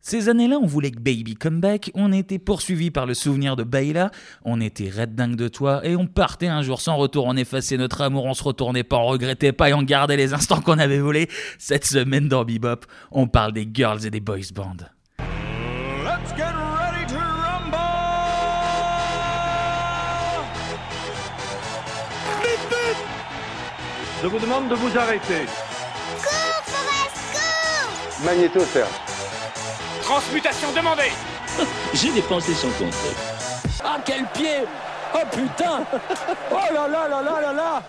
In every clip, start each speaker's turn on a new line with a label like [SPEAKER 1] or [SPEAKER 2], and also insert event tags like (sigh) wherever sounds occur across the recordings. [SPEAKER 1] Ces années-là, on voulait que Baby come back, on était poursuivi par le souvenir de Baila, on était red dingue de toi et on partait un jour sans retour, on effaçait notre amour, on se retournait pas, on regrettait pas et on gardait les instants qu'on avait volés. Cette semaine dans Bebop, on parle des girls et des boys bands.
[SPEAKER 2] Let's get ready to rumble!
[SPEAKER 3] Je vous demande de vous arrêter.
[SPEAKER 4] Magnétosphère.
[SPEAKER 5] Transmutation demandée
[SPEAKER 6] J'ai dépensé sans compter.
[SPEAKER 7] Ah quel pied Oh putain Oh là là là là là là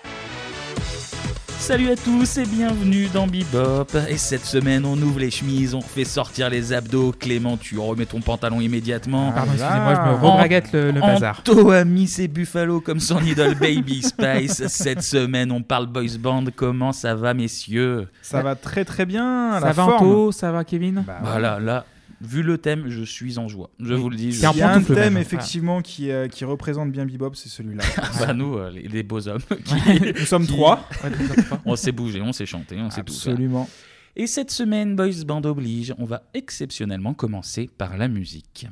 [SPEAKER 1] Salut à tous et bienvenue dans Bebop. Et cette semaine, on ouvre les chemises, on fait sortir les abdos. Clément, tu remets ton pantalon immédiatement.
[SPEAKER 8] Pardon, excusez-moi, je
[SPEAKER 9] Ah.
[SPEAKER 8] me
[SPEAKER 1] En-
[SPEAKER 8] rebragate le, le bazar.
[SPEAKER 1] Anto a mis ses buffalo comme son idole Baby
[SPEAKER 8] (laughs)
[SPEAKER 1] Spice. Cette semaine, on parle boys band. Comment ça va, messieurs
[SPEAKER 9] Ça va très très bien.
[SPEAKER 1] Ah,
[SPEAKER 8] Ça
[SPEAKER 9] la
[SPEAKER 8] va
[SPEAKER 9] forme.
[SPEAKER 8] Anto Ça va Kevin
[SPEAKER 9] Bah,
[SPEAKER 1] Voilà, là, vu le thème, je suis en joie. Je vous le dis.
[SPEAKER 8] C'est
[SPEAKER 1] je-
[SPEAKER 8] un
[SPEAKER 9] Il y a un
[SPEAKER 8] pantoufle,
[SPEAKER 9] thème
[SPEAKER 8] même.
[SPEAKER 9] effectivement qui, euh, qui représente bien Bebop, c'est celui-là.
[SPEAKER 1] Bah, nous, euh, les, les beaux hommes, qui-
[SPEAKER 9] Nous sommes trois.
[SPEAKER 8] Ouais, deux, trois, trois.
[SPEAKER 1] (laughs) on s'est bougé, on s'est chanté, on s'est tout fait.
[SPEAKER 9] Absolument.
[SPEAKER 1] Et cette semaine, Boys Band oblige, on va exceptionnellement commencer par la musique.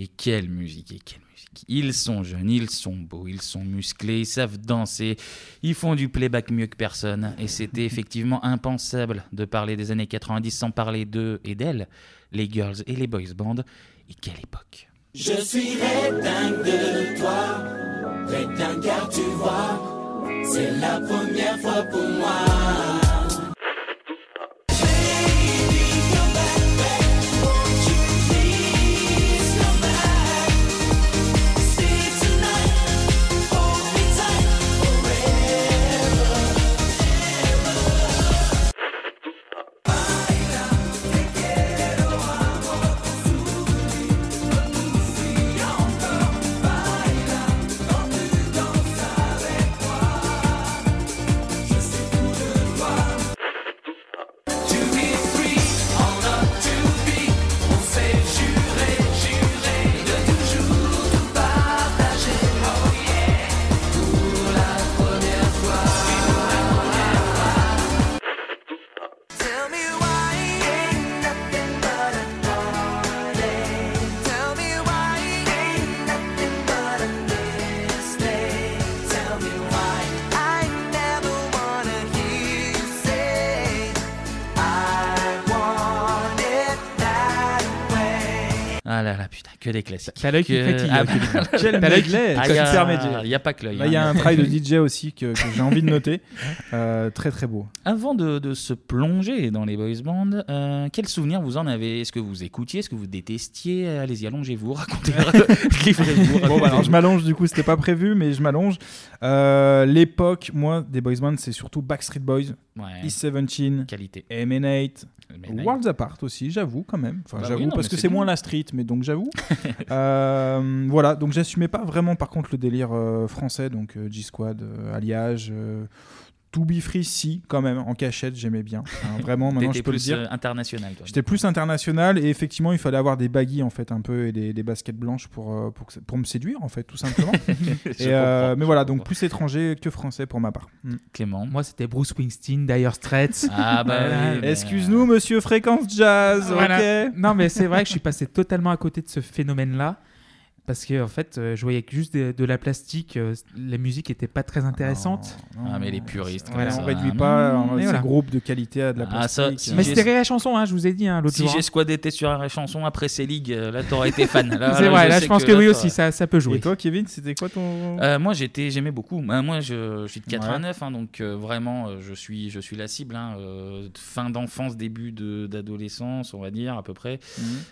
[SPEAKER 1] Et quelle musique, et quelle musique. Ils sont jeunes, ils sont beaux, ils sont musclés, ils savent danser, ils font du playback mieux que personne. Et
[SPEAKER 9] (laughs)
[SPEAKER 1] c'était effectivement impensable de parler des années 90 sans parler d'eux et d'elles, les girls et les boys band. Et quelle époque
[SPEAKER 7] Je suis dingue de toi, dingue car tu vois, c'est la première fois pour moi.
[SPEAKER 1] Ah là là, putain, que des classiques.
[SPEAKER 8] T'as l'œil qui
[SPEAKER 1] Que-
[SPEAKER 8] frétille,
[SPEAKER 9] euh,
[SPEAKER 1] Ah,
[SPEAKER 8] hein, Kevin.
[SPEAKER 9] Quel
[SPEAKER 8] T'as l'œil qui-
[SPEAKER 9] medley
[SPEAKER 1] Ah,
[SPEAKER 9] Quel
[SPEAKER 1] y a-
[SPEAKER 9] intermédiaire.
[SPEAKER 1] y a pas que l'œil.
[SPEAKER 9] Là, il y a
[SPEAKER 1] hein.
[SPEAKER 9] un travail de DJ aussi que, que j'ai envie de noter. Euh, très très beau.
[SPEAKER 1] Avant de, de se plonger dans les boys bands, euh, quel souvenir vous en avez Est-ce que vous écoutiez Est-ce que vous détestiez Allez-y, allongez-vous, racontez
[SPEAKER 9] (laughs)
[SPEAKER 1] livrez-vous.
[SPEAKER 9] Bon, bah, alors je
[SPEAKER 1] racontez-vous.
[SPEAKER 9] m'allonge du coup, c'était pas prévu, mais je m'allonge. Euh, L'époque, moi, des boys band, c'est surtout Backstreet Boys,
[SPEAKER 1] Ouais,
[SPEAKER 9] East 17,
[SPEAKER 1] qualité.
[SPEAKER 9] M8,
[SPEAKER 1] Mais là,
[SPEAKER 9] Worlds Apart aussi, j'avoue quand même. Enfin,
[SPEAKER 1] Bah oui,
[SPEAKER 9] j'avoue
[SPEAKER 1] non,
[SPEAKER 9] parce
[SPEAKER 1] mais
[SPEAKER 9] que
[SPEAKER 1] c'est
[SPEAKER 9] c'est moins
[SPEAKER 1] bien.
[SPEAKER 9] la street, mais
[SPEAKER 1] (laughs)
[SPEAKER 9] donc j'avoue. Euh, voilà, donc j'assumais pas vraiment par contre le délire euh, français, donc euh, G-Squad, euh, Alliage, euh, To Be Free, si, quand même, en cachette, j'aimais bien.
[SPEAKER 1] (laughs)
[SPEAKER 9] Hein, vraiment, maintenant
[SPEAKER 1] T'étais
[SPEAKER 9] je peux le
[SPEAKER 1] plus
[SPEAKER 9] dire.
[SPEAKER 1] euh, international. (laughs) Toi.
[SPEAKER 9] J'étais plus international et effectivement, il fallait avoir des baggy en fait, un peu, et des, des baskets blanches pour, euh, pour, que ça- pour me séduire en fait, tout simplement.
[SPEAKER 1] (laughs) Je
[SPEAKER 9] Et, euh,
[SPEAKER 1] comprends,
[SPEAKER 9] mais
[SPEAKER 1] je
[SPEAKER 9] voilà, donc
[SPEAKER 1] comprends.
[SPEAKER 9] plus étranger que français pour ma part. Mm. (laughs)
[SPEAKER 1] Clément.
[SPEAKER 8] Moi, c'était Bruce Springsteen, d'ailleurs
[SPEAKER 1] (laughs)
[SPEAKER 8] Straits.
[SPEAKER 1] Ah bah
[SPEAKER 8] Voilà.
[SPEAKER 1] oui, mais,
[SPEAKER 9] Excuse-nous, monsieur Fréquence Jazz,
[SPEAKER 8] Voilà.
[SPEAKER 9] ok
[SPEAKER 8] Non, mais c'est vrai que je suis passé totalement à côté de ce phénomène-là. Parce que, en fait, euh, je voyais que juste de, de la plastique, euh, la musique était pas très intéressante.
[SPEAKER 9] Non,
[SPEAKER 1] Ah, mais les
[SPEAKER 9] non.
[SPEAKER 1] puristes. comme
[SPEAKER 8] Voilà,
[SPEAKER 1] ça.
[SPEAKER 9] on réduit pas
[SPEAKER 8] Mais
[SPEAKER 9] euh, ces
[SPEAKER 8] voilà.
[SPEAKER 9] groupes de qualité à de la
[SPEAKER 1] Ah, ça,
[SPEAKER 9] plastique.
[SPEAKER 1] si
[SPEAKER 8] Mais
[SPEAKER 1] j'ai-
[SPEAKER 8] c'était la chanson, hein, je vous ai dit hein, l'autre
[SPEAKER 1] Si
[SPEAKER 8] jour.
[SPEAKER 1] j'ai
[SPEAKER 8] hein.
[SPEAKER 1] squatté tes sur la chanson après ces ligues, euh, là t'aurais été
[SPEAKER 9] (laughs)
[SPEAKER 1] fan. Ah, Là,
[SPEAKER 8] C'est vrai, là,
[SPEAKER 1] sais
[SPEAKER 8] je pense que,
[SPEAKER 1] là,
[SPEAKER 8] oui
[SPEAKER 1] t'aurais-
[SPEAKER 8] aussi, ça, ça peut
[SPEAKER 9] Et
[SPEAKER 8] jouer.
[SPEAKER 9] toi, Kevin, c'était quoi ton
[SPEAKER 1] Euh, moi j'étais j'aimais beaucoup Bah, moi je, je suis de 89 hein, donc euh, vraiment euh, je suis je suis la cible hein, euh, de fin d'enfance début de- d'adolescence on va dire à peu près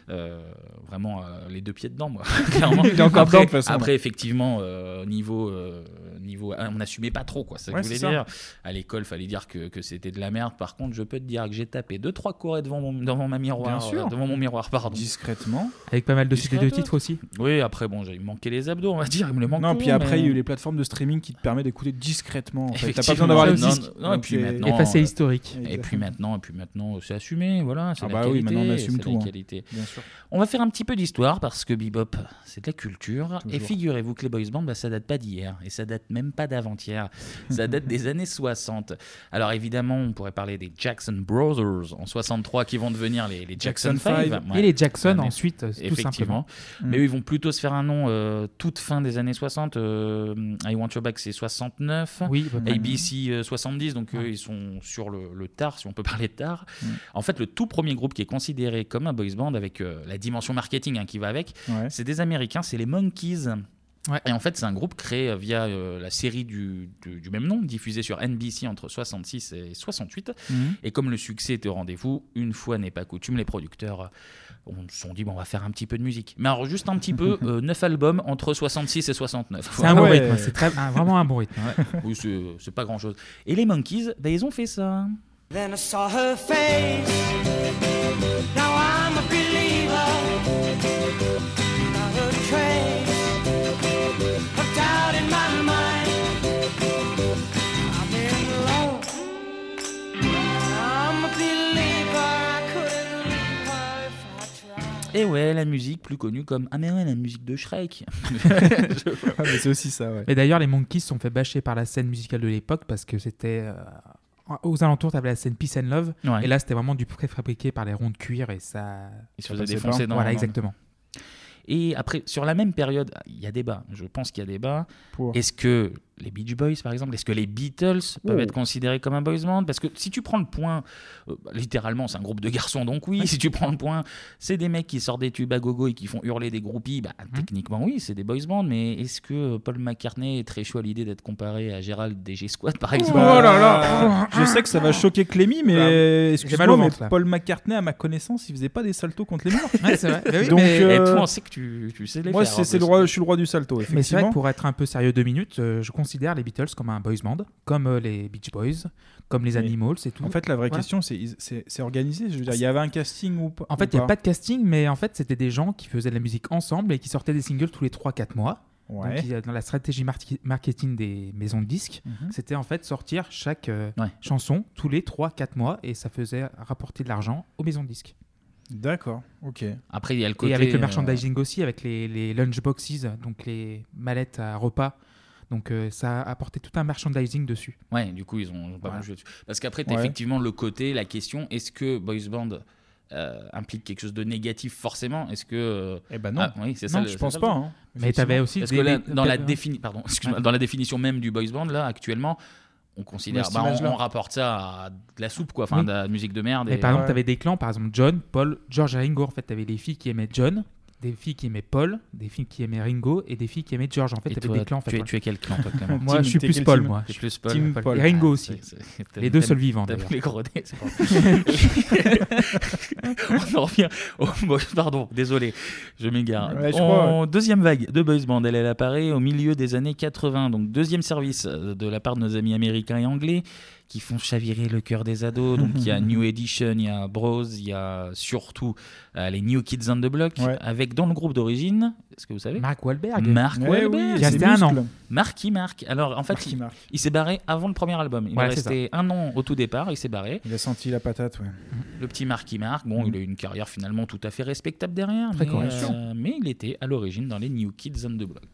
[SPEAKER 1] Euh, vraiment euh, les deux pieds dedans
[SPEAKER 9] (laughs)
[SPEAKER 1] moi (laughs) clairement
[SPEAKER 9] Il est encore
[SPEAKER 1] après,
[SPEAKER 9] dedans, de toute façon.
[SPEAKER 1] après, effectivement euh, niveau euh, niveau ah, on n'assumait pas trop quoi ça que
[SPEAKER 9] Ouais,
[SPEAKER 1] je voulais
[SPEAKER 9] c'est ça.
[SPEAKER 1] dire à l'école fallait dire que, que c'était de la merde par contre je peux te dire que j'ai tapé deux trois courets devant mon devant ma miroir
[SPEAKER 9] Bien sûr.
[SPEAKER 1] euh, devant mon miroir pardon
[SPEAKER 9] discrètement
[SPEAKER 8] Avec pas mal de
[SPEAKER 1] Disque
[SPEAKER 8] CD de
[SPEAKER 1] toi.
[SPEAKER 8] titres aussi.
[SPEAKER 1] oui après bon j'ai manqué les abdos on va dire il me les manquait
[SPEAKER 9] Non, puis après,
[SPEAKER 1] mais-
[SPEAKER 9] il y a eu les plateformes de streaming qui te permettent d'écouter discrètement. En fait. T'as pas
[SPEAKER 1] Effectivement.
[SPEAKER 9] besoin d'avoir le
[SPEAKER 1] Non,
[SPEAKER 9] disque.
[SPEAKER 1] non, non, et
[SPEAKER 9] Donc,
[SPEAKER 1] puis
[SPEAKER 9] c'est-
[SPEAKER 1] maintenant, Non,
[SPEAKER 8] Effacé
[SPEAKER 1] euh,
[SPEAKER 8] historique.
[SPEAKER 1] Et
[SPEAKER 9] Exactement.
[SPEAKER 1] puis maintenant, et puis maintenant, euh, c'est assumé, voilà, c'est
[SPEAKER 9] Ah
[SPEAKER 1] la
[SPEAKER 9] bah oui,
[SPEAKER 1] qualité.
[SPEAKER 9] maintenant, on assume
[SPEAKER 1] c'est la
[SPEAKER 9] tout, hein.
[SPEAKER 1] qualité.
[SPEAKER 9] Bien sûr.
[SPEAKER 1] On va faire un petit peu d'histoire parce que Bebop, c'est de s'appelait Culture. Et
[SPEAKER 9] Toujours.
[SPEAKER 1] figurez-vous que les boys band, bah, ça date pas d'hier, et ça date même pas d'avant-hier. Ça date
[SPEAKER 8] (laughs)
[SPEAKER 1] des années 60. Alors évidemment, on pourrait parler des Jackson Brothers en 63 qui vont devenir les, les Jackson,
[SPEAKER 9] Jackson
[SPEAKER 1] 5.
[SPEAKER 9] Five.
[SPEAKER 8] Et les Jackson
[SPEAKER 1] Ouais, mais-
[SPEAKER 8] ensuite, euh, tout simplement. Mm.
[SPEAKER 1] Effectivement. Mais eux, ils vont plutôt se faire un nom euh, toute fin des années 60. euh, I Want You Back, c'est 69.
[SPEAKER 8] Oui, bah,
[SPEAKER 1] ABC euh, 70, donc eux, ils sont sur le, le tard, si on peut (laughs) parler de tard.
[SPEAKER 9] Mm.
[SPEAKER 1] En fait, le tout premier groupe qui est considéré comme un boys band avec euh, la dimension marketing hein, qui va avec,
[SPEAKER 8] (laughs)
[SPEAKER 9] Ouais.
[SPEAKER 1] c'est des Américains, c'est les Monkeys.
[SPEAKER 8] Ouais.
[SPEAKER 1] Et en fait, c'est un groupe créé euh, via euh, la série du, du- du même nom, diffusée sur NBC entre 66 et 68.
[SPEAKER 9] Mhm.
[SPEAKER 1] Et comme le succès était au rendez-vous, une fois n'est pas coutume, les producteurs euh, on se sont dit, bon, on va faire un petit peu de musique. Mais alors, juste un petit
[SPEAKER 8] (laughs)
[SPEAKER 1] peu, 9 albums entre 66 et 69.
[SPEAKER 8] C'est un bon
[SPEAKER 9] Ouais.
[SPEAKER 8] rythme, c'est très- un- vraiment un bon rythme.
[SPEAKER 1] Oui, c'est- euh, c'est pas grand-chose. Et les Monkeys, ben, ils ont fait ça.
[SPEAKER 2] Then I saw her face. Now I'm a believer. Not a trace of doubt in my mind. I'm in love. I'm a believer. I couldn't leave her if I tried.
[SPEAKER 1] Et ouais, la musique plus connue comme Ah, mais ouais, la musique de (laughs) Shrek.
[SPEAKER 9] Ah, mais c'est aussi ça, ouais.
[SPEAKER 8] Et d'ailleurs, les Monkeys se sont fait bâcher par la scène musicale de l'époque parce que c'était. euh, Aux alentours, t'avais la scène Peace and Love.
[SPEAKER 1] Ouais,
[SPEAKER 8] Et là, c'était vraiment du préfabriqué par les ronds de cuir et ça.
[SPEAKER 1] ils se faisaient
[SPEAKER 9] passait
[SPEAKER 1] défoncer dans
[SPEAKER 8] voilà,
[SPEAKER 1] dans-
[SPEAKER 8] exactement.
[SPEAKER 1] Et après, sur la même période, il y a débat. Je pense qu'il y a débat.
[SPEAKER 9] Pour-
[SPEAKER 1] Est-ce que les Beach Boys, par exemple, est-ce que les Beatles peuvent être considérés comme un boys band Parce que si tu prends le point, euh, bah, littéralement, c'est un groupe de garçons, donc oui. Si tu prends le point, c'est des mecs qui sortent des tubes à gogo et qui font hurler des groupies. Bah,
[SPEAKER 9] Hum.
[SPEAKER 1] Techniquement, oui, c'est des boys band. Mais est-ce que euh, Paul McCartney est très chaud à l'idée d'être comparé à Gérald DG Squad, par exemple
[SPEAKER 9] Bah,
[SPEAKER 8] Oh là là.
[SPEAKER 9] Je sais que ça va choquer Clémy, mais
[SPEAKER 8] Bah,
[SPEAKER 9] euh,
[SPEAKER 8] j'ai mal au
[SPEAKER 9] excuse-moi, mais
[SPEAKER 8] ventre, là.
[SPEAKER 9] Paul McCartney, à ma connaissance, il faisait pas des saltos
[SPEAKER 1] (laughs)
[SPEAKER 9] contre les murs.
[SPEAKER 8] Ouais, c'est vrai. Mais oui,
[SPEAKER 9] Donc,
[SPEAKER 8] mais-
[SPEAKER 9] euh,
[SPEAKER 1] Et toi, on sait que tu, tu sais les
[SPEAKER 9] Moi,
[SPEAKER 1] faire, hein,
[SPEAKER 9] c'est
[SPEAKER 1] en
[SPEAKER 9] c'est le
[SPEAKER 1] plus.
[SPEAKER 9] roi, je suis le roi du salto,
[SPEAKER 8] Mais c'est vrai
[SPEAKER 9] effectivement.
[SPEAKER 8] que pour être un peu sérieux deux minutes, euh, je considère les Beatles comme un boys band, comme euh, les Beach Boys, comme les
[SPEAKER 9] Mais
[SPEAKER 8] Animals et tout.
[SPEAKER 9] En fait, la vraie
[SPEAKER 8] Voilà.
[SPEAKER 9] question, c'est ils- c'est c'est organisé. Je veux dire, il y avait un casting ou pas
[SPEAKER 8] En fait, il n'y a pas de casting, mais en fait, c'était des gens qui faisaient de la musique ensemble et qui sortaient des singles tous les 3-4 mois.
[SPEAKER 9] Ouais.
[SPEAKER 8] Donc, il y a- dans la stratégie mar- marketing des maisons de disques,
[SPEAKER 9] Mhm.
[SPEAKER 8] c'était en fait sortir chaque euh,
[SPEAKER 1] Ouais.
[SPEAKER 8] chanson tous les 3-4 mois et ça faisait rapporter de l'argent aux maisons de disques.
[SPEAKER 9] D'accord. Ok.
[SPEAKER 1] Après, il y a le côté.
[SPEAKER 8] et avec le
[SPEAKER 1] euh,
[SPEAKER 8] merchandising aussi, avec les, les lunchboxes, donc les mallettes à repas. Donc, euh, ça apportait tout un merchandising dessus.
[SPEAKER 1] Ouais, du coup, ils ont, ils ont pas
[SPEAKER 8] Voilà.
[SPEAKER 1] mal joué dessus. Parce qu'après, t'as
[SPEAKER 9] Ouais.
[SPEAKER 1] effectivement le côté, la question est-ce que Boys Band euh, implique quelque chose de négatif forcément Est-ce que. euh,
[SPEAKER 9] Eh ben non.
[SPEAKER 1] ah, oui, c'est ça.
[SPEAKER 9] Non,
[SPEAKER 1] le-
[SPEAKER 9] je
[SPEAKER 1] c'est
[SPEAKER 9] pense
[SPEAKER 1] ça le
[SPEAKER 9] pas.
[SPEAKER 1] truc.
[SPEAKER 9] hein.
[SPEAKER 8] Mais tu avais aussi
[SPEAKER 1] Parce
[SPEAKER 8] des-
[SPEAKER 1] que là,
[SPEAKER 8] des-
[SPEAKER 1] dans la,
[SPEAKER 8] des-
[SPEAKER 1] défini... Pardon, (laughs) excuse-moi, dans la définition même du Boys Band, là, actuellement, on
[SPEAKER 9] Ouais,
[SPEAKER 1] considère.
[SPEAKER 9] cette
[SPEAKER 1] bah, on,
[SPEAKER 9] image-là.
[SPEAKER 1] on rapporte ça à de la soupe, quoi. Enfin,
[SPEAKER 8] Oui.
[SPEAKER 1] de la musique de merde.
[SPEAKER 8] Mais
[SPEAKER 1] Et...
[SPEAKER 8] par exemple,
[SPEAKER 9] Ouais.
[SPEAKER 8] tu avais des clans, par exemple John, Paul, George et Ringo. En fait, tu avais des filles qui aimaient John, des filles qui aimaient Paul, des filles qui aimaient Ringo et des filles qui aimaient George. En fait,
[SPEAKER 1] Et
[SPEAKER 8] tu avais
[SPEAKER 1] toi,
[SPEAKER 8] des clans. En fait,
[SPEAKER 1] tu, es,
[SPEAKER 8] voilà.
[SPEAKER 1] tu es quel clan, toi, Clément
[SPEAKER 9] tu-
[SPEAKER 8] (laughs) Moi,
[SPEAKER 9] Team,
[SPEAKER 8] je suis
[SPEAKER 9] t'es
[SPEAKER 8] plus
[SPEAKER 9] quel
[SPEAKER 8] Paul,
[SPEAKER 9] team
[SPEAKER 8] moi.
[SPEAKER 1] T'es plus Paul.
[SPEAKER 9] Team
[SPEAKER 8] Paul.
[SPEAKER 9] Paul.
[SPEAKER 8] Et Ringo
[SPEAKER 1] Ah,
[SPEAKER 8] aussi.
[SPEAKER 1] c'est- c'est- t'as-
[SPEAKER 8] Les deux
[SPEAKER 1] t'as-
[SPEAKER 8] seuls vivants.
[SPEAKER 1] T'as
[SPEAKER 8] d'ailleurs.
[SPEAKER 1] pris les gros dés,
[SPEAKER 9] (laughs)
[SPEAKER 1] c'est pas grave. (laughs) On en revient. au- bon, pardon, désolé, je m'égare.
[SPEAKER 9] Ouais, je
[SPEAKER 1] On-
[SPEAKER 9] crois,
[SPEAKER 1] Deuxième vague de boys band, elle, elle apparaît au milieu des années 80. Donc deuxième service euh, de la part de nos amis américains et anglais qui font chavirer le cœur des ados. Donc il y
[SPEAKER 9] (laughs)
[SPEAKER 1] a New Edition, il y a Bros, il y a surtout euh, les New Kids on the Block
[SPEAKER 9] Ouais.
[SPEAKER 1] avec dans le groupe d'origine, est-ce que vous savez
[SPEAKER 8] Mark Wahlberg.
[SPEAKER 1] Mark
[SPEAKER 9] Ouais,
[SPEAKER 1] Wahlberg.
[SPEAKER 8] il y a-
[SPEAKER 9] ses
[SPEAKER 8] c'était un an.
[SPEAKER 9] muscles.
[SPEAKER 1] Marky Mark. Alors en fait,
[SPEAKER 9] Marky
[SPEAKER 1] il-
[SPEAKER 9] Mark.
[SPEAKER 1] il s'est barré avant le premier album. Il
[SPEAKER 8] Voilà,
[SPEAKER 1] est
[SPEAKER 8] c'est
[SPEAKER 1] resté un an au tout départ, il s'est barré.
[SPEAKER 9] Il a senti la patate, ouais.
[SPEAKER 1] Le petit Marky Mark, bon, il a eu une carrière finalement tout à fait respectable derrière.
[SPEAKER 8] Très
[SPEAKER 1] mais,
[SPEAKER 8] correct.
[SPEAKER 1] euh, mais il était à l'origine dans les New Kids on the Block.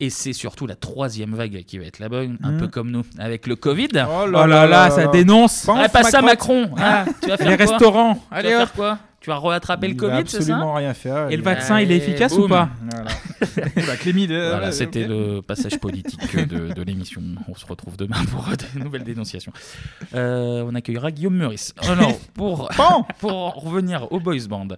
[SPEAKER 1] Et c'est surtout la troisième vague qui va être la bonne, un
[SPEAKER 9] Mhm.
[SPEAKER 1] peu comme nous, avec le Covid.
[SPEAKER 9] Oh
[SPEAKER 8] Oh là là, ça dénonce.
[SPEAKER 1] ah, pas ça, Macron Ah, Tu vas faire
[SPEAKER 8] Les
[SPEAKER 1] quoi
[SPEAKER 8] restaurants.
[SPEAKER 1] Tu vas
[SPEAKER 8] Allez hop.
[SPEAKER 1] faire quoi Tu vas rattraper le
[SPEAKER 9] Il va
[SPEAKER 1] Covid, c'est ça
[SPEAKER 9] absolument rien faire.
[SPEAKER 8] Et le
[SPEAKER 9] Il a-
[SPEAKER 8] vaccin, il est
[SPEAKER 1] Et
[SPEAKER 8] efficace ou
[SPEAKER 1] boum.
[SPEAKER 8] pas
[SPEAKER 9] Voilà. Oula, Clémy, euh,
[SPEAKER 1] Voilà,
[SPEAKER 9] euh,
[SPEAKER 1] c'était
[SPEAKER 9] ok.
[SPEAKER 1] le passage politique de, de l'émission. On se retrouve demain pour (laughs) de nouvelles dénonciations. Euh, on accueillera Guillaume Meurice.
[SPEAKER 9] (laughs)
[SPEAKER 1] Alors, pour,
[SPEAKER 9] Bon
[SPEAKER 1] pour en revenir aux boys band,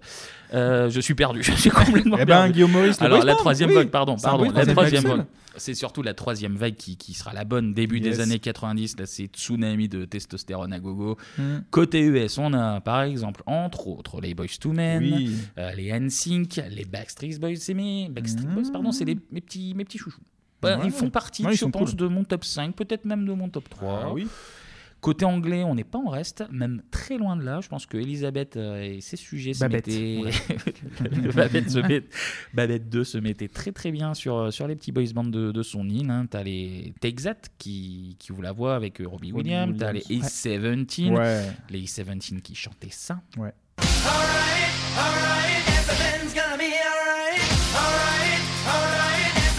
[SPEAKER 1] euh, je suis perdu. (laughs) Je suis complètement
[SPEAKER 9] Eh ben,
[SPEAKER 1] perdu.
[SPEAKER 9] Guillaume Maurice, le
[SPEAKER 1] Alors,
[SPEAKER 9] boys
[SPEAKER 1] la
[SPEAKER 9] band,
[SPEAKER 1] troisième
[SPEAKER 9] oui.
[SPEAKER 1] vague, pardon,
[SPEAKER 9] C'est un
[SPEAKER 1] pardon,
[SPEAKER 9] boys
[SPEAKER 1] la
[SPEAKER 9] band,
[SPEAKER 1] troisième
[SPEAKER 9] Axel.
[SPEAKER 1] vague. C'est surtout la troisième vague qui, qui sera la bonne. Début
[SPEAKER 9] Yes.
[SPEAKER 1] des années 90, là, c'est tsunami de testostérone à gogo.
[SPEAKER 9] Hmm.
[SPEAKER 1] Côté US, on a par exemple, entre autres, les Boys to Men,
[SPEAKER 9] Oui.
[SPEAKER 1] euh, les NSYNC, les Backstreet Boys, c'est mes Backstreet
[SPEAKER 9] Mmh.
[SPEAKER 1] Boys, pardon, c'est les- mes petits mes petits chouchous. Bah,
[SPEAKER 9] Ouais.
[SPEAKER 1] Ils font partie,
[SPEAKER 9] Ouais, ils
[SPEAKER 1] je
[SPEAKER 9] sont
[SPEAKER 1] pense,
[SPEAKER 9] cool.
[SPEAKER 1] de mon top 5, peut-être même de mon top 3.
[SPEAKER 9] Ah oui.
[SPEAKER 1] Côté anglais, on n'est pas en reste, même très loin de là. Je pense que Elisabeth euh, et ses sujets se
[SPEAKER 8] Babette.
[SPEAKER 1] mettaient. (laughs) Babette, se met- Babette 2 se mettait très très bien sur, euh, sur les petits boys bands de, de son île. Hein. T'as les Texat qui, qui vous la voit avec euh, Robbie
[SPEAKER 9] Robbie
[SPEAKER 1] Williams. T'as les
[SPEAKER 9] Williams.
[SPEAKER 1] A17,
[SPEAKER 9] Ouais.
[SPEAKER 1] les A17 qui chantaient ça.
[SPEAKER 2] Alright, alright, everything's gonna be alright, alright,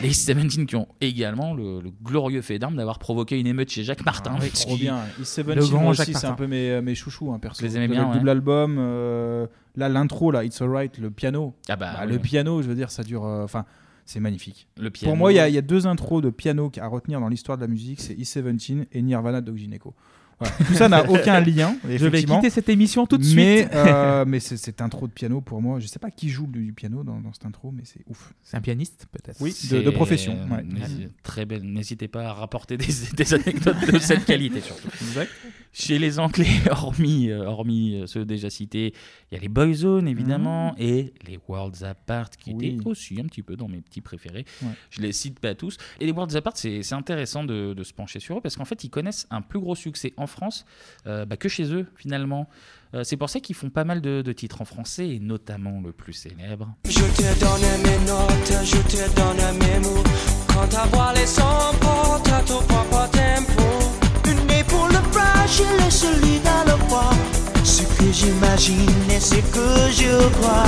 [SPEAKER 1] Les 17 qui ont également le, le glorieux fait d'armes d'avoir provoqué une émeute chez Jacques Martin. ce
[SPEAKER 9] Ah, Trop
[SPEAKER 1] qui-
[SPEAKER 9] bien. East Seven
[SPEAKER 8] Le
[SPEAKER 9] Children
[SPEAKER 8] grand
[SPEAKER 9] aussi,
[SPEAKER 8] Jacques
[SPEAKER 9] c'est
[SPEAKER 8] Martin.
[SPEAKER 9] un peu mes, mes chouchous, hein, perso.
[SPEAKER 1] Je les aimais
[SPEAKER 9] Le
[SPEAKER 1] bien, ouais.
[SPEAKER 9] double album. euh, là, l'intro, là, It's Alright, le piano.
[SPEAKER 1] Ah bah,
[SPEAKER 9] Bah,
[SPEAKER 1] oui,
[SPEAKER 9] Le
[SPEAKER 1] oui.
[SPEAKER 9] piano, je veux dire, ça dure. euh, Enfin, c'est magnifique.
[SPEAKER 1] Le piano.
[SPEAKER 9] Pour moi, il y, a- il y a deux intros de piano à retenir dans l'histoire de la musique c'est East Seventeen et Nirvana de Doc Gineco.
[SPEAKER 8] (laughs)
[SPEAKER 9] Voilà. Tout ça n'a aucun lien.
[SPEAKER 8] Je vais
[SPEAKER 9] effectivement.
[SPEAKER 8] quitter cette émission tout de suite. (laughs)
[SPEAKER 9] mais, euh, mais c'est- cette intro de piano, pour moi, je sais pas qui joue du, du piano dans, dans cette intro, mais c'est ouf.
[SPEAKER 8] C'est un pianiste, peut-être.
[SPEAKER 9] Oui, de,
[SPEAKER 1] C'est-
[SPEAKER 9] de profession. ouais.
[SPEAKER 1] N'hési- Très belle. N'hésitez pas à rapporter des, (laughs) des anecdotes de cette qualité, surtout.
[SPEAKER 9] Exact.
[SPEAKER 1] Chez les Anglais, (laughs) hormis, euh, hormis euh, ceux déjà cités, il y a les Boyzone évidemment et les Worlds Apart qui
[SPEAKER 9] Mmh. Oui.
[SPEAKER 1] étaient aussi un petit peu dans mes petits préférés.
[SPEAKER 9] Ouais.
[SPEAKER 1] Je les cite pas tous. Et les Worlds Apart, c'est c'est intéressant de, de se pencher sur eux parce qu'en fait, ils connaissent un plus gros succès en France euh, bah, que chez eux finalement. Euh, c'est pour ça qu'ils font pas mal de, de titres en français et notamment le plus célèbre.
[SPEAKER 2] Je te donne mes notes, je te donne mes mots. Quand ta voix les emporte à ton propre tempo.
[SPEAKER 7] Une épaule fragile et solide à la fois. Ce que j'imagine et ce que je crois.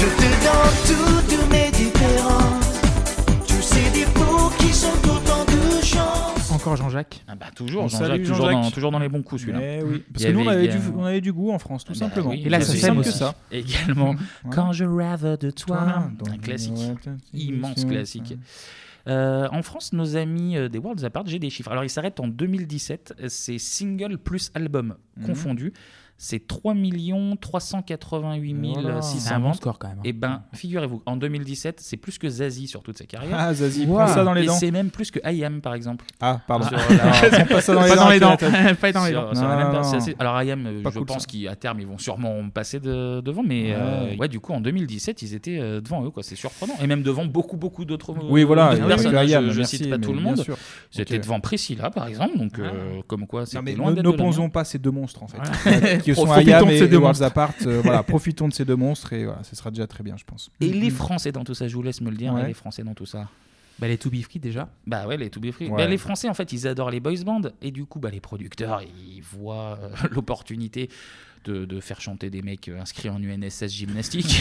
[SPEAKER 7] Je te donne toutes mes différences. Tous ces défauts qui sont autant de chances.
[SPEAKER 8] Encore Jean-Jacques.
[SPEAKER 1] Ah bah toujours,
[SPEAKER 9] On
[SPEAKER 1] Jean-Jacques,
[SPEAKER 9] salue
[SPEAKER 1] toujours,
[SPEAKER 9] Jean-Jacques.
[SPEAKER 1] dans, toujours dans les bons coups celui-là.
[SPEAKER 9] Eh oui. Parce
[SPEAKER 1] Il y
[SPEAKER 9] que nous, on
[SPEAKER 1] avait
[SPEAKER 9] avait, du,
[SPEAKER 1] également-
[SPEAKER 9] on avait du goût en France, tout
[SPEAKER 1] Bah
[SPEAKER 9] simplement.
[SPEAKER 1] oui,
[SPEAKER 8] Et là,
[SPEAKER 1] bien
[SPEAKER 8] ça
[SPEAKER 1] sûr.
[SPEAKER 9] c'est
[SPEAKER 8] s'aime
[SPEAKER 9] simple
[SPEAKER 8] aussi.
[SPEAKER 9] que ça.
[SPEAKER 1] Également,
[SPEAKER 9] Ouais.
[SPEAKER 1] quand je rêve de toi,
[SPEAKER 9] Dans-
[SPEAKER 1] un classique.
[SPEAKER 9] ouais, peut-être.
[SPEAKER 1] immense
[SPEAKER 9] Ouais.
[SPEAKER 1] classique. Euh, en France, nos amis euh, des Worlds Apart, j'ai des chiffres. Alors, ils s'arrêtent en 2017. euh, C'est single plus album
[SPEAKER 9] Mhm.
[SPEAKER 1] confondu. C'est 3 388
[SPEAKER 9] Voilà.
[SPEAKER 1] 600
[SPEAKER 8] C'est un bon
[SPEAKER 1] ventes.
[SPEAKER 8] score, quand même.
[SPEAKER 1] Et ben, figurez-vous, en 2017, c'est plus que Zazie sur toute sa carrière.
[SPEAKER 9] Ah, Zazie,
[SPEAKER 8] Wow.
[SPEAKER 9] prends ça dans les
[SPEAKER 1] Et
[SPEAKER 9] dents.
[SPEAKER 1] c'est même plus que I Am, par exemple.
[SPEAKER 9] Ah, pardon.
[SPEAKER 1] Sur la-
[SPEAKER 9] (laughs) Prends pas ça dans les
[SPEAKER 8] Pas
[SPEAKER 9] dents.
[SPEAKER 8] dans les dents.
[SPEAKER 9] (laughs) Akhenaton.
[SPEAKER 8] Pas dans les
[SPEAKER 1] sur-
[SPEAKER 8] dents.
[SPEAKER 1] sur la
[SPEAKER 9] Non,
[SPEAKER 1] même
[SPEAKER 9] non,
[SPEAKER 1] page, c'est
[SPEAKER 9] non.
[SPEAKER 1] assez- Alors, I Am, euh,
[SPEAKER 9] Pas
[SPEAKER 1] je
[SPEAKER 9] cool,
[SPEAKER 1] pense
[SPEAKER 9] ça.
[SPEAKER 1] qu'à terme, ils vont sûrement passer de- devant. Mais
[SPEAKER 9] Ouais.
[SPEAKER 1] euh, ouais, du coup, en 2017, ils étaient euh, devant eux. quoi. C'est surpurprenant. Et même devant beaucoup, beaucoup d'autres euh,
[SPEAKER 9] Oui, voilà.
[SPEAKER 1] d'autres
[SPEAKER 9] il y a
[SPEAKER 1] personnes.
[SPEAKER 9] que Ayam,
[SPEAKER 1] je je
[SPEAKER 9] merci,
[SPEAKER 1] cite pas
[SPEAKER 9] mais
[SPEAKER 1] tout le
[SPEAKER 9] bien
[SPEAKER 1] monde.
[SPEAKER 9] sûr.
[SPEAKER 1] C'était
[SPEAKER 9] Ok. Ah.
[SPEAKER 1] devant Priscilla, par exemple. Donc, euh, comme quoi,
[SPEAKER 9] Non, mais
[SPEAKER 1] c'était loin
[SPEAKER 9] ne
[SPEAKER 1] d'être
[SPEAKER 9] ne
[SPEAKER 1] de la merde.
[SPEAKER 9] posons pas ces deux monstres en fait. (laughs)
[SPEAKER 1] (laughs)
[SPEAKER 9] Euh, Qui sont
[SPEAKER 8] Profitons
[SPEAKER 9] Ayam
[SPEAKER 8] de
[SPEAKER 9] et,
[SPEAKER 8] ces
[SPEAKER 9] et
[SPEAKER 8] deux
[SPEAKER 9] Worlds Apart. euh, voilà, profitons de ces deux monstres et voilà, ce sera déjà très bien, je pense.
[SPEAKER 1] Et les Français dans tout ça, je vous laisse me le dire, hein,
[SPEAKER 9] Ouais.
[SPEAKER 1] les Français dans tout ça.
[SPEAKER 8] Bah, les To Be Free, déjà.
[SPEAKER 1] Bah ouais, les To Be Free.
[SPEAKER 9] Ouais.
[SPEAKER 1] Bah, les Français, en fait, ils adorent les boys bands. Et du coup, bah, les producteurs, ils voient euh, (laughs) l'opportunité de, de faire chanter des mecs euh, inscrits en UNSS gymnastique.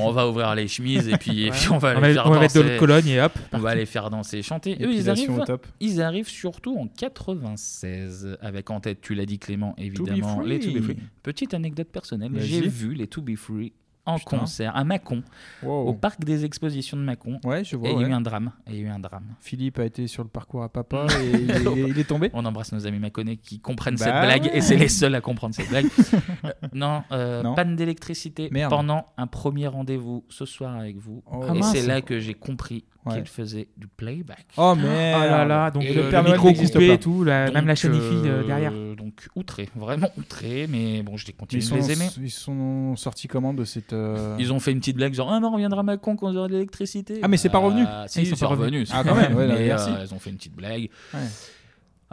[SPEAKER 1] on va ouvrir les chemises et puis, et puis on va
[SPEAKER 8] On
[SPEAKER 1] les
[SPEAKER 8] va,
[SPEAKER 1] faire
[SPEAKER 8] on va mettre de
[SPEAKER 1] danser.
[SPEAKER 8] l'eau de Cologne et hop.
[SPEAKER 1] on va les faire danser et chanter. Eux, ils
[SPEAKER 9] Épilation
[SPEAKER 1] arrivent,
[SPEAKER 9] au top.
[SPEAKER 1] ils arrivent surtout en 96, avec en tête, tu l'as dit Clément,
[SPEAKER 9] To be
[SPEAKER 1] évidemment, les To Be Free.
[SPEAKER 9] free.
[SPEAKER 1] Petite anecdote personnelle,
[SPEAKER 9] Vas-y.
[SPEAKER 1] j'ai vu les To Be Free en
[SPEAKER 9] Putain.
[SPEAKER 1] concert à Mâcon, au
[SPEAKER 9] Wow.
[SPEAKER 1] parc des expositions de Mâcon.
[SPEAKER 9] Ouais, je vois.
[SPEAKER 1] Oh. Et il y a
[SPEAKER 9] ouais.
[SPEAKER 1] eu un drame. Et il y a eu un drame.
[SPEAKER 9] Philippe a été sur le parcours
[SPEAKER 1] (laughs)
[SPEAKER 9] à papa et il est, il est- il
[SPEAKER 1] (gasps)
[SPEAKER 9] est tombé.
[SPEAKER 1] On embrasse nos amis Maconnais qui comprennent
[SPEAKER 9] Bah
[SPEAKER 1] cette blague
[SPEAKER 9] ouais.
[SPEAKER 1] et c'est les seuls à comprendre cette
[SPEAKER 9] (laughs)
[SPEAKER 1] blague. Euh, non, euh,
[SPEAKER 9] Non.
[SPEAKER 1] panne d'électricité
[SPEAKER 9] Merde.
[SPEAKER 1] pendant un premier rendez-vous ce soir avec vous.
[SPEAKER 9] Oh.
[SPEAKER 8] Ah
[SPEAKER 1] et
[SPEAKER 8] mince.
[SPEAKER 1] c'est là que j'ai compris
[SPEAKER 9] Ouais.
[SPEAKER 1] qu'il faisait du playback.
[SPEAKER 9] Oh mais
[SPEAKER 8] Ah là là, donc
[SPEAKER 1] Et
[SPEAKER 8] le,
[SPEAKER 1] le
[SPEAKER 8] le
[SPEAKER 1] Père Noël
[SPEAKER 8] micro
[SPEAKER 1] n'existe
[SPEAKER 8] coupé
[SPEAKER 9] pas.
[SPEAKER 8] et tout, la-
[SPEAKER 1] Donc,
[SPEAKER 8] même la chaîne IFI
[SPEAKER 1] euh,
[SPEAKER 8] euh, derrière.
[SPEAKER 1] Donc outré, vraiment outré, mais bon, je les
[SPEAKER 9] Ils
[SPEAKER 1] continue de
[SPEAKER 9] sont,
[SPEAKER 1] les aimer.
[SPEAKER 9] ils sont sortis comment de cette. euh,
[SPEAKER 1] Ils ont fait une petite blague genre Ah, mais on reviendra à Macon quand on aura de l'électricité.
[SPEAKER 9] Ah, mais c'est pas revenu.
[SPEAKER 1] Ah, si,
[SPEAKER 8] Ah, ils
[SPEAKER 1] ils
[SPEAKER 8] sont
[SPEAKER 1] sont
[SPEAKER 8] pas
[SPEAKER 1] revenus.
[SPEAKER 9] Ah,
[SPEAKER 1] (laughs)
[SPEAKER 9] quand même, ouais,
[SPEAKER 1] mais,
[SPEAKER 9] non, merci.
[SPEAKER 1] euh, ils ont fait une petite blague.
[SPEAKER 9] Ouais.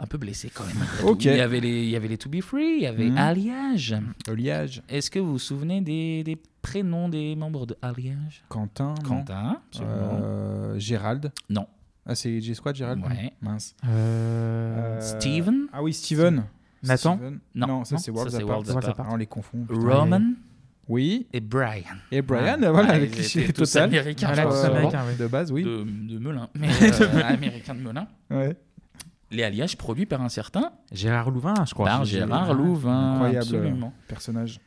[SPEAKER 1] Un peu blessé quand même.
[SPEAKER 9] Ok.
[SPEAKER 1] Il, y avait les, il y avait les To Be Free, il y avait
[SPEAKER 9] Mhm.
[SPEAKER 1] Alliage.
[SPEAKER 9] Le liage.
[SPEAKER 1] Est-ce que vous vous souvenez des, des prénoms des membres de Alliage
[SPEAKER 9] Quentin. non
[SPEAKER 1] Quentin, absolument.
[SPEAKER 9] Euh, Gérald.
[SPEAKER 1] Non.
[SPEAKER 9] Ah, c'est G-Squad, Gérald
[SPEAKER 1] Ouais.
[SPEAKER 9] Mince.
[SPEAKER 8] Euh,
[SPEAKER 9] Euh,
[SPEAKER 1] Steven
[SPEAKER 9] Ah oui, Steven.
[SPEAKER 8] Nathan
[SPEAKER 9] Steven.
[SPEAKER 1] Non.
[SPEAKER 9] Non, ça
[SPEAKER 1] Non,
[SPEAKER 9] c'est
[SPEAKER 1] ça,
[SPEAKER 9] Worlds
[SPEAKER 1] c'est
[SPEAKER 9] Apart.
[SPEAKER 1] Worlds Apart.
[SPEAKER 9] Ah, on les confond. putain.
[SPEAKER 1] Roman
[SPEAKER 9] Oui.
[SPEAKER 1] et Brian.
[SPEAKER 9] Et Brian, (laughs)
[SPEAKER 1] Ah,
[SPEAKER 9] voilà,
[SPEAKER 1] ah,
[SPEAKER 9] le
[SPEAKER 1] ils
[SPEAKER 9] cliché
[SPEAKER 1] étaient tous
[SPEAKER 9] total. Euh,
[SPEAKER 1] américains,
[SPEAKER 8] Voilà,
[SPEAKER 1] je
[SPEAKER 8] tous
[SPEAKER 1] pense,
[SPEAKER 8] américains. ouais.
[SPEAKER 9] De base,
[SPEAKER 1] de,
[SPEAKER 9] oui.
[SPEAKER 1] de Melun,
[SPEAKER 9] (laughs)
[SPEAKER 1] mais euh, américain de Melun.
[SPEAKER 9] Ouais.
[SPEAKER 1] Les Alliages produits par un certain
[SPEAKER 8] Gérard Louvain, je crois.
[SPEAKER 1] par
[SPEAKER 8] J'ai-
[SPEAKER 1] Gérard Louvain.
[SPEAKER 9] Incroyable.
[SPEAKER 1] Absolument.
[SPEAKER 9] Personnage.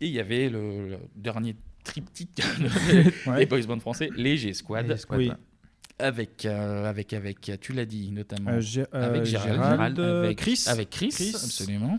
[SPEAKER 1] Et il y avait le, le dernier triptyque (laughs)
[SPEAKER 9] Ouais.
[SPEAKER 1] des boys band français, les G-Squad,
[SPEAKER 8] Les G-Squad,
[SPEAKER 9] Oui.
[SPEAKER 8] ouais.
[SPEAKER 1] avec, euh, avec, avec, tu l'as dit notamment,
[SPEAKER 9] Euh, Gé- euh,
[SPEAKER 1] avec Gérald,
[SPEAKER 9] euh,
[SPEAKER 1] avec
[SPEAKER 9] Chris.
[SPEAKER 1] avec Chris,
[SPEAKER 9] Chris.
[SPEAKER 1] absolument.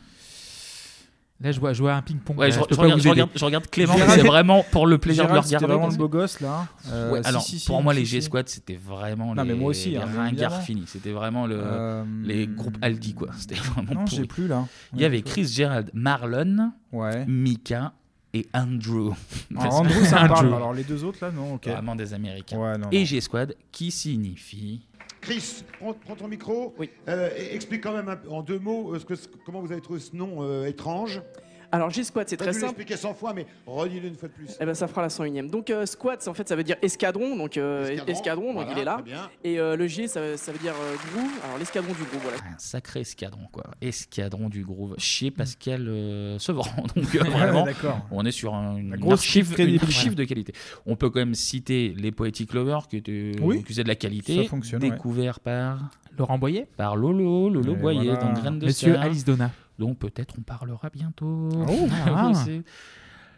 [SPEAKER 8] Là, je vois, je vois un ping-pong.
[SPEAKER 1] Ouais,
[SPEAKER 8] là,
[SPEAKER 1] je,
[SPEAKER 8] je
[SPEAKER 1] re-
[SPEAKER 8] peux
[SPEAKER 1] je
[SPEAKER 8] pas
[SPEAKER 1] regarde,
[SPEAKER 8] vous
[SPEAKER 1] je
[SPEAKER 8] aider.
[SPEAKER 1] regarde- je regarde Clément,
[SPEAKER 9] Gérald-
[SPEAKER 1] mais c'est vraiment pour le plaisir
[SPEAKER 9] Gérald,
[SPEAKER 1] de
[SPEAKER 9] c'était
[SPEAKER 1] le regarder.
[SPEAKER 9] vraiment
[SPEAKER 1] parce
[SPEAKER 9] le beau gosse là.
[SPEAKER 1] que-
[SPEAKER 9] Euh,
[SPEAKER 1] Ouais,
[SPEAKER 9] si,
[SPEAKER 1] alors,
[SPEAKER 9] si, si,
[SPEAKER 1] pour moi,
[SPEAKER 9] si,
[SPEAKER 1] les
[SPEAKER 9] si.
[SPEAKER 1] G-Squad, c'était vraiment
[SPEAKER 9] Non,
[SPEAKER 1] les,
[SPEAKER 9] mais moi aussi,
[SPEAKER 1] les
[SPEAKER 9] hein,
[SPEAKER 1] ringards
[SPEAKER 9] évidemment.
[SPEAKER 1] finis. C'était vraiment le,
[SPEAKER 9] Euh,
[SPEAKER 1] les groupes Aldi, quoi. (laughs) C'était vraiment
[SPEAKER 9] Non,
[SPEAKER 1] pourri.
[SPEAKER 9] j'ai plus là.
[SPEAKER 1] Il y avait Chris, Gérald, Marlon,
[SPEAKER 9] Ouais.
[SPEAKER 1] Mika et Andrew.
[SPEAKER 9] Alors, Ah,
[SPEAKER 1] (laughs)
[SPEAKER 9] Andrew, ça me
[SPEAKER 8] Andrew.
[SPEAKER 9] parle. Alors les deux autres là, non, ok.
[SPEAKER 1] Vraiment des Américains.
[SPEAKER 9] Ouais, non,
[SPEAKER 1] Ah, Et
[SPEAKER 9] non.
[SPEAKER 1] G-Squad, qui signifie
[SPEAKER 4] Chris, prends, prends ton micro. Euh, et explique quand même un peu- en deux mots euh, ce que, ce- comment vous avez trouvé ce nom euh, étrange.
[SPEAKER 10] Alors, G-Squad, c'est
[SPEAKER 4] T'as
[SPEAKER 10] très
[SPEAKER 4] dû
[SPEAKER 10] simple.
[SPEAKER 4] l'expliquer 100 fois, mais redis-le une fois de plus.
[SPEAKER 10] Eh ben, ça fera la 101ème. Donc, euh, Squad, c'est- en fait, ça veut dire escadron. Donc, euh, escadron,
[SPEAKER 4] Escadron,
[SPEAKER 10] donc
[SPEAKER 4] voilà,
[SPEAKER 10] il est là.
[SPEAKER 4] très bien.
[SPEAKER 10] Et euh, le G, ça, ça veut dire euh, groove. Alors, l'escadron du groupe, voilà.
[SPEAKER 1] Un sacré escadron, quoi. Escadron du groove chez Pascal euh, Sevran. (laughs) Donc, euh, vraiment,
[SPEAKER 9] d'accord.
[SPEAKER 1] on est sur un, une
[SPEAKER 9] grosse
[SPEAKER 1] archive,
[SPEAKER 9] chiffre
[SPEAKER 1] une
[SPEAKER 9] crédible.
[SPEAKER 1] archive de qualité. On peut quand même citer les Poetic Lovers qui étaient
[SPEAKER 9] Oui.
[SPEAKER 1] qui faisaient de la qualité.
[SPEAKER 9] Ça fonctionne, ouais.
[SPEAKER 1] Découvert par,
[SPEAKER 8] Laurent Boyer
[SPEAKER 1] par Lolo, Lolo
[SPEAKER 9] Et
[SPEAKER 1] Boyer,
[SPEAKER 9] voilà.
[SPEAKER 1] dans Graines de
[SPEAKER 8] Monsieur
[SPEAKER 1] Sable
[SPEAKER 8] Alice Donna.
[SPEAKER 1] dont peut-être on parlera bientôt. (laughs)
[SPEAKER 9] Oh,
[SPEAKER 8] ah.
[SPEAKER 1] Vous savez.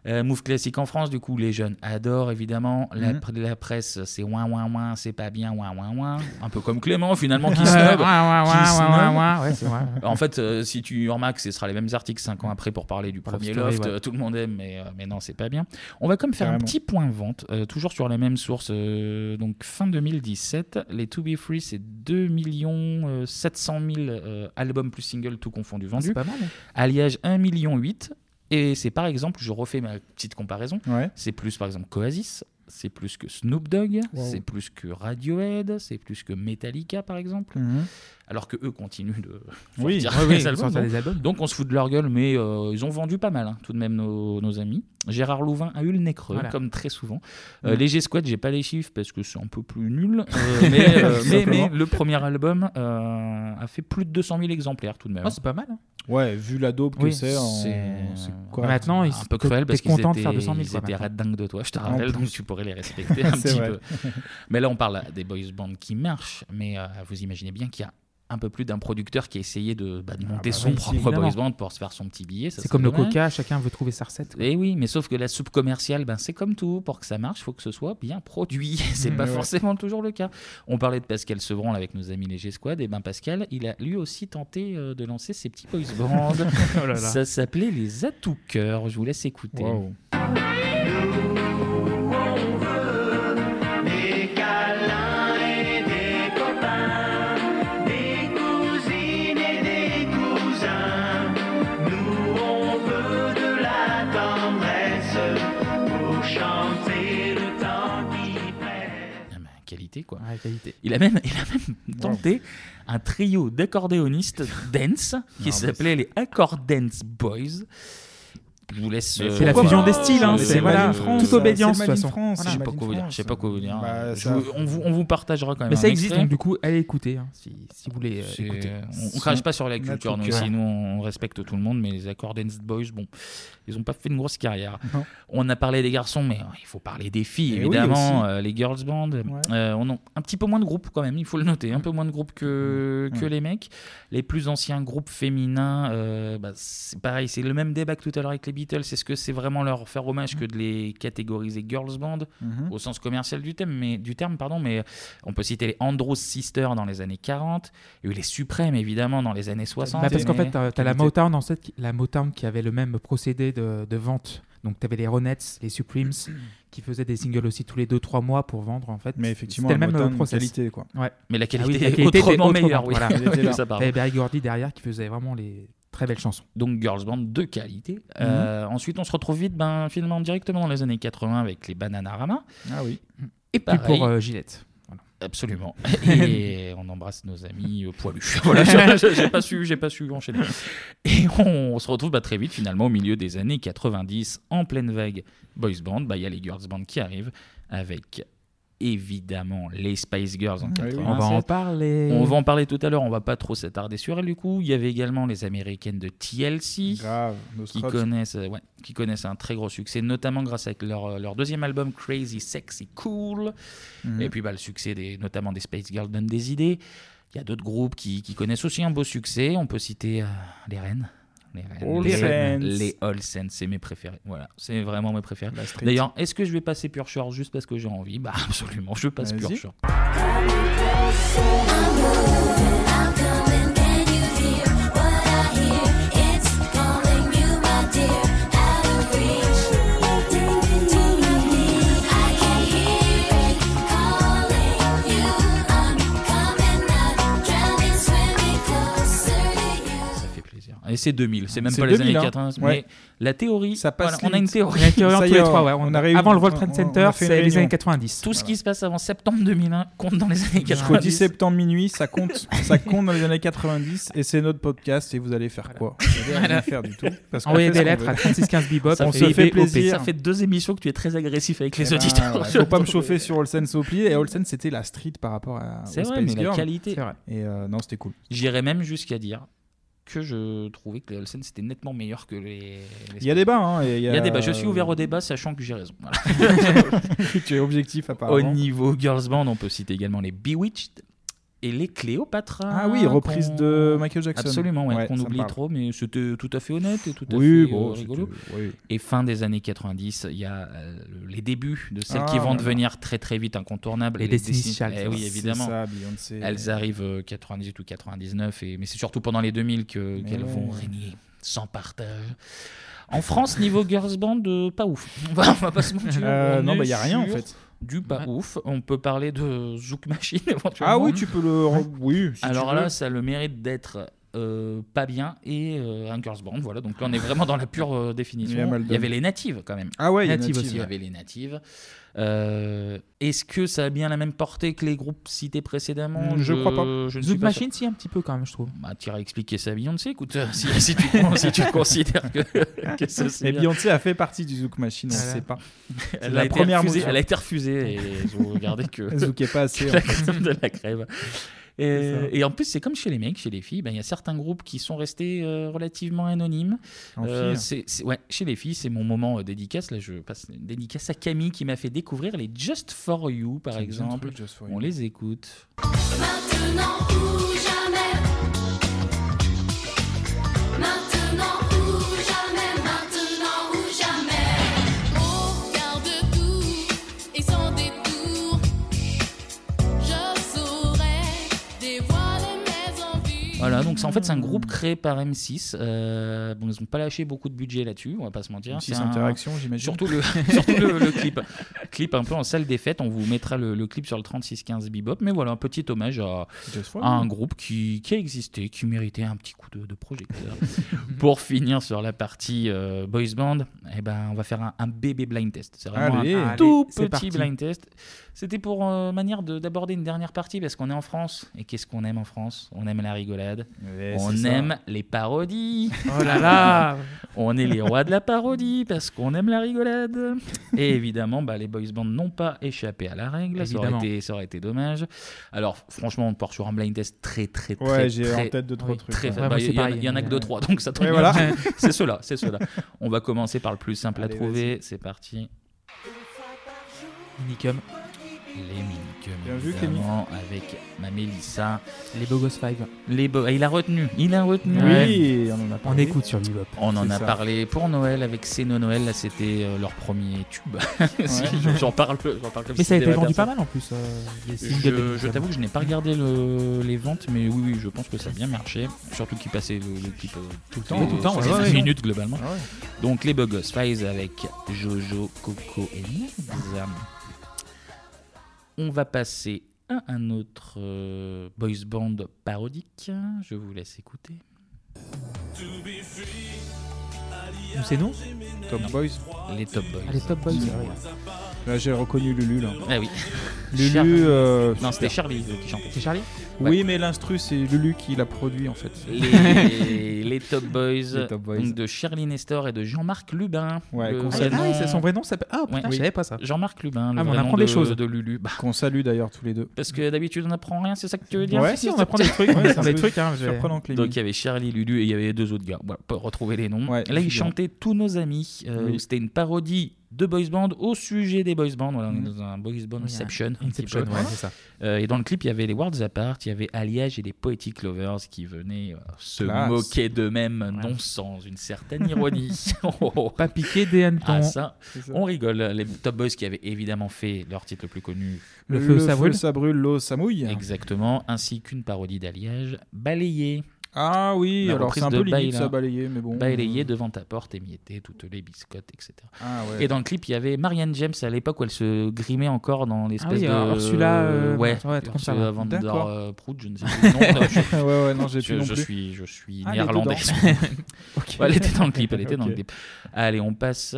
[SPEAKER 1] Euh, move classique en France, du coup, les jeunes adorent évidemment. La,
[SPEAKER 9] Mhm.
[SPEAKER 1] pr- la presse, c'est ouin ouin ouin, c'est pas bien, ouin ouin ouin. Un peu comme Clément finalement qui
[SPEAKER 9] (laughs)
[SPEAKER 8] Ouais,
[SPEAKER 1] snob.
[SPEAKER 8] ouais, ouais,
[SPEAKER 1] Qui
[SPEAKER 8] ouais,
[SPEAKER 1] snob.
[SPEAKER 8] ouais, ouais, ouais, c'est vrai.
[SPEAKER 1] En fait, euh, si tu remarques, ce sera les mêmes articles 5 ans après pour parler du
[SPEAKER 8] Pour Love
[SPEAKER 1] premier
[SPEAKER 8] Story,
[SPEAKER 1] loft.
[SPEAKER 8] ouais.
[SPEAKER 1] euh, Tout le monde aime, mais, euh, mais non, c'est pas bien. On va comme faire un
[SPEAKER 9] Carrément.
[SPEAKER 1] petit point vente, euh, toujours sur les mêmes sources. euh, donc fin 2017, les To Be Free, c'est 2 millions euh, 700 000 euh, albums plus singles tout confondu vendus.
[SPEAKER 8] C'est pas mal.
[SPEAKER 1] Alliage 1,8 million. Et c'est par exemple, je refais ma petite comparaison,
[SPEAKER 9] Ouais.
[SPEAKER 1] c'est plus par exemple qu'Oasis, c'est plus que Snoop Dogg,
[SPEAKER 9] Wow.
[SPEAKER 1] c'est plus que Radiohead, c'est plus que Metallica par exemple,
[SPEAKER 9] Mhm.
[SPEAKER 1] alors que eux continuent de (laughs)
[SPEAKER 9] Oui,
[SPEAKER 1] sortir
[SPEAKER 8] Ouais,
[SPEAKER 1] des
[SPEAKER 8] ouais,
[SPEAKER 1] albums,
[SPEAKER 8] sortir
[SPEAKER 1] donc-
[SPEAKER 8] des albums.
[SPEAKER 1] Donc on se fout de leur gueule, mais euh, ils ont vendu pas mal hein, tout de même nos, nos amis. Gérard Louvain a eu le nez creux,
[SPEAKER 8] Voilà.
[SPEAKER 1] comme très souvent. Euh,
[SPEAKER 9] Mm.
[SPEAKER 1] Léger Squad, j'ai pas les chiffres parce que c'est un peu plus nul, euh, mais, euh, mais-
[SPEAKER 9] Simplement.
[SPEAKER 1] mais le premier album euh, a fait plus de 200 000 exemplaires tout de même.
[SPEAKER 8] Oh, c'est pas mal. hein.
[SPEAKER 9] Ouais, vu la dope que
[SPEAKER 8] Oui,
[SPEAKER 9] c'est, en-
[SPEAKER 1] c'est-
[SPEAKER 9] c'est correct.
[SPEAKER 8] Maintenant, ils
[SPEAKER 1] un peu cruel parce
[SPEAKER 8] t'es
[SPEAKER 1] qu'ils
[SPEAKER 8] content
[SPEAKER 1] étaient,
[SPEAKER 8] de faire 200 000.
[SPEAKER 1] ils
[SPEAKER 8] quoi,
[SPEAKER 1] étaient
[SPEAKER 8] maintenant.
[SPEAKER 1] red dingue de toi, je te
[SPEAKER 9] En
[SPEAKER 1] rappelle, donc
[SPEAKER 9] plus.
[SPEAKER 1] tu pourrais les
[SPEAKER 8] (laughs)
[SPEAKER 1] respecter un
[SPEAKER 9] C'est
[SPEAKER 1] petit
[SPEAKER 9] vrai.
[SPEAKER 1] peu. Mais là, on parle des boys bands qui marchent, mais euh, vous imaginez bien qu'il y a un peu plus d'un producteur qui a essayé de, bah, de monter
[SPEAKER 9] bah
[SPEAKER 1] son
[SPEAKER 9] oui,
[SPEAKER 1] propre
[SPEAKER 8] Ah évidemment.
[SPEAKER 1] boys band pour se faire son petit billet. ça
[SPEAKER 8] C'est
[SPEAKER 1] serait
[SPEAKER 8] comme le
[SPEAKER 1] dommage.
[SPEAKER 8] coca, chacun veut trouver
[SPEAKER 1] (laughs)
[SPEAKER 8] sa recette. quoi.
[SPEAKER 1] Eh oui, mais sauf que la soupe commerciale, ben, c'est comme tout. Pour que ça marche, il faut que ce soit bien produit. (laughs) c'est
[SPEAKER 8] Mm,
[SPEAKER 1] pas
[SPEAKER 9] ouais.
[SPEAKER 1] forcément toujours le cas. On parlait de Pascal Sevran là, avec nos amis les G-Squad. Et ben Pascal, il a lui aussi tenté euh, de lancer ses petits boys
[SPEAKER 8] (laughs)
[SPEAKER 1] bands.
[SPEAKER 8] Oh là là.
[SPEAKER 1] ça s'appelait les atouts cœur. Je vous laisse écouter.
[SPEAKER 9] Wow.
[SPEAKER 1] Ah ben, qualité quoi.
[SPEAKER 8] Ouais, qualité.
[SPEAKER 1] Il a même, il a même tenté un trio d'accordéonistes dance qui s'appelait les Accord Dance Boys. Je vous laisse.
[SPEAKER 9] Mais
[SPEAKER 1] euh,
[SPEAKER 8] C'est la
[SPEAKER 9] Pourquoi
[SPEAKER 8] fusion
[SPEAKER 9] pas
[SPEAKER 8] des styles, hein,
[SPEAKER 9] Euh,
[SPEAKER 1] je-
[SPEAKER 8] c'est
[SPEAKER 9] le
[SPEAKER 8] voilà,
[SPEAKER 9] Made in France,
[SPEAKER 8] toute
[SPEAKER 9] ça,
[SPEAKER 8] obédience
[SPEAKER 9] c'est
[SPEAKER 8] de
[SPEAKER 9] le Made
[SPEAKER 8] toute
[SPEAKER 9] in
[SPEAKER 8] façon.
[SPEAKER 9] France,
[SPEAKER 1] Je
[SPEAKER 9] le
[SPEAKER 1] sais pas
[SPEAKER 9] Made in
[SPEAKER 1] quoi vous dire.
[SPEAKER 9] France.
[SPEAKER 1] Je sais pas quoi vous dire.
[SPEAKER 9] Bah,
[SPEAKER 1] Je
[SPEAKER 9] ça-
[SPEAKER 1] vous- on, vous, on vous partagera quand même.
[SPEAKER 8] Mais
[SPEAKER 1] un
[SPEAKER 8] ça existe,
[SPEAKER 1] extrait.
[SPEAKER 8] donc du coup, allez écouter, hein, si, si vous voulez euh,
[SPEAKER 1] C'est-
[SPEAKER 8] écouter.
[SPEAKER 1] On, on crache pas sur la
[SPEAKER 9] Notre
[SPEAKER 1] culture, nous
[SPEAKER 9] cœur.
[SPEAKER 1] ici, nous on respecte tout le monde, mais les Accord Dance Boys, bon, ils ont pas fait une grosse carrière.
[SPEAKER 9] Non.
[SPEAKER 1] On a parlé des garçons, mais euh, il faut parler des filles,
[SPEAKER 9] Eh oui,
[SPEAKER 1] évidemment,
[SPEAKER 9] aussi.
[SPEAKER 1] euh, les girls band. Euh, on a un petit peu moins de groupes quand même, il faut le noter, un peu moins de groupes que, que
[SPEAKER 9] Ouais.
[SPEAKER 1] les mecs. Les plus anciens groupes féminins, euh, bah, c'est pareil, c'est le même débat que tout à l'heure avec les Beatles. Est-ce que c'est vraiment leur faire
[SPEAKER 9] Mm.
[SPEAKER 1] hommage que de les catégoriser girls band
[SPEAKER 9] Mhm.
[SPEAKER 1] au sens commercial du thème, mais du terme, pardon, mais on peut citer les Andros Sisters dans les années 40, il y a eu les Suprêmes évidemment dans les années 60.
[SPEAKER 8] Bah, parce qu'en
[SPEAKER 1] mais-
[SPEAKER 8] fait, t'as t'as la
[SPEAKER 1] qualité.
[SPEAKER 8] Motown, en fait, qui- la Motown qui avait le même procédé de, de vente. Donc, t'avais les Ronettes, les Supremes, qui faisaient des singles aussi tous les 2-3 mois pour vendre, en fait.
[SPEAKER 9] Mais effectivement,
[SPEAKER 8] C'était le
[SPEAKER 9] la
[SPEAKER 8] même euh,
[SPEAKER 9] Motown,
[SPEAKER 8] process.
[SPEAKER 9] qualité, quoi.
[SPEAKER 1] mais la qualité,
[SPEAKER 8] ah oui, la
[SPEAKER 1] est
[SPEAKER 8] qualité était
[SPEAKER 1] autrement
[SPEAKER 8] autrement,
[SPEAKER 1] meilleure, oui. (laughs)
[SPEAKER 8] voilà.
[SPEAKER 1] Que
[SPEAKER 9] Elle était là.
[SPEAKER 1] ça parle.
[SPEAKER 8] T'avais Berry Gordy derrière qui faisait vraiment les très belles chansons.
[SPEAKER 1] Donc Girls Band de qualité.
[SPEAKER 8] Mhm.
[SPEAKER 1] Euh, ensuite, on se retrouve vite, ben, finalement, directement dans les années 80 avec les Bananarama.
[SPEAKER 9] Ah oui.
[SPEAKER 1] Et
[SPEAKER 8] Puis
[SPEAKER 1] pareil,
[SPEAKER 8] pour euh, Gillette.
[SPEAKER 1] (laughs) absolument. Et on embrasse nos amis euh, poilus. (laughs) Voilà, je- je- j'ai pas su, j'ai pas su enchaîner. Et on, se retrouve bah, très vite finalement au milieu des années 90, en pleine vague boys band. Bah, Il y a les girls band qui arrivent avec évidemment les Spice Girls en
[SPEAKER 9] Ah oui,
[SPEAKER 1] 87.
[SPEAKER 8] On va en parler. (laughs)
[SPEAKER 1] On va en parler tout à l'heure, on va pas trop s'attarder sur elles du coup. Il y avait également les américaines de TLC
[SPEAKER 9] Grave.
[SPEAKER 1] qui
[SPEAKER 9] Nostrops.
[SPEAKER 1] connaissent, euh, ouais, qui connaissent un très gros succès, notamment grâce à leur, euh, leur deuxième album Crazy Sexy Cool.
[SPEAKER 9] Mhm.
[SPEAKER 1] Et puis bah, le succès des, notamment des Space Girls donne des idées. Il y a d'autres groupes qui, qui connaissent aussi un beau succès. On peut citer euh, les Rennes. Les Rennes.
[SPEAKER 9] All
[SPEAKER 1] les,
[SPEAKER 9] Saints.
[SPEAKER 1] Rennes, les All Saints, c'est mes préférés. Voilà, c'est vraiment mes préférés.
[SPEAKER 9] La street.
[SPEAKER 1] D'ailleurs, est-ce que je vais passer Pure Shore juste parce que j'ai envie Bah (laughs) absolument, je passe
[SPEAKER 9] Vas-y.
[SPEAKER 1] Pure Shore.
[SPEAKER 11] Coming up, drowning, swimming closer to you.
[SPEAKER 1] Ça fait plaisir. Et c'est 2000, c'est même
[SPEAKER 9] C'est
[SPEAKER 1] pas les
[SPEAKER 9] 2000, hein.
[SPEAKER 1] années 80.
[SPEAKER 9] Ouais.
[SPEAKER 1] Mais la théorie,
[SPEAKER 9] Ça passe
[SPEAKER 1] voilà, on a une
[SPEAKER 9] vite.
[SPEAKER 1] théorie.
[SPEAKER 8] La théorie
[SPEAKER 9] Ça
[SPEAKER 8] entre
[SPEAKER 9] y
[SPEAKER 8] les
[SPEAKER 9] est,
[SPEAKER 8] trois, ouais. On-
[SPEAKER 9] on a réuni-
[SPEAKER 8] avant le World
[SPEAKER 9] on-
[SPEAKER 8] Trade
[SPEAKER 9] on-
[SPEAKER 8] Center,
[SPEAKER 9] on a fait une
[SPEAKER 8] c'est les
[SPEAKER 9] réunion.
[SPEAKER 8] années 90.
[SPEAKER 1] Tout ce qui se passe avant septembre 2001 compte dans les années
[SPEAKER 9] Jusqu'au 10
[SPEAKER 1] 90.
[SPEAKER 9] septembre minuit, ça compte,
[SPEAKER 1] (laughs)
[SPEAKER 9] ça compte dans les années 90 et c'est notre podcast et vous allez faire quoi Vous allez rien faire du tout. Parce qu'on
[SPEAKER 8] Envoyez
[SPEAKER 9] fait ce
[SPEAKER 8] des
[SPEAKER 9] qu'on
[SPEAKER 8] lettres
[SPEAKER 9] veut.
[SPEAKER 8] à 3615 Bebop.
[SPEAKER 1] Ça
[SPEAKER 9] on
[SPEAKER 1] fait
[SPEAKER 9] se fait
[SPEAKER 1] IBOP.
[SPEAKER 9] plaisir.
[SPEAKER 1] Ça fait deux émissions que tu es très agressif avec
[SPEAKER 9] Eh
[SPEAKER 1] les
[SPEAKER 9] ben,
[SPEAKER 1] auditeurs.
[SPEAKER 9] ouais, faut pas me chauffer sur Olsen Sopli et Olsen c'était la street par rapport à
[SPEAKER 1] (laughs) C'est
[SPEAKER 9] aux
[SPEAKER 1] vrai,
[SPEAKER 9] Space
[SPEAKER 1] mais la
[SPEAKER 9] Girls.
[SPEAKER 1] qualité.
[SPEAKER 8] C'est vrai.
[SPEAKER 9] Et euh, non, c'était cool.
[SPEAKER 1] J'irais même jusqu'à dire que je trouvais que les Olsen c'était nettement meilleur que les.
[SPEAKER 9] Il y a débat. Hein, et il, y
[SPEAKER 1] Il y a débat. Je suis ouvert au débat, sachant que j'ai raison. Voilà.
[SPEAKER 9] tu es objectif
[SPEAKER 1] Au
[SPEAKER 9] apparemment.
[SPEAKER 1] niveau girls band, on peut citer également les Bewitched et les Cléopatra.
[SPEAKER 9] Ah oui, reprise
[SPEAKER 1] qu'on-
[SPEAKER 9] de Michael Jackson.
[SPEAKER 1] Absolument, ouais, qu'on
[SPEAKER 9] ça me
[SPEAKER 1] oublie
[SPEAKER 9] parle.
[SPEAKER 1] trop, mais c'était tout à fait honnête et tout à
[SPEAKER 9] Oui,
[SPEAKER 1] fait
[SPEAKER 9] bon,
[SPEAKER 1] euh, rigolo.
[SPEAKER 9] c'était- oui.
[SPEAKER 1] Et fin des années 90, il y a euh, les débuts de celles
[SPEAKER 9] Ah,
[SPEAKER 1] qui vont
[SPEAKER 9] voilà.
[SPEAKER 1] devenir très très vite incontournables.
[SPEAKER 8] Les Destiny's
[SPEAKER 1] Destiny-
[SPEAKER 8] Child,
[SPEAKER 1] eh oui,
[SPEAKER 9] C'est
[SPEAKER 1] évidemment.
[SPEAKER 9] ça, Beyoncé.
[SPEAKER 1] Elles arrivent euh, 98 ou 99, et, mais c'est surtout pendant les 2000 que-
[SPEAKER 9] Mais
[SPEAKER 1] qu'elles
[SPEAKER 9] ouais.
[SPEAKER 1] vont régner sans partage. En France, niveau girls band, euh, pas ouf. (laughs) On va, on va pas se mentir.
[SPEAKER 9] Euh,
[SPEAKER 1] on
[SPEAKER 9] non,
[SPEAKER 1] est
[SPEAKER 9] bah il y a rien en
[SPEAKER 1] sur
[SPEAKER 9] fait.
[SPEAKER 1] Du pas
[SPEAKER 8] Ouais.
[SPEAKER 1] ouf. On peut parler de Zouk Machine (laughs) éventuellement.
[SPEAKER 9] Ah oui, tu peux le. Oui. si tu
[SPEAKER 1] Alors
[SPEAKER 9] veux.
[SPEAKER 1] là, ça a le mérite d'être euh, pas bien et euh, un girls band. Voilà, donc là, on est vraiment dans la pure euh, définition.
[SPEAKER 9] Il y a mal
[SPEAKER 1] Il y avait
[SPEAKER 9] d'hommes.
[SPEAKER 1] les natives quand même.
[SPEAKER 9] Ah ouais, il y a
[SPEAKER 8] Native
[SPEAKER 9] Native
[SPEAKER 8] aussi,
[SPEAKER 1] Il y
[SPEAKER 9] ouais.
[SPEAKER 1] avait les natives. Euh, Est-ce que ça a bien la même portée que les groupes cités précédemment
[SPEAKER 9] Je crois pas.
[SPEAKER 1] Je ne suis
[SPEAKER 8] Zouk
[SPEAKER 1] pas sûr.
[SPEAKER 8] Machine, si, un petit peu quand même, je trouve.
[SPEAKER 1] Bah, tu iras expliquer ça à Beyoncé, écoute, euh, si, (laughs) si tu, si tu considères que, (laughs) que ça c'est
[SPEAKER 9] Mais
[SPEAKER 1] bien.
[SPEAKER 9] Beyoncé a fait partie du Zouk Machine, on ne
[SPEAKER 8] Voilà.
[SPEAKER 9] sait pas.
[SPEAKER 1] elle,
[SPEAKER 9] la
[SPEAKER 1] a été
[SPEAKER 9] première
[SPEAKER 1] refusée,
[SPEAKER 9] mesure.
[SPEAKER 1] elle a été refusée
[SPEAKER 9] (laughs)
[SPEAKER 1] et ils ont regardé que
[SPEAKER 9] Zouk est pas assez. hein.
[SPEAKER 1] la crème de la crème.
[SPEAKER 9] C'est ça.
[SPEAKER 1] Et, et en plus, c'est comme chez les mecs, chez les filles, ben, il y a certains groupes qui sont restés euh, relativement anonymes.
[SPEAKER 9] en
[SPEAKER 1] Euh,
[SPEAKER 9] fille. hein.
[SPEAKER 1] c'est- c'est- ouais, chez les filles, c'est mon moment euh, dédicace. Là, je passe une dédicace à Camille qui m'a fait découvrir les Just For You, par
[SPEAKER 9] J'aime bien le
[SPEAKER 1] exemple.
[SPEAKER 9] truc, Just For You.
[SPEAKER 1] On les écoute.
[SPEAKER 11] Maintenant ou jamais. Maintenant ou jamais. Maintenant ou jamais. On garde tout et sans détour. Je saurai dévoiler mes envies.
[SPEAKER 1] Voilà, donc c'est- en fait, c'est un groupe créé par M6. Euh, bon, ils n'ont pas lâché beaucoup de budget là-dessus, on va pas se mentir.
[SPEAKER 9] Six
[SPEAKER 1] C'est un-
[SPEAKER 9] interactions, j'imagine.
[SPEAKER 1] Surtout le, (laughs) surtout le, le clip. Clip un peu en salle des fêtes. On vous mettra le, le clip sur le 3615 Bebop. Mais voilà, un petit hommage à,
[SPEAKER 9] Just for
[SPEAKER 1] à un
[SPEAKER 9] You.
[SPEAKER 1] groupe qui, qui a existé, qui méritait un petit coup de, de projecteur. Pour finir sur la partie euh, boys band, eh ben, on va faire un, un bébé blind test. C'est vraiment un
[SPEAKER 9] Allez.
[SPEAKER 8] Allez,
[SPEAKER 1] tout
[SPEAKER 8] c'est
[SPEAKER 1] petit
[SPEAKER 8] parti.
[SPEAKER 1] blind test. C'était pour euh, manière de- d'aborder une dernière partie parce qu'on est en France. Et qu'est-ce qu'on aime en France On aime la rigolade.
[SPEAKER 9] Ouais,
[SPEAKER 1] on
[SPEAKER 9] Eh, c'est ça.
[SPEAKER 1] aime les parodies.
[SPEAKER 8] Oh là là
[SPEAKER 1] On est les rois de la parodie parce qu'on aime la rigolade. Et évidemment, bah, les boys bands n'ont pas échappé à la règle. Ça aurait,
[SPEAKER 8] Évidemment.
[SPEAKER 1] été, ça aurait été dommage. Alors, franchement, on part sur un blind test très, très, très.
[SPEAKER 9] Ouais, j'ai
[SPEAKER 1] très,
[SPEAKER 9] en tête deux trois
[SPEAKER 8] oui,
[SPEAKER 9] trucs.
[SPEAKER 1] Très
[SPEAKER 9] ouais.
[SPEAKER 1] fa-
[SPEAKER 8] Ouais,
[SPEAKER 1] bah,
[SPEAKER 8] moi,
[SPEAKER 1] Il
[SPEAKER 8] c'est
[SPEAKER 1] y, en a-
[SPEAKER 8] pareil.
[SPEAKER 1] il y en a que deux, trois, donc ça tombe
[SPEAKER 9] Ouais,
[SPEAKER 1] bien.
[SPEAKER 9] voilà.
[SPEAKER 1] (laughs) C'est cela, c'est cela. On va commencer par le plus simple à
[SPEAKER 9] Allez,
[SPEAKER 1] trouver. C'est parti.
[SPEAKER 8] Unicum,
[SPEAKER 1] Les minicums,
[SPEAKER 9] Bien vu,
[SPEAKER 1] évidemment, avec ma Mélissa.
[SPEAKER 8] les Bogos 5.
[SPEAKER 1] Les bo- Ah, il a retenu, il a retenu.
[SPEAKER 9] Oui, on en a
[SPEAKER 8] On
[SPEAKER 9] parlé.
[SPEAKER 8] écoute sur Bebop.
[SPEAKER 1] On en
[SPEAKER 9] C'est
[SPEAKER 1] a
[SPEAKER 9] ça.
[SPEAKER 1] parlé pour Noël avec C'est nos Noël, là c'était euh, leur premier tube. (laughs) Si, J'en parle, j'en parle comme si
[SPEAKER 8] Mais ça a été
[SPEAKER 1] c'était ma
[SPEAKER 8] vendu pas
[SPEAKER 1] personne.
[SPEAKER 8] mal en plus. euh, les singles de
[SPEAKER 1] Je, je
[SPEAKER 8] Unicum.
[SPEAKER 1] t'avoue que je n'ai pas regardé le- les ventes, mais oui, oui, je pense que ça a bien marché. Surtout qu'ils passaient le, le clip euh, tout le temps,
[SPEAKER 8] Oui, tout le
[SPEAKER 1] sur
[SPEAKER 8] temps, ouais,
[SPEAKER 1] les
[SPEAKER 8] ouais,
[SPEAKER 1] 10
[SPEAKER 8] ouais.
[SPEAKER 1] minutes globalement.
[SPEAKER 9] Ah ouais.
[SPEAKER 1] Donc les Bogos Files avec Jojo, Coco et Naz. On va passer à un autre euh, boys band parodique. Je vous laisse écouter.
[SPEAKER 8] Nous, c'est nous
[SPEAKER 9] Top Boys.
[SPEAKER 1] Les Top Boys.
[SPEAKER 8] Ah, Les Top Boys, c'est vrai.
[SPEAKER 9] Là, j'ai reconnu Lulu là.
[SPEAKER 1] Ah oui. Char-
[SPEAKER 9] Lulu. euh,
[SPEAKER 1] Non, c'était Charlie euh, qui chantait.
[SPEAKER 8] C'est Charlie
[SPEAKER 9] Oui, mais l'instru, c'est Lulu qui l'a produit en fait.
[SPEAKER 8] (laughs)
[SPEAKER 1] Les, les Top Boys,
[SPEAKER 9] Les Top Boys.
[SPEAKER 1] donc de Charlie Nestor et de Jean-Marc Lubin.
[SPEAKER 9] Ouais,
[SPEAKER 1] Le
[SPEAKER 9] qu'on
[SPEAKER 8] Ah,
[SPEAKER 9] salue.
[SPEAKER 1] vrai
[SPEAKER 8] oui,
[SPEAKER 1] nom-
[SPEAKER 8] c'est son vrai nom s'appelle. Ah putain,
[SPEAKER 1] Oui.
[SPEAKER 8] je savais pas ça.
[SPEAKER 1] Jean-Marc Lubin, le
[SPEAKER 8] Ah, mais on
[SPEAKER 1] vrai nom
[SPEAKER 8] apprend
[SPEAKER 1] de,
[SPEAKER 8] des choses.
[SPEAKER 1] de Lulu. Bah,
[SPEAKER 9] Qu'on salue d'ailleurs tous les deux.
[SPEAKER 1] parce que d'habitude, on n'apprend rien, c'est ça que tu veux dire
[SPEAKER 9] Ouais,
[SPEAKER 8] si,
[SPEAKER 9] c'est
[SPEAKER 8] on
[SPEAKER 9] ça.
[SPEAKER 8] apprend des trucs.
[SPEAKER 9] Ouais, c'est
[SPEAKER 8] on
[SPEAKER 9] un
[SPEAKER 8] a des
[SPEAKER 9] peu
[SPEAKER 8] trucs, hein, je-
[SPEAKER 9] Surprenant que les
[SPEAKER 1] Donc il y avait Charlie, Lulu et il y avait deux autres gars. Voilà, pour retrouver les noms. Là,
[SPEAKER 9] Ouais,
[SPEAKER 1] ils
[SPEAKER 9] évidemment.
[SPEAKER 1] chantaient Tous nos amis. euh,
[SPEAKER 9] Oui.
[SPEAKER 1] où C'était une parodie de boys band au sujet des boys band. Voilà, on est dans un boys band
[SPEAKER 8] Oui,
[SPEAKER 1] inception. un petit
[SPEAKER 8] Mm. Inception,
[SPEAKER 1] peu.
[SPEAKER 8] ouais, c'est ça.
[SPEAKER 1] Euh, et dans le clip, il y avait les Worlds Apart, il y avait Alliage et les Poetic Lovers qui venaient euh, se
[SPEAKER 9] Classe.
[SPEAKER 1] moquer d'eux-mêmes, non sans une certaine ironie. (laughs) Oh, oh.
[SPEAKER 8] Pas piqué des
[SPEAKER 1] Ah,
[SPEAKER 8] hannetons.
[SPEAKER 1] ça,
[SPEAKER 9] ça.
[SPEAKER 1] on rigole. Les Top Boys qui avaient évidemment fait leur titre le plus connu,
[SPEAKER 8] Le feu, ça brûle.
[SPEAKER 9] ça brûle, l'eau ça mouille.
[SPEAKER 1] exactement, ainsi qu'une parodie d'Alliage, balayée.
[SPEAKER 9] Ah oui,
[SPEAKER 1] La
[SPEAKER 9] alors
[SPEAKER 1] reprise
[SPEAKER 9] c'est un
[SPEAKER 1] de hein.
[SPEAKER 9] peu limite
[SPEAKER 1] Baila-
[SPEAKER 9] ça balayé, mais bon.
[SPEAKER 1] Balayer devant ta porte, émietter toutes les biscottes, etc.
[SPEAKER 9] Ah ouais.
[SPEAKER 1] Et
[SPEAKER 9] (laughs)
[SPEAKER 1] dans le clip, il y avait Marianne James à l'époque où elle se grimait encore dans l'espèce
[SPEAKER 8] Ah oui,
[SPEAKER 1] de.
[SPEAKER 8] euh, Ursula, euh,
[SPEAKER 1] Ouais,
[SPEAKER 8] ouais, un truc comme ça,
[SPEAKER 1] Ursula
[SPEAKER 8] ouais.
[SPEAKER 1] Van
[SPEAKER 8] D'accord.
[SPEAKER 1] der euh, Prout, je ne sais
[SPEAKER 9] (laughs)
[SPEAKER 1] plus. le nom. euh, je,
[SPEAKER 9] Ouais, ouais, non, j'ai
[SPEAKER 1] je-
[SPEAKER 9] plus non
[SPEAKER 1] je
[SPEAKER 9] plus.
[SPEAKER 1] Suis, je suis
[SPEAKER 9] Ah, elle est
[SPEAKER 1] néerlandaise.
[SPEAKER 9] dedans. Ok.
[SPEAKER 1] Ouais, elle était dans le clip, elle était dans le
[SPEAKER 9] Ok.
[SPEAKER 1] clip. Allez, on passe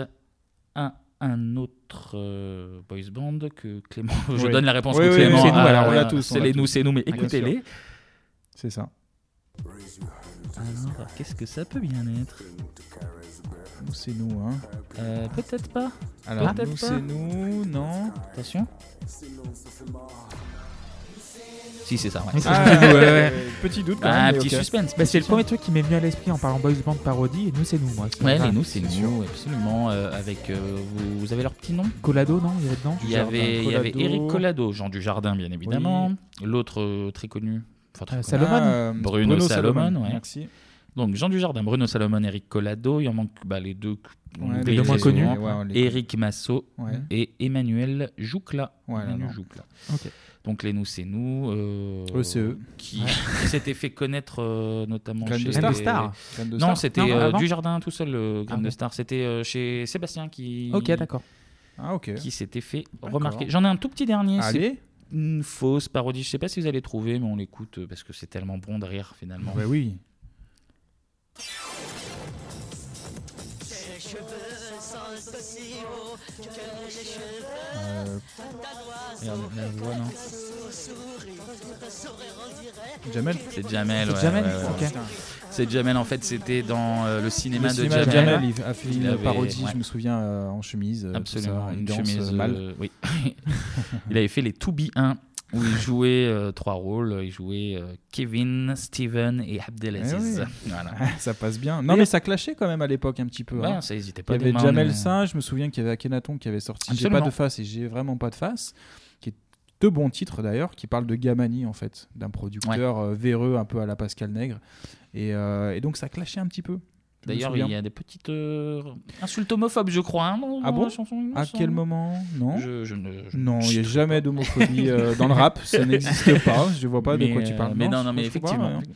[SPEAKER 1] à un autre euh, boys band que Clément. (laughs) Je
[SPEAKER 9] Ouais.
[SPEAKER 1] donne la réponse
[SPEAKER 9] Ouais,
[SPEAKER 1] que
[SPEAKER 9] ouais,
[SPEAKER 1] Clément.
[SPEAKER 9] c'est nous,
[SPEAKER 1] a-
[SPEAKER 9] alors, on l'a tous, on
[SPEAKER 1] C'est
[SPEAKER 9] l'a
[SPEAKER 1] les
[SPEAKER 9] tous.
[SPEAKER 1] nous, c'est nous, mais
[SPEAKER 9] Bien sûr.
[SPEAKER 1] écoutez-les.
[SPEAKER 9] C'est ça.
[SPEAKER 1] Alors, qu'est-ce que ça peut bien être
[SPEAKER 9] Nous, c'est nous, hein.
[SPEAKER 1] Euh, Peut-être pas.
[SPEAKER 9] Alors,
[SPEAKER 1] Peut-être
[SPEAKER 9] nous,
[SPEAKER 1] pas.
[SPEAKER 9] c'est
[SPEAKER 1] (laughs)
[SPEAKER 9] nous, non.
[SPEAKER 1] Attention. Si, c'est ça. ouais.
[SPEAKER 9] Ah,
[SPEAKER 1] (laughs)
[SPEAKER 9] ouais, ouais. Petit doute quand
[SPEAKER 1] Ah,
[SPEAKER 9] même,
[SPEAKER 1] un
[SPEAKER 9] mais
[SPEAKER 1] petit
[SPEAKER 9] ok.
[SPEAKER 1] suspense.
[SPEAKER 8] Bah, c'est le
[SPEAKER 1] petit
[SPEAKER 8] premier truc qui m'est venu à l'esprit en parlant boys band parodie. Et nous, c'est nous, moi.
[SPEAKER 1] suspense. Ouais,
[SPEAKER 8] Ah,
[SPEAKER 1] les nous, c'est
[SPEAKER 9] sûr.
[SPEAKER 1] nous, absolument. euh, avec, euh, vous, vous avez leur petit nom
[SPEAKER 8] Colado, non Il y avait dedans
[SPEAKER 1] Il y avait, il y avait
[SPEAKER 9] Collado.
[SPEAKER 1] Eric Collado, Jean Dujardin, bien évidemment. L'autre euh, très connu. Enfin, très
[SPEAKER 8] Euh,
[SPEAKER 1] connu.
[SPEAKER 8] Salomon.
[SPEAKER 9] Ah,
[SPEAKER 1] Bruno Salomon, ouais.
[SPEAKER 9] Merci.
[SPEAKER 1] Donc Jean Dujardin, Bruno Salomon, Eric Collado. Il en manque bah, les deux, qu'on
[SPEAKER 9] Ouais,
[SPEAKER 1] oublie
[SPEAKER 8] les deux moins connus.
[SPEAKER 1] souvent.
[SPEAKER 9] Ouais, on les-
[SPEAKER 1] Eric Massot
[SPEAKER 9] Ouais.
[SPEAKER 1] et Emmanuel Joucla.
[SPEAKER 9] Ouais, là,
[SPEAKER 1] Emmanuel
[SPEAKER 9] non.
[SPEAKER 1] Joucla.
[SPEAKER 8] Ok.
[SPEAKER 1] Donc les nous c'est nous. euh,
[SPEAKER 9] ECE.
[SPEAKER 1] Qui, (laughs) qui s'était fait connaître euh, notamment
[SPEAKER 9] Graines de
[SPEAKER 1] chez
[SPEAKER 9] star.
[SPEAKER 1] les-
[SPEAKER 8] Grande Star.
[SPEAKER 9] Graine de
[SPEAKER 1] Non,
[SPEAKER 9] star.
[SPEAKER 1] c'était
[SPEAKER 8] Non,
[SPEAKER 1] euh,
[SPEAKER 8] avant
[SPEAKER 1] Dujardin tout seul, le Graine
[SPEAKER 8] Ah
[SPEAKER 1] de
[SPEAKER 8] bon.
[SPEAKER 1] Star. C'était euh, chez Sébastien qui,
[SPEAKER 8] Ok, d'accord.
[SPEAKER 9] Ah, ok.
[SPEAKER 1] qui s'était fait
[SPEAKER 9] D'accord.
[SPEAKER 1] remarquer. J'en ai un tout petit dernier. c'est
[SPEAKER 9] Allez.
[SPEAKER 1] une fausse parodie. Je sais pas si vous allez trouver, mais on l'écoute euh, parce que c'est tellement bon de rire finalement.
[SPEAKER 9] Bah oui. Euh,
[SPEAKER 1] Regarde, la voix, non
[SPEAKER 9] Jamel.
[SPEAKER 1] C'est Jamel. ouais,
[SPEAKER 8] Jamel,
[SPEAKER 1] ouais, ouais,
[SPEAKER 8] ok.
[SPEAKER 1] ouais. C'est Jamel. En fait, c'était dans euh, le cinéma
[SPEAKER 9] Le
[SPEAKER 1] de
[SPEAKER 9] cinéma
[SPEAKER 1] Jamel.
[SPEAKER 9] Jamel, il a fait
[SPEAKER 1] Il
[SPEAKER 9] une
[SPEAKER 1] avait-
[SPEAKER 9] parodie,
[SPEAKER 1] ouais.
[SPEAKER 9] je me souviens, euh, en chemise. euh, tout
[SPEAKER 1] Absolument.
[SPEAKER 9] ça,
[SPEAKER 1] une
[SPEAKER 9] danse,
[SPEAKER 1] chemise
[SPEAKER 9] euh, mal.
[SPEAKER 1] euh, oui. (laughs) il avait fait les 2B1 où il jouait euh, trois rôles. Il jouait euh, Kevin, Steven et Abdelaziz.
[SPEAKER 9] Eh
[SPEAKER 1] Voilà.
[SPEAKER 9] (laughs) ça passe bien. Non, mais ça clashait quand même à l'époque un petit peu. hein.
[SPEAKER 1] euh, Ouais, ça hésitait
[SPEAKER 9] Il
[SPEAKER 1] pas.
[SPEAKER 9] y avait
[SPEAKER 1] Thomas, on
[SPEAKER 9] Jamel
[SPEAKER 1] est-
[SPEAKER 9] Saint, je me souviens qu'il y avait Akhenaton qui avait sorti J'ai
[SPEAKER 1] Absolument.
[SPEAKER 9] pas de face et j'ai vraiment pas de face, qui est deux bons titres d'ailleurs, qui parlent de Gamani en fait, d'un producteur euh, véreux un peu à la Pascal Nègre. Et, euh, et donc ça clashait un petit peu. Je me
[SPEAKER 1] D'ailleurs,
[SPEAKER 9] souviens.
[SPEAKER 1] il y a des petites euh, insultes homophobes, je crois. hein, dans-
[SPEAKER 9] Ah
[SPEAKER 1] dans
[SPEAKER 9] bon
[SPEAKER 1] la chanson, il me
[SPEAKER 9] À quel
[SPEAKER 1] semble.
[SPEAKER 9] moment Non
[SPEAKER 1] je, je ne, je-
[SPEAKER 9] Non, il
[SPEAKER 1] je-
[SPEAKER 9] n'y a jamais d'homophobie euh,
[SPEAKER 1] (laughs)
[SPEAKER 9] dans le rap, ça n'existe pas. Je vois pas de
[SPEAKER 1] Mais,
[SPEAKER 9] quoi tu
[SPEAKER 1] euh,
[SPEAKER 9] parles.
[SPEAKER 1] mais non,
[SPEAKER 9] je-
[SPEAKER 1] non, mais
[SPEAKER 9] je hein. comprends
[SPEAKER 1] effectivement.
[SPEAKER 9] rien.
[SPEAKER 1] Je,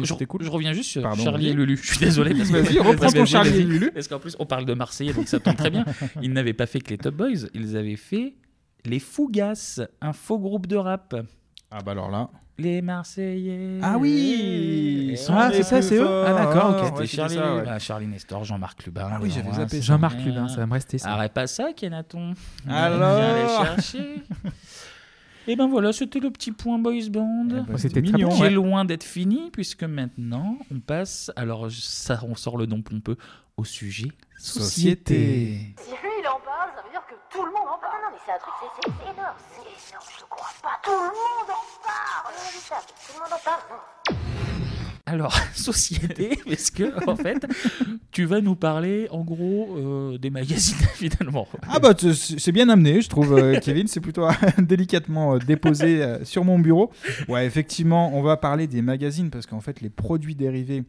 [SPEAKER 9] Mais c'était cool.
[SPEAKER 1] je reviens juste sur
[SPEAKER 9] Pardon,
[SPEAKER 1] Charlie et
[SPEAKER 9] Olivier.
[SPEAKER 1] Lulu. Je suis désolé.
[SPEAKER 9] (laughs)
[SPEAKER 1] Parce que
[SPEAKER 9] Vas-y, reprends ton
[SPEAKER 1] Vas-y,
[SPEAKER 9] Charlie
[SPEAKER 1] vas-y.
[SPEAKER 9] et Lulu.
[SPEAKER 1] Parce qu'en plus, on parle de Marseillais, donc ça tombe très
[SPEAKER 9] (laughs)
[SPEAKER 1] bien. Ils n'avaient pas fait que les Top Boys, ils avaient fait les Fougasses, un faux groupe de rap.
[SPEAKER 9] Ah bah alors là.
[SPEAKER 1] Les Marseillais.
[SPEAKER 9] Ah oui, ils sont
[SPEAKER 1] Ah,
[SPEAKER 9] les
[SPEAKER 1] c'est ça.
[SPEAKER 9] plus
[SPEAKER 8] c'est eux
[SPEAKER 9] forts.
[SPEAKER 8] Ah, d'accord, ok.
[SPEAKER 9] ouais,
[SPEAKER 1] C'était
[SPEAKER 9] c'était
[SPEAKER 1] Charlie,
[SPEAKER 9] ça, ouais.
[SPEAKER 1] bah, Charlie Nestor, Jean-Marc Lubin.
[SPEAKER 9] Ah oui,
[SPEAKER 1] les
[SPEAKER 9] j'avais
[SPEAKER 1] Envois,
[SPEAKER 9] zappé
[SPEAKER 1] c'est-
[SPEAKER 8] Jean-Marc Lubin, ça va me rester ça.
[SPEAKER 1] Arrête pas ça, Kenaton.
[SPEAKER 9] Alors
[SPEAKER 1] Viens les
[SPEAKER 9] (laughs)
[SPEAKER 1] chercher. Et ben voilà, c'était le petit point Boys Band.
[SPEAKER 9] Eh ben,
[SPEAKER 8] C'était très
[SPEAKER 9] mignon,
[SPEAKER 8] bon,
[SPEAKER 1] qui
[SPEAKER 9] ouais.
[SPEAKER 1] est loin d'être fini, puisque maintenant, on passe, alors je- ça, on sort le nom pompeux, au sujet société.
[SPEAKER 12] Si lui il en parle, ça veut dire que tout le monde en parle. Ah Non, non, mais c'est un truc, c'est énorme. C'est énorme, je crois pas. Oh, Tout le monde en parle. Tout le monde en parle.
[SPEAKER 1] Alors, (laughs) société, parce que, en fait, tu vas nous parler, en gros, euh, des magazines, (laughs) finalement.
[SPEAKER 9] Ah bah tu- c'est bien amené, je trouve, euh, (laughs) Kevin. C'est plutôt délicatement euh, déposé euh, sur mon bureau. Ouais, effectivement, on va parler des magazines parce qu'en fait, les produits dérivés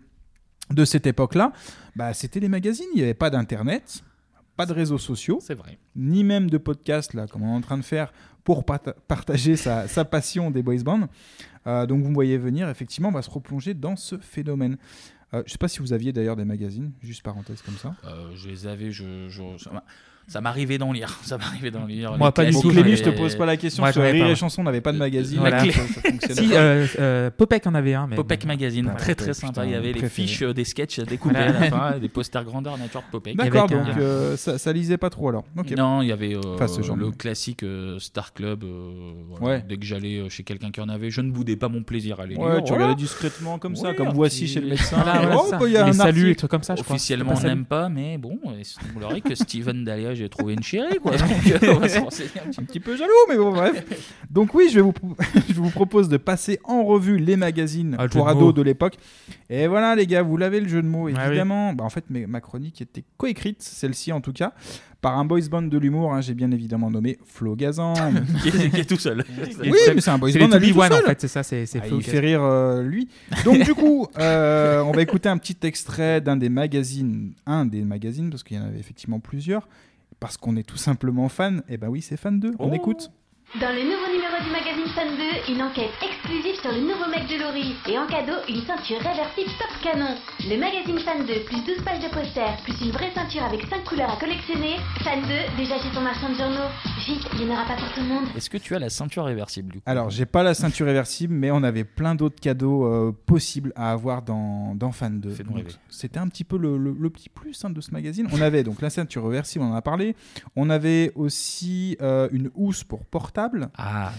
[SPEAKER 9] de cette époque-là, bah, c'était les magazines. Il n'y avait pas d'internet, pas de réseaux sociaux,
[SPEAKER 1] C'est vrai.
[SPEAKER 9] ni même de podcast là, comme on est en train de faire pour parta- partager sa, sa passion des boys bands. Euh, donc vous me voyez venir, effectivement, on va se replonger dans ce phénomène. Euh, je sais pas si vous aviez d'ailleurs des magazines, juste parenthèse comme ça.
[SPEAKER 1] Euh, je les avais, je, je- ça m'a- ça m'arrivait d'en lire. Ça m'arrivait d'en lire.
[SPEAKER 8] Moi,
[SPEAKER 1] Les
[SPEAKER 8] pas du
[SPEAKER 9] Bon,
[SPEAKER 8] tout,
[SPEAKER 1] classiques,
[SPEAKER 9] Clémy,
[SPEAKER 1] les-
[SPEAKER 9] je te pose pas la question.
[SPEAKER 8] Moi,
[SPEAKER 9] sur
[SPEAKER 8] j'en ai
[SPEAKER 9] Rire
[SPEAKER 8] pas.
[SPEAKER 9] et Chanson, on n'avait pas de magazine.
[SPEAKER 1] La
[SPEAKER 9] Voilà,
[SPEAKER 1] clé.
[SPEAKER 9] ça- ça fonctionnait
[SPEAKER 8] Si,
[SPEAKER 9] pas.
[SPEAKER 8] euh, euh, Popek en avait un, mais.
[SPEAKER 1] Popek Magazine,
[SPEAKER 9] Putain,
[SPEAKER 1] très très
[SPEAKER 9] Popek,
[SPEAKER 1] sympa.
[SPEAKER 9] putain,
[SPEAKER 1] Il y avait les
[SPEAKER 9] préféré.
[SPEAKER 1] fiches euh, des sketchs découpés à la fin, des posters grandeur nature de Popek.
[SPEAKER 9] D'accord,
[SPEAKER 8] avec un-
[SPEAKER 9] donc euh, ça, ça lisait pas trop alors. Ok.
[SPEAKER 1] Non, il y avait euh,
[SPEAKER 9] Enfin, ce genre de
[SPEAKER 1] le
[SPEAKER 9] mec.
[SPEAKER 1] classique euh, Star Club. euh, voilà.
[SPEAKER 9] Ouais.
[SPEAKER 1] Dès que j'allais euh, chez quelqu'un qui en avait, je ne boudais pas mon plaisir à les lire.
[SPEAKER 9] Ouais, tu
[SPEAKER 1] Voilà.
[SPEAKER 9] regardais discrètement comme ça,
[SPEAKER 1] Oui,
[SPEAKER 9] comme
[SPEAKER 1] un
[SPEAKER 9] voici
[SPEAKER 1] petit-
[SPEAKER 9] (laughs) chez le médecin.
[SPEAKER 8] Voilà, voilà,
[SPEAKER 9] oh,
[SPEAKER 8] c'est ça.
[SPEAKER 9] bah, il y a
[SPEAKER 8] les
[SPEAKER 9] un
[SPEAKER 8] saluts et
[SPEAKER 9] article.
[SPEAKER 8] trucs comme ça, je crois.
[SPEAKER 1] Officiellement,
[SPEAKER 8] C'est
[SPEAKER 1] on
[SPEAKER 8] pas
[SPEAKER 1] n'aime pas, mais bon, il semblerait que Steven Dahlia, j'ai trouvé une chérie, quoi. Donc, euh, on va se renseigner un petit
[SPEAKER 9] Un petit peu jaloux, mais bon,
[SPEAKER 8] (laughs)
[SPEAKER 9] bref. Donc, oui, je, vais vous pro- (laughs) je vous propose de passer en revue les magazines
[SPEAKER 8] Ah, le jeu
[SPEAKER 9] pour
[SPEAKER 8] de
[SPEAKER 9] ados
[SPEAKER 8] mots.
[SPEAKER 9] de l'époque. Et voilà, les gars, vous l'avez le jeu de mots,
[SPEAKER 8] Ah, oui.
[SPEAKER 9] évidemment. Bah, en fait, mes- ma chronique était coécrite, celle-ci en tout cas, par un boys band de l'humour. hein, J'ai bien évidemment nommé Flo
[SPEAKER 8] (laughs)
[SPEAKER 9] Gazan.
[SPEAKER 1] peu. qui, est, qui est tout (laughs) seul.
[SPEAKER 9] oui, mais c'est un boys
[SPEAKER 8] C'est
[SPEAKER 9] band
[SPEAKER 8] les
[SPEAKER 9] à lui
[SPEAKER 8] 2
[SPEAKER 9] tout
[SPEAKER 8] One en
[SPEAKER 9] seul.
[SPEAKER 8] fait, c'est ça, c'est c'est
[SPEAKER 9] Ah,
[SPEAKER 8] Flo
[SPEAKER 9] il
[SPEAKER 8] qui-
[SPEAKER 9] fait rire euh, lui. Donc du coup, euh, on va écouter un petit extrait d'un des magazines, un des magazines, parce qu'il y en avait effectivement plusieurs, parce qu'on est tout simplement fan. Et ben oui, c'est fan 2. On
[SPEAKER 1] Oh.
[SPEAKER 9] écoute.
[SPEAKER 12] Dans le nouveau numéro
[SPEAKER 13] cadre du magazine Fun 2, une enquête exclusive sur le nouveau mec de Laurie. Et en cadeau, une ceinture réversible top canon. Le magazine Fan 2, plus 12 pages de posters, plus une vraie ceinture avec 5 couleurs à collectionner. Fan 2, déjà chez ton marchand de journaux. Vite, il n'y en aura pas pour tout le monde.
[SPEAKER 1] Est-ce que tu as la ceinture réversible du coup
[SPEAKER 9] Alors, j'ai pas la ceinture réversible, mais on avait plein d'autres cadeaux euh, possibles à avoir dans, dans Fan 2.
[SPEAKER 1] Fais-nous
[SPEAKER 9] Donc,
[SPEAKER 1] rêver.
[SPEAKER 9] C'était un petit peu le, le- le petit plus hein, de ce magazine. On avait donc la ceinture réversible, on en a parlé. On avait aussi euh, une housse pour portable. et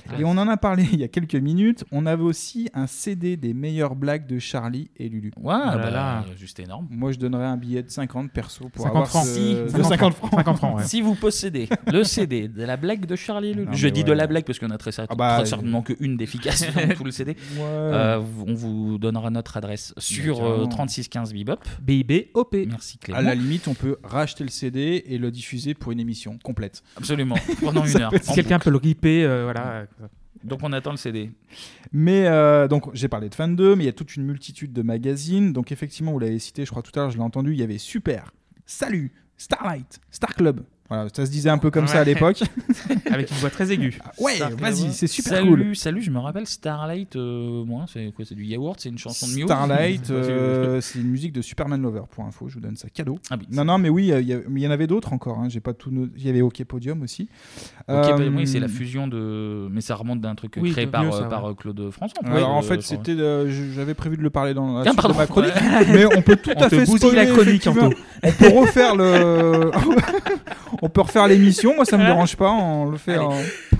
[SPEAKER 1] classe.
[SPEAKER 9] on en a parlé (laughs) il y a quelques minutes. On avait aussi un CD des meilleures blagues de Charlie et Lulu.
[SPEAKER 1] Ah, bah, euh, juste énorme.
[SPEAKER 9] Moi, je donnerais un billet de 50 perso pour
[SPEAKER 1] 50
[SPEAKER 9] avoir
[SPEAKER 1] francs.
[SPEAKER 9] ce-
[SPEAKER 1] Si,
[SPEAKER 9] de
[SPEAKER 1] 50 francs.
[SPEAKER 9] 50 francs.
[SPEAKER 1] 50 francs,
[SPEAKER 8] (laughs)
[SPEAKER 1] ouais. Si vous possédez le CD de la blague de Charlie Lulu. Je dis de la blague parce qu'on a très, certain-
[SPEAKER 9] Ah bah,
[SPEAKER 1] très certainement qu'une d'efficace dans tout le CD.
[SPEAKER 9] Ouais.
[SPEAKER 1] Euh, vous- on vous donnera notre adresse sur
[SPEAKER 9] Bien,
[SPEAKER 1] euh,
[SPEAKER 9] carrément.
[SPEAKER 1] 3615 Bebop.
[SPEAKER 9] BIBOP.
[SPEAKER 1] Merci Clément.
[SPEAKER 9] À la limite, on peut racheter le CD et le diffuser pour une émission complète.
[SPEAKER 1] Absolument, pendant une heure.
[SPEAKER 9] Si
[SPEAKER 1] en
[SPEAKER 9] quelqu'un
[SPEAKER 1] boucle.
[SPEAKER 9] peut le ripper, euh, voilà.
[SPEAKER 1] Donc on attend le CD.
[SPEAKER 9] Mais euh, donc j'ai parlé de Fan 2, mais il y a toute une multitude de magazines. Donc effectivement, vous l'avez cité, je crois tout à l'heure, je l'ai entendu, il y avait Super, Salut, Starlight, Star Club. Voilà, ça se disait un peu comme ça à
[SPEAKER 1] Ouais.
[SPEAKER 9] l'époque.
[SPEAKER 1] (laughs)
[SPEAKER 9] Ah
[SPEAKER 1] Avec une voix très aiguë.
[SPEAKER 9] Ouais, vas-y, c'est super
[SPEAKER 1] salut,
[SPEAKER 9] cool.
[SPEAKER 1] Salut, je me rappelle Starlight, euh, moi, c'est quoi C'est du yaourt, c'est une chanson de Muse (laughs)
[SPEAKER 9] Starlight,
[SPEAKER 1] C'est-
[SPEAKER 9] euh, c'est une musique de Superman Lover pour info, je vous donne ça cadeau.
[SPEAKER 1] Ah
[SPEAKER 9] non, non, mais oui, euh, il y a- il y, en avait d'autres encore. hein, j'ai pas tout no- Il y avait OK Podium aussi.
[SPEAKER 1] Ok,
[SPEAKER 9] Euh,
[SPEAKER 1] bah, oui, c'est la fusion de. Mais ça remonte d'un truc
[SPEAKER 9] Oui,
[SPEAKER 1] créé
[SPEAKER 9] de
[SPEAKER 1] par,
[SPEAKER 9] vieux,
[SPEAKER 1] euh,
[SPEAKER 9] ça,
[SPEAKER 1] par
[SPEAKER 9] ouais.
[SPEAKER 1] euh, Claude François.
[SPEAKER 9] Alors en
[SPEAKER 1] Euh, je
[SPEAKER 9] fait,
[SPEAKER 1] crois.
[SPEAKER 9] c'était, euh, je- j'avais prévu de le parler dans la
[SPEAKER 1] Ah,
[SPEAKER 9] suite
[SPEAKER 1] pardon.
[SPEAKER 9] de ma
[SPEAKER 1] (laughs)
[SPEAKER 9] chronique,
[SPEAKER 1] Ouais.
[SPEAKER 9] mais on peut tout
[SPEAKER 1] On
[SPEAKER 9] à
[SPEAKER 1] te
[SPEAKER 9] fait
[SPEAKER 1] bousille
[SPEAKER 9] spoiler,
[SPEAKER 1] la chronique,
[SPEAKER 9] effectivement.
[SPEAKER 1] Anto.
[SPEAKER 9] On peut refaire le, (laughs) on peut refaire l'émission. Moi, ça me dérange pas. On le fait. en-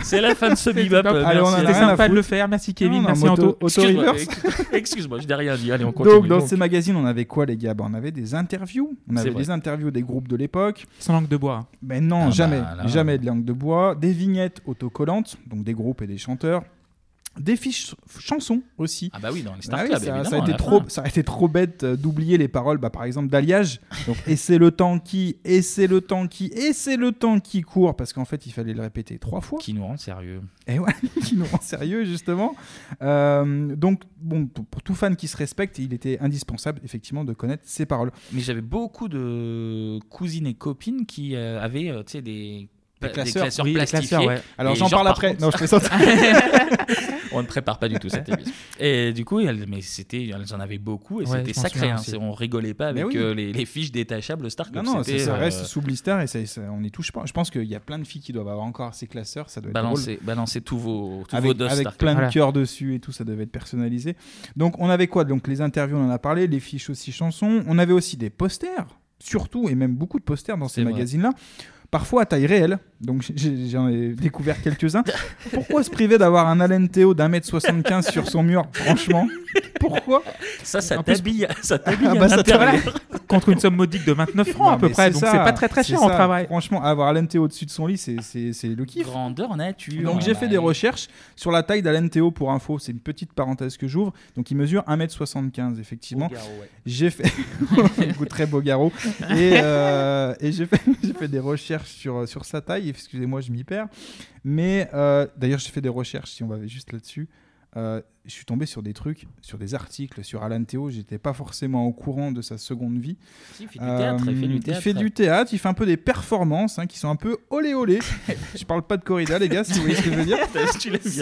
[SPEAKER 1] C'est la
[SPEAKER 9] (laughs)
[SPEAKER 1] fin de ce bebop. euh,
[SPEAKER 9] Allez, on
[SPEAKER 1] merci.
[SPEAKER 9] a
[SPEAKER 8] C'était
[SPEAKER 9] rien à
[SPEAKER 8] sympa de
[SPEAKER 9] foutre.
[SPEAKER 8] le faire. Merci Kevin,
[SPEAKER 9] Non, non,
[SPEAKER 8] merci
[SPEAKER 9] mais
[SPEAKER 8] Anto.
[SPEAKER 9] auto- auto-reverse.
[SPEAKER 1] Excuse-moi, ex- Excuse-moi, je n'ai rien dit. hein. Allez, on continue.
[SPEAKER 9] Donc, dans ces magazines, on avait quoi, les gars Ben, On avait des interviews. On
[SPEAKER 1] C'est
[SPEAKER 9] avait
[SPEAKER 1] vrai.
[SPEAKER 9] des interviews des groupes de l'époque.
[SPEAKER 8] Sans langue de bois.
[SPEAKER 9] Ben non,
[SPEAKER 8] Ah
[SPEAKER 9] jamais.
[SPEAKER 8] bah, là.
[SPEAKER 9] Jamais de langue de bois. Des vignettes autocollantes, donc des groupes et des chanteurs. Des fiches chansons aussi.
[SPEAKER 1] Ah bah oui, dans les Star
[SPEAKER 9] oui,
[SPEAKER 1] Club,
[SPEAKER 9] ça,
[SPEAKER 1] évidemment,
[SPEAKER 9] ça a
[SPEAKER 1] à
[SPEAKER 9] été
[SPEAKER 1] la
[SPEAKER 9] trop,
[SPEAKER 1] fin.
[SPEAKER 9] ça a été trop bête euh, d'oublier les paroles, bah, par exemple
[SPEAKER 1] (laughs)
[SPEAKER 9] d'Alliage. Donc, et c'est le temps qui, et c'est le temps qui, et c'est le temps qui court, parce qu'en fait, il fallait le répéter trois fois.
[SPEAKER 1] Qui nous rend sérieux.
[SPEAKER 9] Et ouais, (laughs) qui nous rend sérieux, justement. Euh, donc, bon, pour pour tout fan qui se respecte, il était indispensable, effectivement, de connaître ces paroles.
[SPEAKER 1] Mais j'avais beaucoup de cousines et copines qui euh, avaient euh, tu sais, des, pa- des classeurs
[SPEAKER 9] oui, des
[SPEAKER 1] plastifiés.
[SPEAKER 9] classeurs, ouais. Alors,
[SPEAKER 1] Et
[SPEAKER 9] j'en
[SPEAKER 1] genre,
[SPEAKER 9] parle
[SPEAKER 1] par
[SPEAKER 9] après.
[SPEAKER 1] contre-
[SPEAKER 9] Non, je fais ça.
[SPEAKER 1] (laughs) on ne prépare pas du tout cette
[SPEAKER 9] (laughs)
[SPEAKER 1] émission. Et du coup, elles, mais c'était, elles en avaient beaucoup et
[SPEAKER 9] Ouais,
[SPEAKER 1] c'était
[SPEAKER 9] je m'en
[SPEAKER 1] sacré.
[SPEAKER 9] souviens
[SPEAKER 1] hein.
[SPEAKER 9] aussi.
[SPEAKER 1] C'est- On rigolait pas
[SPEAKER 9] Mais
[SPEAKER 1] avec
[SPEAKER 9] oui.
[SPEAKER 1] euh, les, les fiches détachables Star Club.
[SPEAKER 9] Non, non, ça,
[SPEAKER 1] C'était,
[SPEAKER 9] ça
[SPEAKER 1] euh,
[SPEAKER 9] reste sous blister et ça- ça- on n'y touche pas. Je pense qu'il y a plein de filles qui doivent avoir encore ces classeurs. Ça doit être drôle.
[SPEAKER 1] Balancez, balancez tous vos, tous
[SPEAKER 9] avec,
[SPEAKER 1] vos dos
[SPEAKER 9] avec
[SPEAKER 1] Star Club.
[SPEAKER 9] plein de
[SPEAKER 1] Voilà.
[SPEAKER 9] cœurs dessus et tout, ça devait être personnalisé. Donc on avait quoi Donc les interviews, on en a parlé, les fiches aussi chansons. On avait aussi des posters, surtout et même beaucoup de posters dans
[SPEAKER 1] C'est
[SPEAKER 9] ces
[SPEAKER 1] vrai.
[SPEAKER 9] magazines-là. Parfois à taille réelle, donc (laughs) j'ai- j'ai- j'en ai découvert quelques-uns. Pourquoi se priver d'avoir un Alenteo d'un mètre 75 sur son mur Franchement, pourquoi
[SPEAKER 1] Ça, ça
[SPEAKER 9] En plus-
[SPEAKER 1] t'habille, (laughs) ça t'habille
[SPEAKER 9] (laughs) Ah
[SPEAKER 1] à
[SPEAKER 9] bah, ça
[SPEAKER 1] l'intérieur.
[SPEAKER 9] t'habille.
[SPEAKER 8] (laughs) Contre une somme modique de 29 francs à
[SPEAKER 9] Non,
[SPEAKER 8] peu
[SPEAKER 9] mais
[SPEAKER 8] près, donc c'est
[SPEAKER 9] ça,
[SPEAKER 8] pas très très
[SPEAKER 9] c'est
[SPEAKER 8] cher en
[SPEAKER 9] ça.
[SPEAKER 8] travail.
[SPEAKER 9] Franchement, avoir l'MTO au-dessus de son lit, c'est- c'est c'est le kiff.
[SPEAKER 1] Grandeur nature.
[SPEAKER 9] Donc j'ai
[SPEAKER 1] Bah,
[SPEAKER 9] fait des recherches sur la taille d'Alenteo pour info. C'est une petite parenthèse que j'ouvre. Donc il mesure 1m75 effectivement.
[SPEAKER 1] Beau garrot, ouais.
[SPEAKER 9] J'ai fait (laughs) Un goût très beau garrot et, euh, et j'ai fait (laughs) j'ai fait des recherches sur euh, sur sa taille. Excusez-moi, je m'y perds. Mais euh, d'ailleurs j'ai fait des recherches si on va juste là-dessus. Euh, je suis tombé sur des trucs, sur des articles, sur Alan Théo. J'étais pas forcément au courant de sa seconde vie.
[SPEAKER 1] Si, il fait du théâtre, il fait du théâtre.
[SPEAKER 9] Euh, Il
[SPEAKER 1] (laughs)
[SPEAKER 9] fait du théâtre, il fait un peu des performances hein, qui sont un peu olé olé. je parle pas de corrida, les gars, si vous voyez ce que je veux dire.
[SPEAKER 1] Tu l'aimes bien,
[SPEAKER 9] C'est,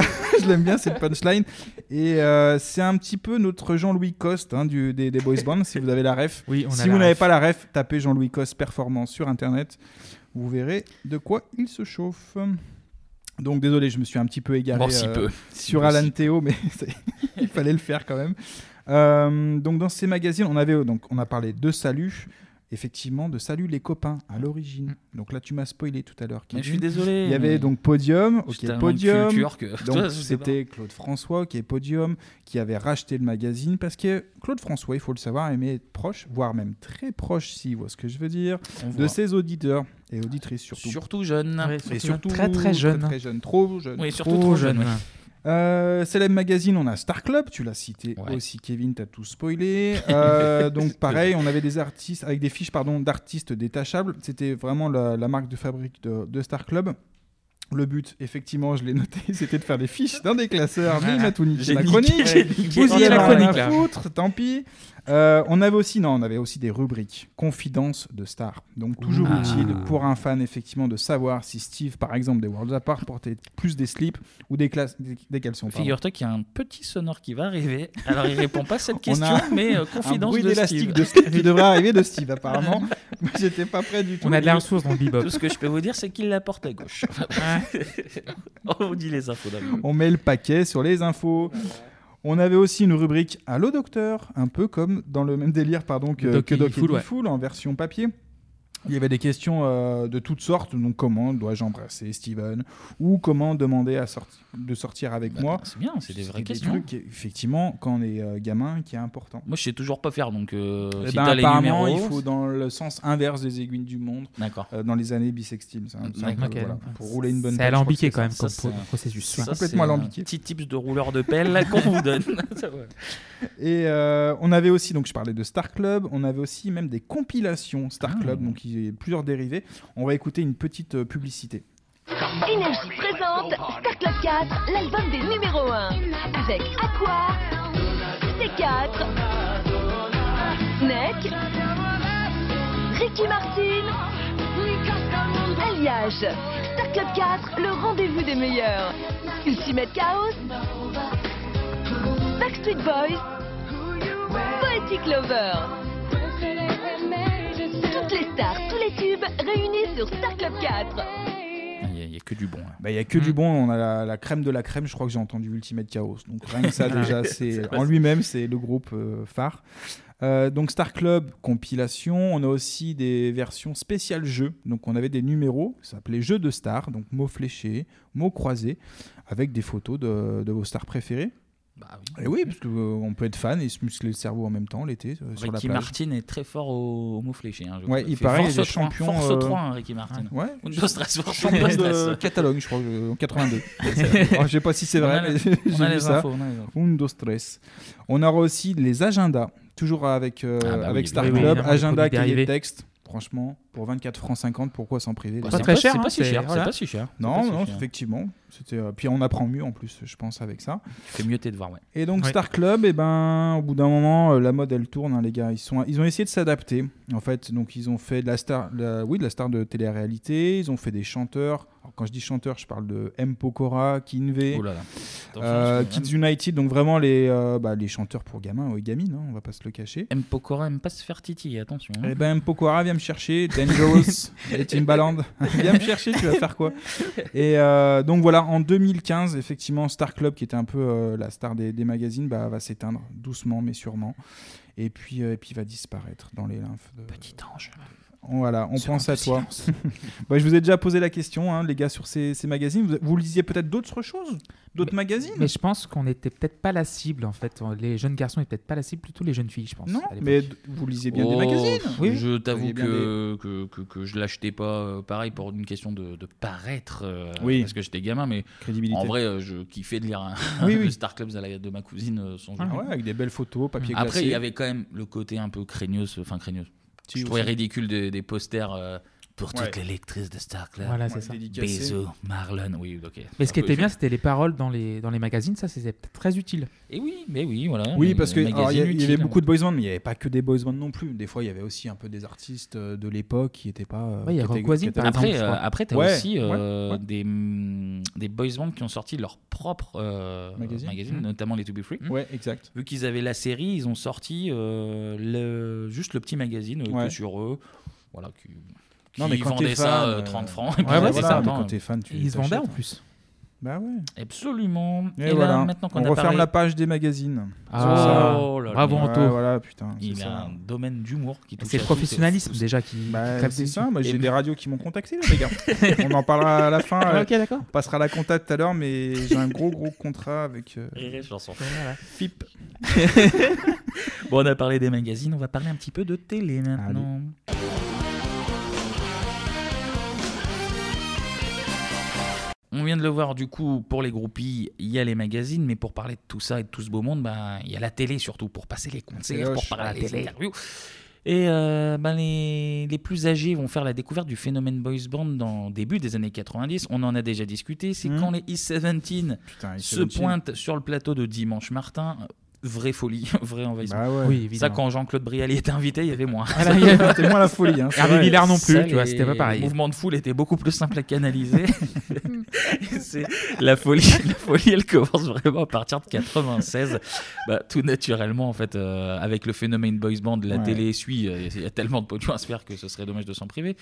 [SPEAKER 1] celle-là.
[SPEAKER 9] (laughs) je l'aime bien, cette punchline. Et euh, c'est un petit peu notre Jean-Louis Coste hein, du, des, des Boys Band, si vous avez la
[SPEAKER 1] (laughs)
[SPEAKER 9] ref.
[SPEAKER 8] Oui, on a
[SPEAKER 9] si
[SPEAKER 8] la
[SPEAKER 9] vous n'avez
[SPEAKER 8] ref.
[SPEAKER 9] pas la ref, tapez Jean-Louis Coste performance sur Internet. Vous verrez de quoi il se chauffe. Donc désolé, je me suis un petit peu égaré
[SPEAKER 1] Bon, si
[SPEAKER 9] euh,
[SPEAKER 1] peu. Si
[SPEAKER 9] sur
[SPEAKER 1] peu,
[SPEAKER 9] Alan
[SPEAKER 1] si
[SPEAKER 9] Théo, mais (laughs) c'est- il fallait le faire quand même. Euh, donc dans ces magazines, on avait donc on a parlé de salut. Effectivement, de Salut les copains à l'origine. Donc là, tu m'as spoilé tout à l'heure.
[SPEAKER 1] Mm. Mais je suis
[SPEAKER 9] Kevin.
[SPEAKER 1] désolé,
[SPEAKER 9] Il y avait
[SPEAKER 1] mais-
[SPEAKER 9] donc Podium,
[SPEAKER 1] J'étais
[SPEAKER 9] ok
[SPEAKER 1] tellement
[SPEAKER 9] Podium.
[SPEAKER 1] de culture que- (laughs)
[SPEAKER 9] Donc
[SPEAKER 1] Toi, je sais pas.
[SPEAKER 9] c'était Claude François qui est Podium, qui avait racheté le magazine parce que Claude François, il faut le savoir, aimait être proche, voire même très proche, si vous voyez ce que je veux dire,
[SPEAKER 1] On
[SPEAKER 9] de
[SPEAKER 1] voit.
[SPEAKER 9] ses auditeurs et auditrices surtout.
[SPEAKER 1] Surtout jeunes. Ouais,
[SPEAKER 9] et
[SPEAKER 1] surtout
[SPEAKER 9] surtout
[SPEAKER 1] jeunes. Très, très jeunes.
[SPEAKER 9] Très, très jeunes, trop jeunes.
[SPEAKER 1] Oui, surtout trop jeunes, ouais.
[SPEAKER 9] Euh, célèbre magazine, on a Star Club, tu l'as cité aussi, Kevin, t'as tout spoilé.
[SPEAKER 8] (laughs)
[SPEAKER 9] Euh, donc pareil, on avait des artistes avec des fiches pardon d'artistes détachables. C'était vraiment la, la marque de fabrique de, de Star Club. Le but, effectivement, je l'ai noté, (laughs) c'était de faire des fiches d'un déclasseur, mais il m'a tout niqué.
[SPEAKER 8] J'ai
[SPEAKER 9] La
[SPEAKER 8] niqué,
[SPEAKER 9] chronique,
[SPEAKER 8] j'ai niqué.
[SPEAKER 9] vous
[SPEAKER 8] On
[SPEAKER 9] y
[SPEAKER 8] est
[SPEAKER 9] avez
[SPEAKER 8] la
[SPEAKER 9] rien
[SPEAKER 8] chronique,
[SPEAKER 9] à
[SPEAKER 8] là.
[SPEAKER 9] foutre, tant pis. Euh, on avait aussi, non, on avait aussi des rubriques confidences de stars, donc toujours
[SPEAKER 8] Ah.
[SPEAKER 9] utile pour un fan effectivement de savoir si Steve, par exemple, des Worlds Apart portait plus des slips ou des, classes- des, des caleçons. pardon.
[SPEAKER 1] Figure-toi qu'il y a un petit sonore qui va arriver.
[SPEAKER 9] (laughs)
[SPEAKER 1] Alors il répond pas à cette
[SPEAKER 9] On
[SPEAKER 1] question,
[SPEAKER 9] a
[SPEAKER 1] mais euh,
[SPEAKER 9] un
[SPEAKER 1] confidence
[SPEAKER 9] bruit
[SPEAKER 1] de
[SPEAKER 9] d'élastique
[SPEAKER 1] Steve.
[SPEAKER 9] de Steve qui devrait arriver de
[SPEAKER 1] (laughs)
[SPEAKER 9] Steve apparemment. Moi, J'étais pas prêt du tout.
[SPEAKER 1] Tout ce que je peux vous dire, c'est qu'il la porte à
[SPEAKER 9] (laughs)
[SPEAKER 1] gauche. On dit les infos d'abord.
[SPEAKER 9] On met le paquet sur les infos. On avait aussi une rubrique Allô docteur, un peu comme dans le même délire pardon que
[SPEAKER 8] Doc
[SPEAKER 9] que
[SPEAKER 8] et
[SPEAKER 9] Doc
[SPEAKER 8] Full,
[SPEAKER 9] et
[SPEAKER 8] ouais.
[SPEAKER 9] Full en version papier. Il y avait des questions euh, de toutes sortes, donc comment dois-je embrasser Steven ou comment demander à sorti- de sortir
[SPEAKER 8] Bah,
[SPEAKER 9] avec moi.
[SPEAKER 1] Bah, C'est bien, c'est des vraies
[SPEAKER 9] des
[SPEAKER 1] questions.
[SPEAKER 9] trucs, effectivement, quand on est euh, gamin, qui est important.
[SPEAKER 1] Moi, je sais toujours pas faire, donc euh,
[SPEAKER 9] Eh
[SPEAKER 1] si
[SPEAKER 9] ben,
[SPEAKER 1] t'as les
[SPEAKER 8] Oh.
[SPEAKER 9] apparemment,
[SPEAKER 1] numéros,
[SPEAKER 9] il faut dans le sens inverse des aiguilles du monde. euh, dans les années bissextiles, c'est un- c'est un
[SPEAKER 1] D'accord. Ok.
[SPEAKER 9] peu, voilà, pour rouler une bonne.
[SPEAKER 8] C'est
[SPEAKER 9] pelle, je crois
[SPEAKER 8] alambiqué
[SPEAKER 9] que
[SPEAKER 8] quand même
[SPEAKER 9] ça.
[SPEAKER 8] comme
[SPEAKER 9] Ça,
[SPEAKER 8] pro-
[SPEAKER 9] c'est-
[SPEAKER 8] processus.
[SPEAKER 9] c'est
[SPEAKER 1] Ça,
[SPEAKER 9] complètement
[SPEAKER 1] c'est un
[SPEAKER 9] alambiqué.
[SPEAKER 1] Petit tips de rouleur de pelle qu'on vous donne.
[SPEAKER 9] (laughs)
[SPEAKER 1] Ça, ouais.
[SPEAKER 9] Et euh, on avait aussi, donc je parlais de Star Club, on avait aussi même des compilations
[SPEAKER 1] Ah.
[SPEAKER 9] Star Club, donc il y a plusieurs dérivés. On va écouter une petite euh, publicité.
[SPEAKER 13] Énergie présente Star Club 4, l'album des numéros 1. Avec Aqua, C4, Neck, Ricky Martin, Alliage. Star Club 4, le rendez-vous des meilleurs. Ultimate Chaos, Backstreet Boys, Poetic Lover. Toutes les stars, tous les tubes réunis sur Star Club 4.
[SPEAKER 1] Il n'y Ah, a, que du bon. là.
[SPEAKER 9] Bah, Il y a que
[SPEAKER 1] Mm.
[SPEAKER 9] du bon, on a la, la crème de la crème, je crois que j'ai entendu Ultimate Chaos. Donc rien
[SPEAKER 1] (laughs)
[SPEAKER 9] que ça déjà,
[SPEAKER 1] C'est
[SPEAKER 9] c'est
[SPEAKER 1] pas
[SPEAKER 9] en
[SPEAKER 1] ça. (laughs)
[SPEAKER 9] lui-même, c'est le groupe euh, phare. Euh, donc Star Club, compilation, on a aussi des versions spéciales jeux. Donc on avait des numéros, ça s'appelait Jeux de stars, donc mots fléchés, mots croisés, avec des photos de, de vos stars préférées.
[SPEAKER 1] Bah
[SPEAKER 9] Et oui, parce qu'on peut être fan et se muscler le cerveau en même temps l'été euh, sur la
[SPEAKER 1] Ricky
[SPEAKER 9] plage.
[SPEAKER 1] Martin est très fort au, au mot fléché. hein, je crois.
[SPEAKER 9] Ouais, il
[SPEAKER 1] fait
[SPEAKER 9] paraît,
[SPEAKER 1] force
[SPEAKER 9] il
[SPEAKER 1] 3,
[SPEAKER 9] est champion,
[SPEAKER 1] Force
[SPEAKER 9] euh,
[SPEAKER 1] 3, hein, Ricky Martin.
[SPEAKER 9] Ouais.
[SPEAKER 1] Une
[SPEAKER 9] (laughs)
[SPEAKER 1] grosse stress, force
[SPEAKER 9] Champion
[SPEAKER 1] (laughs) une grosse
[SPEAKER 9] de (laughs) Oh,
[SPEAKER 1] stress.
[SPEAKER 9] Catalogne, je crois, euh,
[SPEAKER 1] (laughs)
[SPEAKER 9] en 82. Alors, je sais pas si c'est
[SPEAKER 1] On
[SPEAKER 9] vrai,
[SPEAKER 1] a les-
[SPEAKER 9] mais
[SPEAKER 1] on
[SPEAKER 9] (laughs) j'ai
[SPEAKER 1] a
[SPEAKER 9] vu
[SPEAKER 1] les
[SPEAKER 9] ça.
[SPEAKER 1] infos, on a les infos.
[SPEAKER 9] Un, dos, tres. On aura aussi les agendas, toujours avec, euh,
[SPEAKER 1] Ah bah oui,
[SPEAKER 9] avec Star
[SPEAKER 1] évidemment.
[SPEAKER 9] Club,
[SPEAKER 1] Oui, oui,
[SPEAKER 9] agenda,
[SPEAKER 1] produits
[SPEAKER 9] cahier de
[SPEAKER 1] dérivés.
[SPEAKER 9] texte. Franchement, pour 24,50€, pourquoi s'en priver
[SPEAKER 1] Bah,
[SPEAKER 9] les
[SPEAKER 1] c'est
[SPEAKER 9] amis
[SPEAKER 1] pas cher, C'est pas hein, si c'est- cher, c'est pas si cher. C'est
[SPEAKER 9] Non,
[SPEAKER 1] pas si
[SPEAKER 9] non,
[SPEAKER 1] cher.
[SPEAKER 9] effectivement. C'était, euh, puis on apprend mieux en plus, je pense, avec ça.
[SPEAKER 1] Tu fais mieux tes devoirs, ouais.
[SPEAKER 9] Et donc
[SPEAKER 1] Ouais.
[SPEAKER 9] Star Club, eh ben, au bout d'un moment, euh, la mode elle tourne, hein, les gars. Ils, sont, ils ont essayé de s'adapter. En fait, donc ils ont fait de la star, la- oui, de la star de télé-réalité. Ils ont fait des chanteurs. Alors, quand je dis chanteurs, je parle de M Pokora, Kinve,
[SPEAKER 1] Oh là là. Attention,
[SPEAKER 9] euh,
[SPEAKER 1] parce que
[SPEAKER 9] Kids United. Donc vraiment les, euh, bah, les chanteurs pour gamins ou gamines, hein, on va pas se le cacher.
[SPEAKER 1] M Pokora aime pas se faire titiller, attention. hein.
[SPEAKER 9] Eh ben, Pokora, viens me chercher.
[SPEAKER 8] (laughs)
[SPEAKER 9] Dangerous et Timbaland, (laughs) viens me chercher, tu vas faire quoi Et euh, donc voilà, en 2015, effectivement, Star Club, qui était un peu euh, la star des, des magazines, bah, va s'éteindre doucement mais sûrement. Et puis, euh, et puis va disparaître dans les lymphes.
[SPEAKER 8] Bah,
[SPEAKER 9] Petit
[SPEAKER 1] ange.
[SPEAKER 9] Voilà, on
[SPEAKER 1] Ce
[SPEAKER 9] pense
[SPEAKER 1] moment
[SPEAKER 9] à
[SPEAKER 1] de
[SPEAKER 9] toi.
[SPEAKER 1] silence.
[SPEAKER 9] Bah, je vous ai déjà posé la question, hein, les gars, sur ces, ces magazines. Vous, vous lisiez peut-être d'autres choses D'autres magazines
[SPEAKER 8] (laughs) Mais je pense qu'on n'était peut-être pas la cible en fait. Les jeunes garçons n'étaient peut-être pas la cible, plutôt les jeunes filles, je pense.
[SPEAKER 9] Non,
[SPEAKER 8] à l'époque.
[SPEAKER 9] mais d- vous lisiez bien des
[SPEAKER 1] Oh,
[SPEAKER 9] magazines.
[SPEAKER 1] pff, Je t'avoue
[SPEAKER 9] Voyez bien
[SPEAKER 1] que, que, que, que je l'achetais pas euh, pareil pour une question de, de paraître euh,
[SPEAKER 9] Oui.
[SPEAKER 1] parce que j'étais gamin mais
[SPEAKER 9] Crédibilité.
[SPEAKER 1] en vrai euh, je kiffais de lire un, (laughs)
[SPEAKER 9] Oui,
[SPEAKER 1] le
[SPEAKER 9] oui.
[SPEAKER 1] Star Club de la- de ma cousine euh, son jeu.
[SPEAKER 9] Ah ouais, avec des belles photos, papier
[SPEAKER 1] Après
[SPEAKER 9] glacé.
[SPEAKER 1] il y avait quand même le côté un peu craigneuse enfin craigneuse.
[SPEAKER 9] Si,
[SPEAKER 1] je trouvais
[SPEAKER 9] aussi.
[SPEAKER 1] ridicule des, des posters euh, pour toutes
[SPEAKER 9] Ouais.
[SPEAKER 1] les lectrices de Star Club.
[SPEAKER 8] Voilà, c'est Ouais, ça. dédicacé.
[SPEAKER 1] Bezos, Marlon, oui, ok.
[SPEAKER 8] Mais ce qui
[SPEAKER 1] Un peu-
[SPEAKER 8] était bien, c'était les paroles dans les, dans les magazines, ça c'était peut-être très utile.
[SPEAKER 1] Et Eh oui, mais oui, voilà.
[SPEAKER 9] Oui, parce que
[SPEAKER 1] magazine
[SPEAKER 9] alors, il y a- il y
[SPEAKER 1] utile. hein.
[SPEAKER 9] avait beaucoup de boys band, mais il n'y avait pas que des boys band non plus. Des fois, il y avait aussi un peu des artistes euh, de l'époque qui n'étaient pas. euh,
[SPEAKER 8] Ouais, il y a
[SPEAKER 9] qui étaient-
[SPEAKER 8] Rockwazim,
[SPEAKER 9] qui étaient-
[SPEAKER 8] par exemple,
[SPEAKER 1] Après,
[SPEAKER 8] je
[SPEAKER 1] euh,
[SPEAKER 8] crois.
[SPEAKER 1] après t'as
[SPEAKER 9] Ouais,
[SPEAKER 1] aussi
[SPEAKER 9] ouais,
[SPEAKER 1] euh,
[SPEAKER 9] ouais.
[SPEAKER 1] Des, mm, des boys bands qui ont sorti leur propre euh,
[SPEAKER 9] Magazine.
[SPEAKER 1] magazine,
[SPEAKER 9] Mhm.
[SPEAKER 1] notamment les To Be Free.
[SPEAKER 9] Ouais, exact.
[SPEAKER 1] Vu qu'ils avaient la série, ils ont sorti euh, le, juste le petit magazine euh, que
[SPEAKER 9] Ouais.
[SPEAKER 1] sur eux. Voilà, qui,
[SPEAKER 9] Non,
[SPEAKER 1] qui
[SPEAKER 9] mais quand
[SPEAKER 1] vendaient
[SPEAKER 9] t'es
[SPEAKER 1] ça
[SPEAKER 9] fan,
[SPEAKER 1] euh,
[SPEAKER 9] euh,
[SPEAKER 1] 30 francs.
[SPEAKER 9] ouais,
[SPEAKER 1] Et puis,
[SPEAKER 9] ouais,
[SPEAKER 1] c'est
[SPEAKER 9] voilà,
[SPEAKER 1] ça,
[SPEAKER 9] mais
[SPEAKER 1] attends,
[SPEAKER 9] quand t'es fan, tu
[SPEAKER 8] Ils se vendaient en
[SPEAKER 9] t'achètes,
[SPEAKER 8] plus.
[SPEAKER 9] Bah ouais.
[SPEAKER 1] Absolument.
[SPEAKER 9] Et,
[SPEAKER 1] Et là,
[SPEAKER 9] voilà.
[SPEAKER 1] maintenant qu'on
[SPEAKER 9] on
[SPEAKER 1] a
[SPEAKER 9] referme
[SPEAKER 1] parlé-
[SPEAKER 9] la page des magazines.
[SPEAKER 8] Ah,
[SPEAKER 1] Oh là là.
[SPEAKER 8] bravo
[SPEAKER 9] Ouais,
[SPEAKER 8] Anto.
[SPEAKER 9] voilà, putain, c'est
[SPEAKER 1] Il a
[SPEAKER 9] ça.
[SPEAKER 1] un domaine d'humour qui touche
[SPEAKER 8] C'est
[SPEAKER 1] à
[SPEAKER 8] le
[SPEAKER 1] tout,
[SPEAKER 8] professionnalisme déjà qui, qui
[SPEAKER 9] Bah,
[SPEAKER 8] tape
[SPEAKER 9] c'est
[SPEAKER 8] dessus.
[SPEAKER 9] ça, moi, j'ai
[SPEAKER 8] Et-
[SPEAKER 9] des radios qui m'ont contacté, là, les gars.
[SPEAKER 1] (laughs)
[SPEAKER 9] on en parlera à la fin.
[SPEAKER 8] Ah,
[SPEAKER 9] euh,
[SPEAKER 8] ok, d'accord.
[SPEAKER 9] On passera à la compta tout à l'heure, mais j'ai un gros, gros contrat avec. euh,
[SPEAKER 1] Rire et chanson.
[SPEAKER 9] FIP.
[SPEAKER 1] (laughs) bon, on a parlé des magazines, on va parler un petit peu de télé maintenant. On vient de le voir, du coup, pour les groupies, il y a les magazines, mais pour parler de tout ça et de tout ce beau monde, bah, il y a la télé surtout, pour passer les concerts,
[SPEAKER 9] téloche.
[SPEAKER 1] pour parler
[SPEAKER 9] La
[SPEAKER 1] des
[SPEAKER 9] télé.
[SPEAKER 1] interviews. Et euh, ben, les, les plus âgés vont faire la découverte du phénomène boys band dans le début des années 90. On en a déjà discuté.
[SPEAKER 9] Mmh.
[SPEAKER 1] C'est quand les E17
[SPEAKER 9] Putain,
[SPEAKER 1] se
[SPEAKER 9] E17.
[SPEAKER 1] pointent sur le plateau de Dimanche Martin. euh, Vraie folie, (laughs) vrai envahissement.
[SPEAKER 9] Bah ouais. Oui,
[SPEAKER 1] ça,
[SPEAKER 9] évidemment.
[SPEAKER 1] quand Jean-Claude Brialy était invité, il y avait moins.
[SPEAKER 9] Ah là, il y avait- c'était moins la folie, hein, c'est Hervé vrai. Villard non plus,
[SPEAKER 1] Ça,
[SPEAKER 9] tu vois,
[SPEAKER 1] les-
[SPEAKER 9] c'était pas pareil.
[SPEAKER 1] Le mouvement de foule était beaucoup plus simple à canaliser. C'est- la folie, (laughs) la folie, elle commence vraiment à partir de 96. Bah, tout naturellement, en fait, euh, avec le phénomène boys band, la
[SPEAKER 9] Ouais.
[SPEAKER 1] télé suit. euh, Il y a tellement de pognon à se faire que ce serait dommage de s'en priver.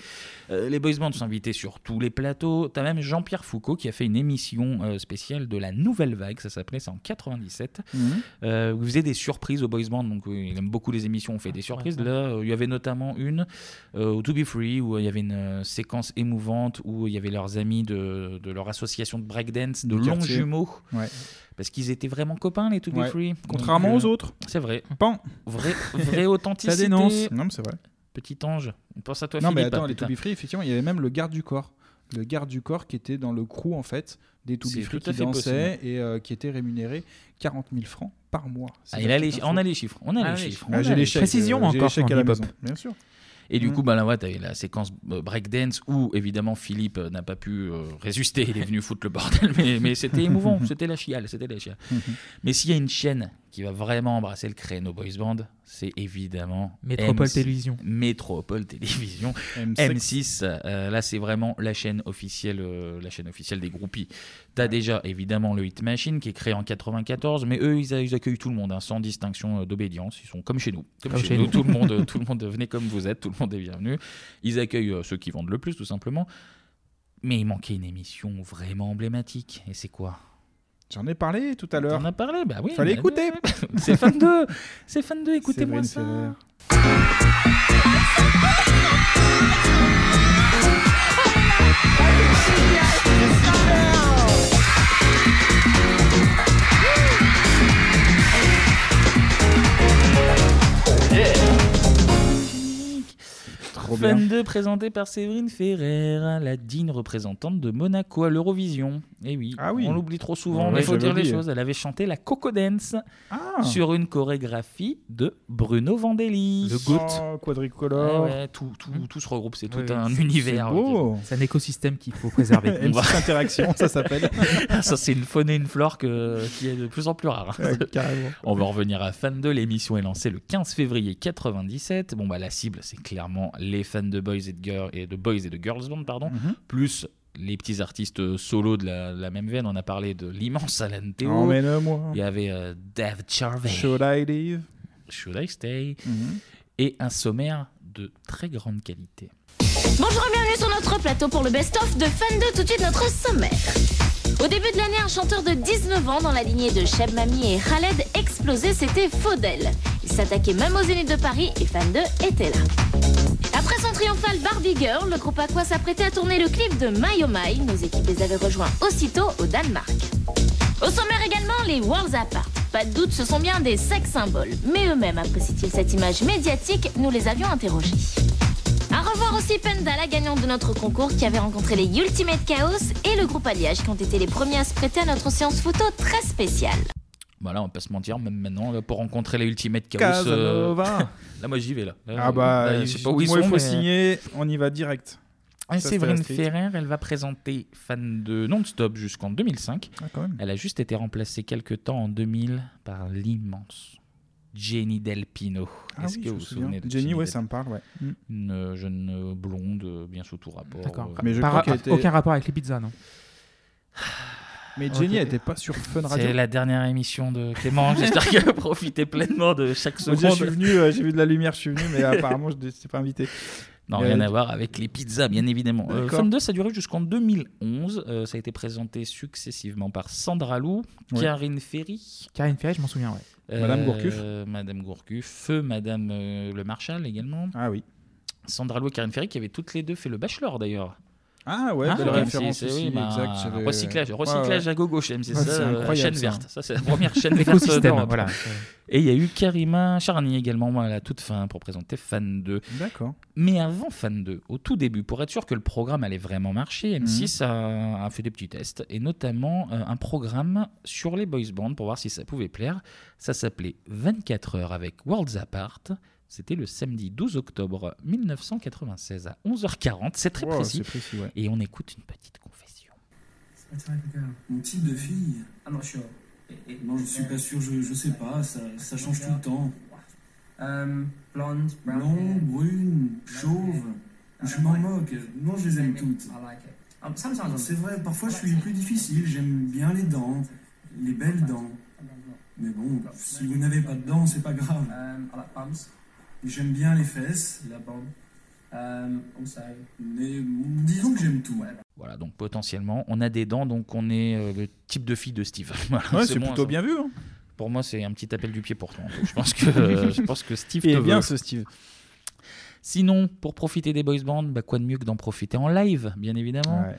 [SPEAKER 1] Euh, les boys bands sont invités sur tous les plateaux. T'as même Jean-Pierre Foucault qui a fait une émission euh, spéciale de la nouvelle vague. Ça s'appelait, c'est en 97.
[SPEAKER 9] Mhm.
[SPEAKER 1] euh, où il faisait des surprises aux boys band. Donc, euh, il aime beaucoup les émissions. où On fait des surprises. Là, euh, il y avait notamment une euh, au To Be Free où il y avait une euh, séquence émouvante où il y avait leurs amis de, de leur association de breakdance de
[SPEAKER 9] Du
[SPEAKER 1] longs
[SPEAKER 9] quartier.
[SPEAKER 1] jumeaux.
[SPEAKER 9] Ouais.
[SPEAKER 1] Parce qu'ils étaient vraiment copains, les To Be
[SPEAKER 9] Ouais.
[SPEAKER 1] Free.
[SPEAKER 9] Contrairement
[SPEAKER 1] Donc, euh,
[SPEAKER 9] aux autres.
[SPEAKER 1] C'est
[SPEAKER 9] (laughs)
[SPEAKER 1] vrai.
[SPEAKER 9] Pan.
[SPEAKER 1] Vrai, vraie
[SPEAKER 9] Ça
[SPEAKER 1] authenticité.
[SPEAKER 9] dénonce. Non, mais c'est vrai.
[SPEAKER 1] Petit ange. On pense à toi,
[SPEAKER 9] non,
[SPEAKER 1] Philippe.
[SPEAKER 9] mais attends,
[SPEAKER 1] ah,
[SPEAKER 9] les
[SPEAKER 1] putain.
[SPEAKER 9] To Be Free, effectivement, il y avait même le garde du corps. Le garde du corps qui était dans le crew, en fait, des To
[SPEAKER 1] C'est
[SPEAKER 9] Be Free
[SPEAKER 1] tout à
[SPEAKER 9] qui
[SPEAKER 1] fait
[SPEAKER 9] dansaient et euh, qui était rémunéré 40 000 francs par mois. C'est
[SPEAKER 1] Ah,
[SPEAKER 9] la
[SPEAKER 1] il a
[SPEAKER 9] petite
[SPEAKER 1] les-
[SPEAKER 9] info.
[SPEAKER 1] on a les chiffres. On a
[SPEAKER 9] Ah,
[SPEAKER 1] les
[SPEAKER 9] oui.
[SPEAKER 1] chiffres.
[SPEAKER 9] Ah,
[SPEAKER 1] on
[SPEAKER 9] j'ai
[SPEAKER 1] a
[SPEAKER 9] les
[SPEAKER 1] les
[SPEAKER 9] chèques,
[SPEAKER 1] chiffres.
[SPEAKER 9] euh, j'ai les chèques à la maison. Bien sûr.
[SPEAKER 1] Et du
[SPEAKER 9] Mm.
[SPEAKER 1] coup, bah, là, ouais, t'avais la séquence euh, breakdance où, évidemment, Philippe euh, n'a pas pu euh, résister. Il est venu foutre le bordel, mais, mais c'était
[SPEAKER 8] (laughs)
[SPEAKER 1] émouvant. C'était la chiale. C'était la chiale.
[SPEAKER 9] Mhm.
[SPEAKER 8] Mm-hmm.
[SPEAKER 1] mais s'il y a une chaîne qui va vraiment embrasser le créneau boys band, c'est évidemment
[SPEAKER 8] (laughs) Métropole Télévision.
[SPEAKER 1] Métropole Télévision. M6.
[SPEAKER 8] M6.
[SPEAKER 1] euh, là, c'est vraiment la chaîne officielle, euh, la chaîne officielle des groupies. T'as déjà évidemment le Hit Machine qui est créé en 94, mais eux, ils, a- ils accueillent tout le monde, hein, sans distinction euh, d'obédience. Ils sont comme chez nous, comme, chez, nous. tout le monde, tout le monde venez comme vous êtes, tout le monde est bienvenu. Ils accueillent euh, ceux qui vendent le plus, tout simplement. Mais il manquait une émission vraiment emblématique. Et c'est quoi
[SPEAKER 9] J'en ai parlé tout à l'heure.
[SPEAKER 1] On a parlé, bah oui.
[SPEAKER 9] Fallait
[SPEAKER 1] bah,
[SPEAKER 9] écouter.
[SPEAKER 1] C'est fan 2. C'est fan 2, écoutez-moi
[SPEAKER 9] Séverine
[SPEAKER 1] ça.
[SPEAKER 9] Ferrer.
[SPEAKER 1] Trop Fan 2 présenté par Séverine Ferrer, la digne représentante de Monaco à l'Eurovision. Eh oui, on l'oublie trop souvent,
[SPEAKER 9] Ouais,
[SPEAKER 1] mais il faut
[SPEAKER 9] j'avais
[SPEAKER 1] dire les
[SPEAKER 9] oublié.
[SPEAKER 1] choses. Elle avait chanté la Coco Dance sur une chorégraphie de Bruno Vandelli. Eh
[SPEAKER 9] Le goat. Oh, quadricolore.
[SPEAKER 1] Ouais, ouais, tout, tout, tout se regroupe, c'est tout
[SPEAKER 8] Oui, oui,
[SPEAKER 1] un
[SPEAKER 8] c'est-
[SPEAKER 1] univers.
[SPEAKER 8] c'est beau.
[SPEAKER 1] évidemment.
[SPEAKER 8] C'est un écosystème qu'il
[SPEAKER 9] (laughs)
[SPEAKER 8] faut préserver.
[SPEAKER 1] On va-
[SPEAKER 8] M6 Interaction, ça
[SPEAKER 9] s'appelle.
[SPEAKER 1] ça, c'est une faune et une flore que- qui est de plus en plus rare.
[SPEAKER 9] Ouais, carrément.
[SPEAKER 1] (laughs) On va revenir à Fan 2. L'émission est lancée le 15 février 97. Bon, bah, la cible, c'est clairement les fans de Boys et de, Girl- et de, Boys et de Girls Band, pardon,
[SPEAKER 9] Mhm.
[SPEAKER 1] plus les petits artistes solos de la, la même veine. On a parlé de l'immense Alan Théo.
[SPEAKER 9] Emmène-moi.
[SPEAKER 1] Il y avait euh, Dave Charvet.
[SPEAKER 9] Should I leave
[SPEAKER 1] Should I Stay Et un sommaire de très grande qualité.
[SPEAKER 14] Bonjour et bienvenue sur notre plateau pour le best-of de Fan 2, tout de suite notre sommaire. Au début de l'année, un chanteur de 19 ans dans la lignée de Cheb Mami et Khaled explosait, c'était Faudel. Il s'attaquait même aux Zénith de Paris et Fan 2 était là. Après son triomphal Barbie Girl, le groupe Aqua s'apprêtait à tourner le clip de My Oh My. Nos équipes les avaient rejoints aussitôt au Danemark. Au sommaire également, les Worlds Apart. Pas de doute, ce sont bien des sex symboles. Mais eux-mêmes apprécient-ils cette image médiatique Nous les avions interrogés. À revoir aussi Penda, la gagnante de notre concours qui avait rencontré les Ultimate Chaos et le groupe Alliage qui ont été les premiers à se prêter à notre séance photo très spéciale.
[SPEAKER 1] Bah là, on va pas se mentir, même maintenant, là, pour rencontrer les Ultimate Chaos. euh,
[SPEAKER 9] Casanova.
[SPEAKER 1] là, moi, j'y vais, là. Là,
[SPEAKER 9] Ah bah,
[SPEAKER 1] là, je sais pas où ils
[SPEAKER 9] moi,
[SPEAKER 1] sont,
[SPEAKER 9] il faut
[SPEAKER 1] mais-
[SPEAKER 9] signer, on y va direct.
[SPEAKER 1] Ah,
[SPEAKER 9] Ça,
[SPEAKER 1] Séverine
[SPEAKER 9] c'était la street.
[SPEAKER 1] Ferrer, elle va présenter Fan de Non-Stop jusqu'en 2005.
[SPEAKER 9] Ah, quand même.
[SPEAKER 1] Elle a juste été remplacée quelques temps en 2000 par l'immense Jenny Del Pino.
[SPEAKER 9] Ah
[SPEAKER 1] Est-ce
[SPEAKER 9] oui,
[SPEAKER 1] que
[SPEAKER 9] je
[SPEAKER 1] vous
[SPEAKER 9] me
[SPEAKER 1] vous
[SPEAKER 9] souviens.
[SPEAKER 1] souvenez de
[SPEAKER 9] Jenny,
[SPEAKER 1] Jenny
[SPEAKER 9] ouais,
[SPEAKER 1] Del-
[SPEAKER 9] ça me parle, ouais. Mm.
[SPEAKER 1] Une euh, jeune blonde, euh, bien sous tout rapport.
[SPEAKER 8] D'accord.
[SPEAKER 1] euh,
[SPEAKER 8] Par- par- Aucun rapport avec les pizzas, non
[SPEAKER 9] Mais
[SPEAKER 1] Ok.
[SPEAKER 9] Jenny, elle était pas sur Fun Radio.
[SPEAKER 1] C'est la dernière émission de Clément. (laughs) J'espère que vous profitez pleinement de chaque
[SPEAKER 9] Moi,
[SPEAKER 1] seconde.
[SPEAKER 9] je suis venu, euh, j'ai vu de la lumière, je suis venu, (laughs) mais apparemment, je n'étais pas invité.
[SPEAKER 1] Non,
[SPEAKER 9] Mais,
[SPEAKER 1] rien
[SPEAKER 9] euh,
[SPEAKER 1] à voir avec les pizzas, bien évidemment. Euh,
[SPEAKER 9] D'accord.
[SPEAKER 1] Femme 2, ça a duré jusqu'en 2011. Euh, ça a été présenté successivement par Sandra Lou,
[SPEAKER 8] Ouais.
[SPEAKER 1] Karine Ferry.
[SPEAKER 8] Karine Ferry, je m'en souviens, ouais.
[SPEAKER 1] euh, Madame Gourcuff, Feu, Madame euh, Le Marchal également.
[SPEAKER 9] Ah oui.
[SPEAKER 1] Sandra Lou et Karine Ferry qui avaient toutes les deux fait le bachelor d'ailleurs.
[SPEAKER 9] Ah ouais, belle
[SPEAKER 1] oui,
[SPEAKER 9] référence
[SPEAKER 1] c'est-
[SPEAKER 9] aussi,
[SPEAKER 1] oui, bah,
[SPEAKER 9] exact, j'avais-
[SPEAKER 1] Recyclage,
[SPEAKER 9] ouais,
[SPEAKER 1] recyclage
[SPEAKER 9] ouais.
[SPEAKER 1] à gogo chez MC,
[SPEAKER 9] Ouais,
[SPEAKER 1] ça,
[SPEAKER 9] c'est
[SPEAKER 1] euh,
[SPEAKER 9] incroyable,
[SPEAKER 1] chaîne
[SPEAKER 9] ça.
[SPEAKER 1] verte. Ça, c'est la première
[SPEAKER 9] (laughs)
[SPEAKER 1] chaîne verte
[SPEAKER 8] L'écosystème,
[SPEAKER 1] d'Europe.
[SPEAKER 8] voilà.
[SPEAKER 1] Et il y a eu Karima Charny également à la toute fin pour présenter Fan 2.
[SPEAKER 9] D'accord.
[SPEAKER 1] Mais avant Fan 2, au tout début, pour être sûr que le programme allait vraiment marcher,
[SPEAKER 9] Mhm.
[SPEAKER 1] M6 a, a fait des petits tests, et notamment euh, un programme sur les boys bands pour voir si ça pouvait plaire. Ça s'appelait 24 heures avec Worlds Apart. C'était le samedi 12 octobre 1996 à 11h40. C'est très
[SPEAKER 9] Wow,
[SPEAKER 1] précis.
[SPEAKER 9] c'est précis, ouais.
[SPEAKER 1] Et on écoute une petite confession.
[SPEAKER 15] Mon type de fille Ah non, je suis. Non, je suis pas sûr, je, je sais pas, ça, ça change tout le temps. Euh, blonde, Non, brune, chauve. Je m'en moque, non, je les aime toutes. Ah, Non, C'est vrai, parfois je suis plus difficile, j'aime bien les dents, les belles dents. Mais Ah, ben, bon, Euh, si vous n'avez pas de dents, c'est pas grave. J'aime bien les fesses. La Euh, Mais bon, disons que j'aime tout.
[SPEAKER 1] Voilà, donc potentiellement, on a des dents, donc on est euh, le type de fille de Steve. (laughs) Voilà,
[SPEAKER 9] (laughs) Ouais, c'est plutôt
[SPEAKER 1] ça.
[SPEAKER 9] bien vu, hein.
[SPEAKER 1] Pour moi, c'est un petit appel du pied pour toi. Je pense que, euh, je pense que (laughs) Steve
[SPEAKER 9] Il
[SPEAKER 1] te
[SPEAKER 9] est bien,
[SPEAKER 1] veut.
[SPEAKER 9] ce Steve.
[SPEAKER 1] Sinon, pour profiter des boys bands, bah, quoi de mieux que d'en profiter en live, bien évidemment.
[SPEAKER 9] Ouais.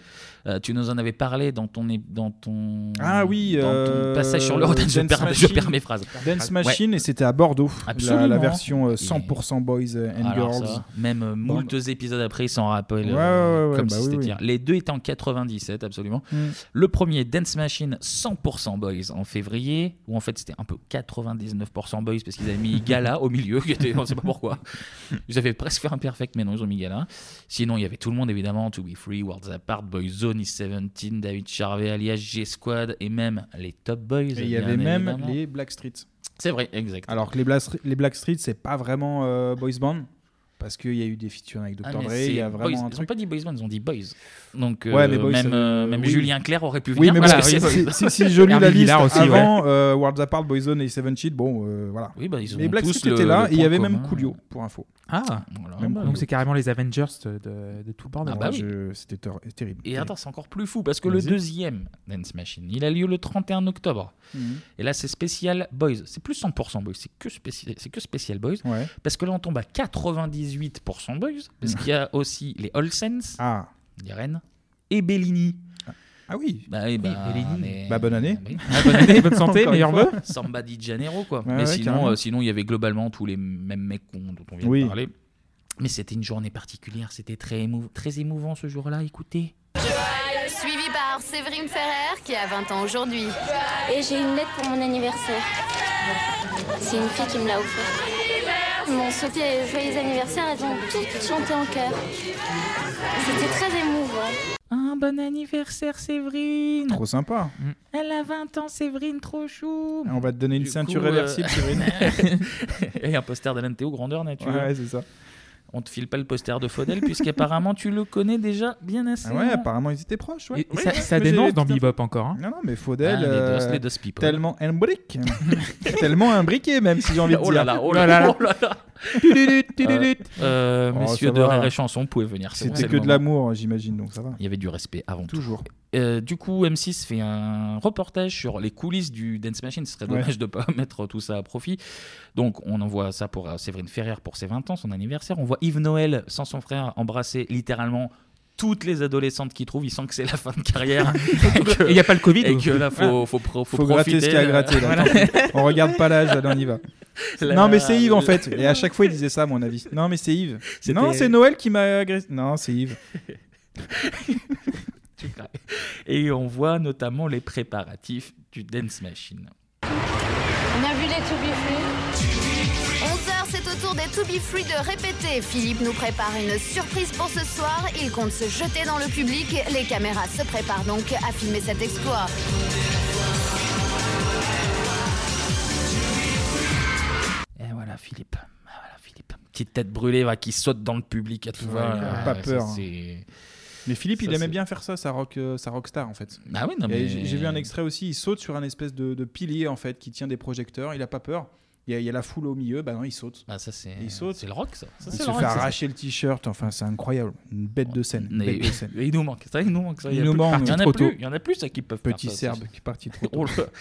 [SPEAKER 1] Euh, tu nous en avais parlé dans ton, é- dans ton,
[SPEAKER 9] Ah oui,
[SPEAKER 1] dans ton
[SPEAKER 9] euh,
[SPEAKER 1] passage sur l'Europe. (laughs) Je,
[SPEAKER 9] Dance
[SPEAKER 1] perds- je
[SPEAKER 9] Machine.
[SPEAKER 1] perds mes phrases.
[SPEAKER 9] Dance
[SPEAKER 1] Ouais.
[SPEAKER 9] Machine et c'était à Bordeaux. La- La,
[SPEAKER 1] Absolument.
[SPEAKER 9] version euh, 100% Boys and
[SPEAKER 1] Alors
[SPEAKER 9] Girls.
[SPEAKER 1] ça, même euh, moult épisodes après, ils s'en rappellent.
[SPEAKER 9] Ouais,
[SPEAKER 1] euh,
[SPEAKER 9] ouais, ouais,
[SPEAKER 1] comme
[SPEAKER 9] bah
[SPEAKER 1] si
[SPEAKER 9] oui,
[SPEAKER 1] c'était
[SPEAKER 9] oui.
[SPEAKER 1] hier. Les deux étaient en 97, absolument.
[SPEAKER 9] Mm.
[SPEAKER 1] Le premier, Dance Machine, 100% Boys en février, où en fait c'était un peu 99% Boys parce qu'ils avaient mis Gala au milieu, (laughs) qui était, on ne sait pas pourquoi. Ils avaient presque fait un perfect, mais non, ils ont mis Gala. Sinon, il y avait tout le monde, évidemment, To Be Free, Worlds Apart, Boyzone, Is 17, David Charvet, alias G-Squad, et même les Top Boys.
[SPEAKER 9] Et il y
[SPEAKER 1] bien
[SPEAKER 9] avait même
[SPEAKER 1] évidemment.
[SPEAKER 9] les Black Street.
[SPEAKER 1] C'est vrai, exact.
[SPEAKER 9] Alors que les, Blas- les Black Street, c'est pas vraiment euh, Boys Band. Parce qu'il y a eu des featuring avec Dr.
[SPEAKER 1] Ah, mais
[SPEAKER 9] Dre,
[SPEAKER 1] c'est
[SPEAKER 9] il y a
[SPEAKER 1] boys.
[SPEAKER 9] vraiment un
[SPEAKER 1] Ils n'ont
[SPEAKER 9] truc.
[SPEAKER 1] pas dit boys band, ils ont dit boys. Donc euh,
[SPEAKER 9] Ouais, mais boys,
[SPEAKER 1] même,
[SPEAKER 9] ça-
[SPEAKER 1] euh, même
[SPEAKER 9] oui.
[SPEAKER 1] Julien Clerc aurait pu
[SPEAKER 9] Oui,
[SPEAKER 1] venir.
[SPEAKER 9] mais
[SPEAKER 1] Voilà,
[SPEAKER 9] parce que
[SPEAKER 1] oui, (laughs)
[SPEAKER 9] si,
[SPEAKER 1] boys.
[SPEAKER 9] si, si je lis la
[SPEAKER 1] Hervé
[SPEAKER 9] liste
[SPEAKER 1] Villard aussi,
[SPEAKER 9] avant euh, Worlds Apart, Boyzone et Seven Cheat, bon, euh, voilà.
[SPEAKER 1] bah, ils
[SPEAKER 9] mais
[SPEAKER 1] ont
[SPEAKER 9] Black
[SPEAKER 1] tous
[SPEAKER 9] Street
[SPEAKER 1] le-
[SPEAKER 9] était là
[SPEAKER 1] le
[SPEAKER 9] et il y
[SPEAKER 1] point
[SPEAKER 9] avait même
[SPEAKER 1] commun.
[SPEAKER 9] Coolio, pour info.
[SPEAKER 8] Ah,
[SPEAKER 1] Voilà,
[SPEAKER 9] Même
[SPEAKER 1] bah,
[SPEAKER 9] Coolio.
[SPEAKER 8] donc c'est carrément les Avengers de, de- de tout le bordel.
[SPEAKER 1] Ah bah oui.
[SPEAKER 9] Je- C'était ter- terrible.
[SPEAKER 1] Et
[SPEAKER 9] terrible.
[SPEAKER 1] attends, c'est encore plus fou parce que le
[SPEAKER 9] Vas-y.
[SPEAKER 1] deuxième Dance Machine, il a lieu le 31 octobre.
[SPEAKER 9] Mhm.
[SPEAKER 1] Et là, c'est spécial Boys. C'est plus 100% Boys, c'est que spécial, c'est que spécial Boys.
[SPEAKER 9] Ouais.
[SPEAKER 1] Parce que là, on tombe à 98% Boys. Parce
[SPEAKER 9] Mhm.
[SPEAKER 1] qu'il y a aussi les Olsens,
[SPEAKER 9] Ah.
[SPEAKER 1] les Rennes, et Bellini.
[SPEAKER 9] Ah oui.
[SPEAKER 1] Bah, oui, bah,
[SPEAKER 9] Bellini.
[SPEAKER 1] mais-
[SPEAKER 9] Bah, bonne année.
[SPEAKER 1] Oui. Ah, bonne année, (laughs) bonne santé,
[SPEAKER 9] Encore une
[SPEAKER 1] meilleur
[SPEAKER 9] fois.
[SPEAKER 1] vœu. Samba di Janeiro, quoi.
[SPEAKER 9] Ouais,
[SPEAKER 1] mais
[SPEAKER 9] ouais,
[SPEAKER 1] sinon,
[SPEAKER 9] carrément.
[SPEAKER 1] euh, sinon, il y avait globalement tous les mêmes mecs qu'on- dont on vient
[SPEAKER 9] Oui.
[SPEAKER 1] de parler. Mais c'était une journée particulière, c'était très, émou- très émouvant ce jour-là, écoutez.
[SPEAKER 16] Suivi par Séverine Ferrer qui a 20 ans aujourd'hui.
[SPEAKER 14] Et j'ai une lettre pour mon anniversaire. C'est une fille qui me l'a offert. Ils m'ont souhaité joyeux anniversaire, elles ont toutes chanté en chœur. C'était très émouvant.
[SPEAKER 1] Un bon anniversaire, Séverine
[SPEAKER 9] Trop sympa.
[SPEAKER 1] Elle a 20 ans, Séverine, trop
[SPEAKER 9] (laughs)
[SPEAKER 1] chou
[SPEAKER 9] On va te donner une
[SPEAKER 1] Du
[SPEAKER 9] ceinture
[SPEAKER 1] coup, euh, (laughs)
[SPEAKER 9] réversible, Séverine.
[SPEAKER 1] Et un poster d'Alan Théo, grandeur nature.
[SPEAKER 9] Ouais, c'est ça.
[SPEAKER 1] On te file pas le poster de Faudel, puisqu'apparemment tu le connais déjà bien assez.
[SPEAKER 9] Ah ouais, apparemment ils étaient proches. Ouais.
[SPEAKER 1] Et- et
[SPEAKER 9] Ouais,
[SPEAKER 1] ça-
[SPEAKER 9] ouais,
[SPEAKER 1] ça
[SPEAKER 9] mais j'ai
[SPEAKER 1] dénonce
[SPEAKER 9] les
[SPEAKER 1] dans
[SPEAKER 9] petites
[SPEAKER 8] Bebop
[SPEAKER 9] infos.
[SPEAKER 8] encore, hein.
[SPEAKER 9] Non, non, mais Faudel.
[SPEAKER 1] Ah, les dos-
[SPEAKER 9] euh,
[SPEAKER 1] les dos people.
[SPEAKER 9] tellement un brick. (laughs) tellement un briquet, même si j'ai envie de dire.
[SPEAKER 1] Oh là là, oh là là, oh là là.
[SPEAKER 9] Tududut, tududut.
[SPEAKER 1] Euh,
[SPEAKER 9] Oh,
[SPEAKER 1] messieurs
[SPEAKER 9] ça
[SPEAKER 1] de
[SPEAKER 9] va.
[SPEAKER 1] Rire et Chanson, vous pouvez venir. c'est bon, c'est
[SPEAKER 9] C'était
[SPEAKER 1] le
[SPEAKER 9] que de
[SPEAKER 1] moment.
[SPEAKER 9] l'amour, j'imagine, donc ça va.
[SPEAKER 1] Il y avait du respect avant
[SPEAKER 9] Toujours.
[SPEAKER 1] Euh, du coup, M6 fait un reportage sur les coulisses du Dance Machine. Ce serait
[SPEAKER 9] Ouais.
[SPEAKER 1] dommage de ne pas (laughs) mettre tout ça à profit. Donc, on envoie ça pour euh, Séverine Ferrer pour ses 20 ans, son anniversaire. On voit Yves Noël, sans son frère, embrasser littéralement toutes les adolescentes qu'il trouve. Il sent que c'est la fin de
[SPEAKER 9] (laughs)
[SPEAKER 1] carrière.
[SPEAKER 8] Et il y a pas le Covid,
[SPEAKER 1] Et
[SPEAKER 8] ou-
[SPEAKER 1] que là, faut,
[SPEAKER 8] Ah.
[SPEAKER 1] faut, pro- faut
[SPEAKER 9] Faut gratter
[SPEAKER 1] profiter.
[SPEAKER 9] ce qu'il y a à
[SPEAKER 1] là.
[SPEAKER 9] gratter. là.
[SPEAKER 1] Voilà.
[SPEAKER 9] Attends, (laughs) On regarde pas l'âge, allez, on y va.
[SPEAKER 1] (laughs) La-
[SPEAKER 9] Non, mais c'est Yves en fait. Et à chaque fois, il disait ça, à mon avis. Non, mais c'est Yves.
[SPEAKER 1] C'était-
[SPEAKER 9] Non, c'est Noël qui m'a agressé. Non, c'est Yves.
[SPEAKER 1] Et on voit notamment les préparatifs du Dance Machine.
[SPEAKER 16] On a vu les To Be Free. 11h, c'est au tour des To Be Free de répéter. Philippe nous prépare une surprise pour ce soir. Il compte se jeter dans le public. Les caméras se préparent donc à filmer cet exploit.
[SPEAKER 1] Et voilà Philippe. Ah, voilà, Philippe. Petite tête brûlée va, qui saute dans le public à tout va.
[SPEAKER 9] Ouais, il a
[SPEAKER 1] Ah,
[SPEAKER 9] pas
[SPEAKER 1] ça,
[SPEAKER 9] peur. hein.
[SPEAKER 1] c'est-
[SPEAKER 9] Mais Philippe,
[SPEAKER 1] Ça,
[SPEAKER 9] il aimait
[SPEAKER 1] c'est-
[SPEAKER 9] bien faire ça, sa rock, euh, sa rockstar en fait.
[SPEAKER 1] Ah oui, non,
[SPEAKER 9] Et
[SPEAKER 1] mais-
[SPEAKER 9] j'ai- J'ai vu un extrait aussi. Il saute sur un espèce de, de pilier en fait qui tient des projecteurs. Il a pas peur. Il y a, il y a la foule au milieu. Bah non, il saute.
[SPEAKER 1] Ah ça c'est.
[SPEAKER 9] Il saute.
[SPEAKER 1] C'est le rock ça. Ça,
[SPEAKER 9] il
[SPEAKER 1] c'est
[SPEAKER 9] se
[SPEAKER 1] le rock,
[SPEAKER 9] fait
[SPEAKER 1] ça, c'est-
[SPEAKER 9] arracher le t-shirt. Enfin, c'est incroyable. Une bête de scène. une
[SPEAKER 1] Mais-
[SPEAKER 9] bête de scène.
[SPEAKER 1] et (laughs) il nous manque. C'est vrai qu'il nous manque. ça.
[SPEAKER 9] Il
[SPEAKER 1] y a
[SPEAKER 9] nous
[SPEAKER 1] plus-
[SPEAKER 9] manque.
[SPEAKER 1] Il y en a
[SPEAKER 9] Trop tôt.
[SPEAKER 1] plus. Il y en a plus ça qui peuvent
[SPEAKER 9] Petit
[SPEAKER 1] faire ça,
[SPEAKER 9] Serbe
[SPEAKER 1] ça, ça.
[SPEAKER 9] qui est parti trop tôt.
[SPEAKER 1] Oh là. (laughs)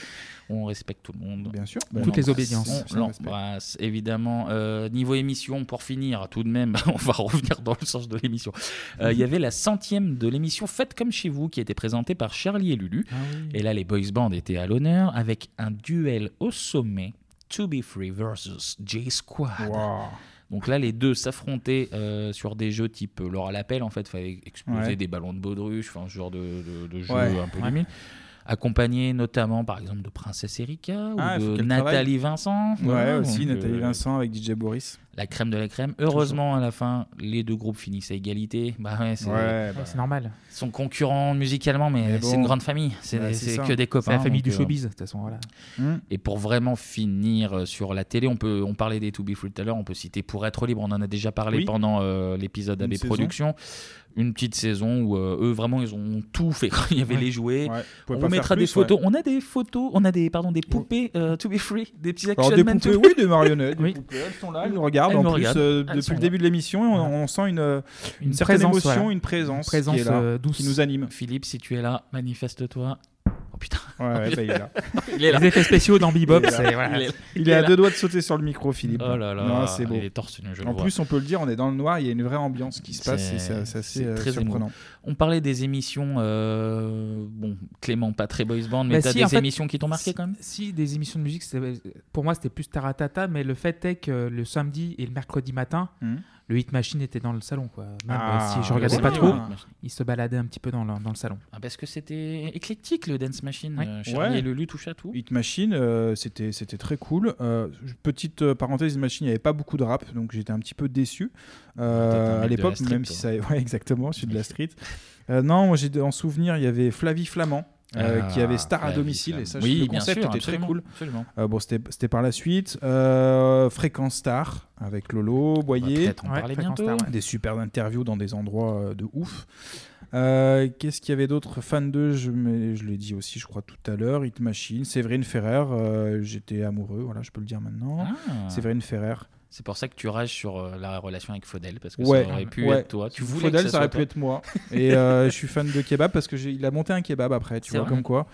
[SPEAKER 1] On respecte tout le monde.
[SPEAKER 9] Bien sûr.
[SPEAKER 1] On
[SPEAKER 8] Toutes les
[SPEAKER 1] l'embrasse.
[SPEAKER 8] obédiences.
[SPEAKER 1] On l'embrasse, évidemment. Euh, niveau émission, pour finir, tout de même, (laughs) on va revenir dans le sens de l'émission. Euh, Il y avait la centième de l'émission Faites comme chez vous, qui était présentée par Charlie et Lulu.
[SPEAKER 9] Ah
[SPEAKER 1] Et là, les boys band étaient à l'honneur avec un duel au sommet. To Be Free versus J-Squad. Donc là, les deux s'affrontaient euh, sur des jeux type euh, l'or à l'appel, en fait, fallait exploser
[SPEAKER 9] Ouais.
[SPEAKER 1] des ballons de baudruche, enfin, ce genre de, de- de jeu
[SPEAKER 9] Ouais.
[SPEAKER 1] un peu
[SPEAKER 9] Ouais.
[SPEAKER 1] limite. Accompagné notamment, par exemple, de Princesse Erika ou
[SPEAKER 9] Ah, faut
[SPEAKER 1] de
[SPEAKER 9] qu'elle
[SPEAKER 1] Nathalie
[SPEAKER 9] travaille.
[SPEAKER 1] Vincent.
[SPEAKER 9] Ouais,
[SPEAKER 1] Voilà,
[SPEAKER 9] aussi
[SPEAKER 1] donc,
[SPEAKER 9] Nathalie
[SPEAKER 1] euh,
[SPEAKER 9] Vincent avec DJ Boris.
[SPEAKER 1] la crème de la crème. Heureusement, à la fin, les deux groupes finissent à égalité. Bah ouais, c'est
[SPEAKER 9] Ouais, bah.
[SPEAKER 8] C'est normal.
[SPEAKER 1] Ils sont concurrents musicalement, mais,
[SPEAKER 8] Mais
[SPEAKER 1] c'est
[SPEAKER 8] bon.
[SPEAKER 1] une grande famille. C'est
[SPEAKER 8] Ouais, c'est
[SPEAKER 1] c'est
[SPEAKER 8] ça.
[SPEAKER 1] que des copains.
[SPEAKER 8] C'est la famille
[SPEAKER 1] donc, euh,
[SPEAKER 8] du showbiz, de toute façon, voilà.
[SPEAKER 9] hmm,
[SPEAKER 8] Mm.
[SPEAKER 1] Et pour vraiment finir euh, sur la télé, on, peut, on parlait des To Be Free tout à l'heure, on peut citer Pour être libre, on en a déjà parlé
[SPEAKER 9] Oui.
[SPEAKER 1] pendant euh, l'épisode
[SPEAKER 9] Une
[SPEAKER 1] AB
[SPEAKER 9] saison.
[SPEAKER 1] Productions. Une petite saison où euh, eux, vraiment, ils ont tout fait. (laughs) Il y avait
[SPEAKER 9] Ouais.
[SPEAKER 1] les jouets.
[SPEAKER 9] Ouais.
[SPEAKER 1] On
[SPEAKER 9] Pouvez pas
[SPEAKER 1] vous mettra
[SPEAKER 9] faire
[SPEAKER 1] des
[SPEAKER 9] plus,
[SPEAKER 1] photos.
[SPEAKER 9] ouais.
[SPEAKER 1] On a des photos, on a des, pardon, des poupées euh, To Be Free, des petits action
[SPEAKER 9] Alors des
[SPEAKER 1] man
[SPEAKER 9] poupées,
[SPEAKER 1] to-
[SPEAKER 9] oui, des marionnettes, des poupées, elles sont là, elles nous regardent
[SPEAKER 1] Elles
[SPEAKER 9] en
[SPEAKER 1] nous
[SPEAKER 9] plus
[SPEAKER 1] regardent.
[SPEAKER 9] euh,
[SPEAKER 1] Elles
[SPEAKER 9] depuis
[SPEAKER 1] sont
[SPEAKER 9] le
[SPEAKER 1] là.
[SPEAKER 9] début de l'émission, on, on sent une, euh, une, certaine
[SPEAKER 1] présence,
[SPEAKER 9] émotion,
[SPEAKER 1] voilà.
[SPEAKER 9] une présence, qui
[SPEAKER 1] Présence,
[SPEAKER 9] est là,
[SPEAKER 1] euh, douce.
[SPEAKER 9] qui nous anime.
[SPEAKER 1] Philippe, si tu es là, manifeste-toi. Oh putain.
[SPEAKER 9] Ouais, ouais, bah, il est
[SPEAKER 1] (laughs)
[SPEAKER 9] là.
[SPEAKER 1] Il est là.
[SPEAKER 8] Les effets spéciaux dans Bebop,
[SPEAKER 9] Il est là.
[SPEAKER 8] c'est voilà.
[SPEAKER 9] Il est là. Il est à deux doigts de sauter sur le micro, Philippe.
[SPEAKER 1] Oh là là,
[SPEAKER 9] Non, c'est beau.
[SPEAKER 1] il est torse nu, je le
[SPEAKER 9] En
[SPEAKER 1] vois.
[SPEAKER 9] plus, on peut le dire, on est dans le noir, il y a une vraie ambiance qui se passe et c'est c'est assez euh, surprenant.
[SPEAKER 1] émouvant. On parlait des émissions, euh, bon, Clément, pas très boys band, mais
[SPEAKER 8] Bah
[SPEAKER 1] t'as
[SPEAKER 8] si,
[SPEAKER 1] des
[SPEAKER 8] en fait,
[SPEAKER 1] émissions qui t'ont marqué
[SPEAKER 8] si-
[SPEAKER 1] quand même
[SPEAKER 8] Si, des émissions de musique, c'est- pour moi c'était plus taratata, mais le fait est que le samedi et le mercredi matin,
[SPEAKER 9] Mhm.
[SPEAKER 8] le Hit Machine était dans le salon. Quoi. Même
[SPEAKER 1] Ah,
[SPEAKER 8] euh, si je regardais
[SPEAKER 1] c'est
[SPEAKER 8] pas
[SPEAKER 1] bien,
[SPEAKER 8] trop,
[SPEAKER 1] le Hit Machine.
[SPEAKER 8] il se baladait un petit peu dans le, dans le salon.
[SPEAKER 1] Ah, Parce que c'était éclectique le Dance Machine, euh, Charlie
[SPEAKER 9] Ouais.
[SPEAKER 1] et Lulu touche à tout.
[SPEAKER 9] Hit Machine, euh, c'était c'était très cool. Euh, je- petite euh, parenthèse, Hit Machine, il n'y avait pas beaucoup de rap, donc j'étais un petit peu déçu euh,
[SPEAKER 1] t'es un
[SPEAKER 9] à
[SPEAKER 1] mec de la
[SPEAKER 9] l'époque,
[SPEAKER 1] street,
[SPEAKER 9] même si ça, (laughs) ouais, exactement, je suis de la street. Euh, non, moi j'ai en souvenir, il y avait Flavie Flamand. euh,
[SPEAKER 1] Ah,
[SPEAKER 9] qui avait Star à
[SPEAKER 1] Flavie
[SPEAKER 9] domicile et
[SPEAKER 1] Flamand.
[SPEAKER 9] ça
[SPEAKER 1] Oui,
[SPEAKER 9] le
[SPEAKER 1] bien
[SPEAKER 9] concept
[SPEAKER 1] sûr,
[SPEAKER 9] était très
[SPEAKER 1] absolument,
[SPEAKER 9] cool
[SPEAKER 1] absolument.
[SPEAKER 9] Euh, bon c'était c'était par la suite euh, Fréquence Star avec Lolo Boyer
[SPEAKER 1] peut-être en Ouais, parler Fréquence bientôt. Star, ouais.
[SPEAKER 9] des super interviews dans des endroits euh, de ouf Euh, Qu'est-ce qu'il y avait d'autre Fan 2, je, mais je l'ai dit aussi, je crois, tout à l'heure. Hit Machine, Séverine Ferrer, euh, j'étais amoureux, voilà, je peux le dire maintenant.
[SPEAKER 1] Ah.
[SPEAKER 9] Séverine Ferrer.
[SPEAKER 1] C'est pour ça que tu rages sur euh, la relation avec Faudel, parce que
[SPEAKER 9] Ouais,
[SPEAKER 1] ça aurait pu
[SPEAKER 9] ouais.
[SPEAKER 1] être toi. Tu voulais
[SPEAKER 9] Faudel,
[SPEAKER 1] que
[SPEAKER 9] ça aurait pu
[SPEAKER 1] (laughs)
[SPEAKER 9] être moi. Et euh, je suis fan de kebab parce que j'ai- il a monté un kebab après, tu
[SPEAKER 1] C'est
[SPEAKER 9] vois,
[SPEAKER 1] vrai.
[SPEAKER 9] comme quoi.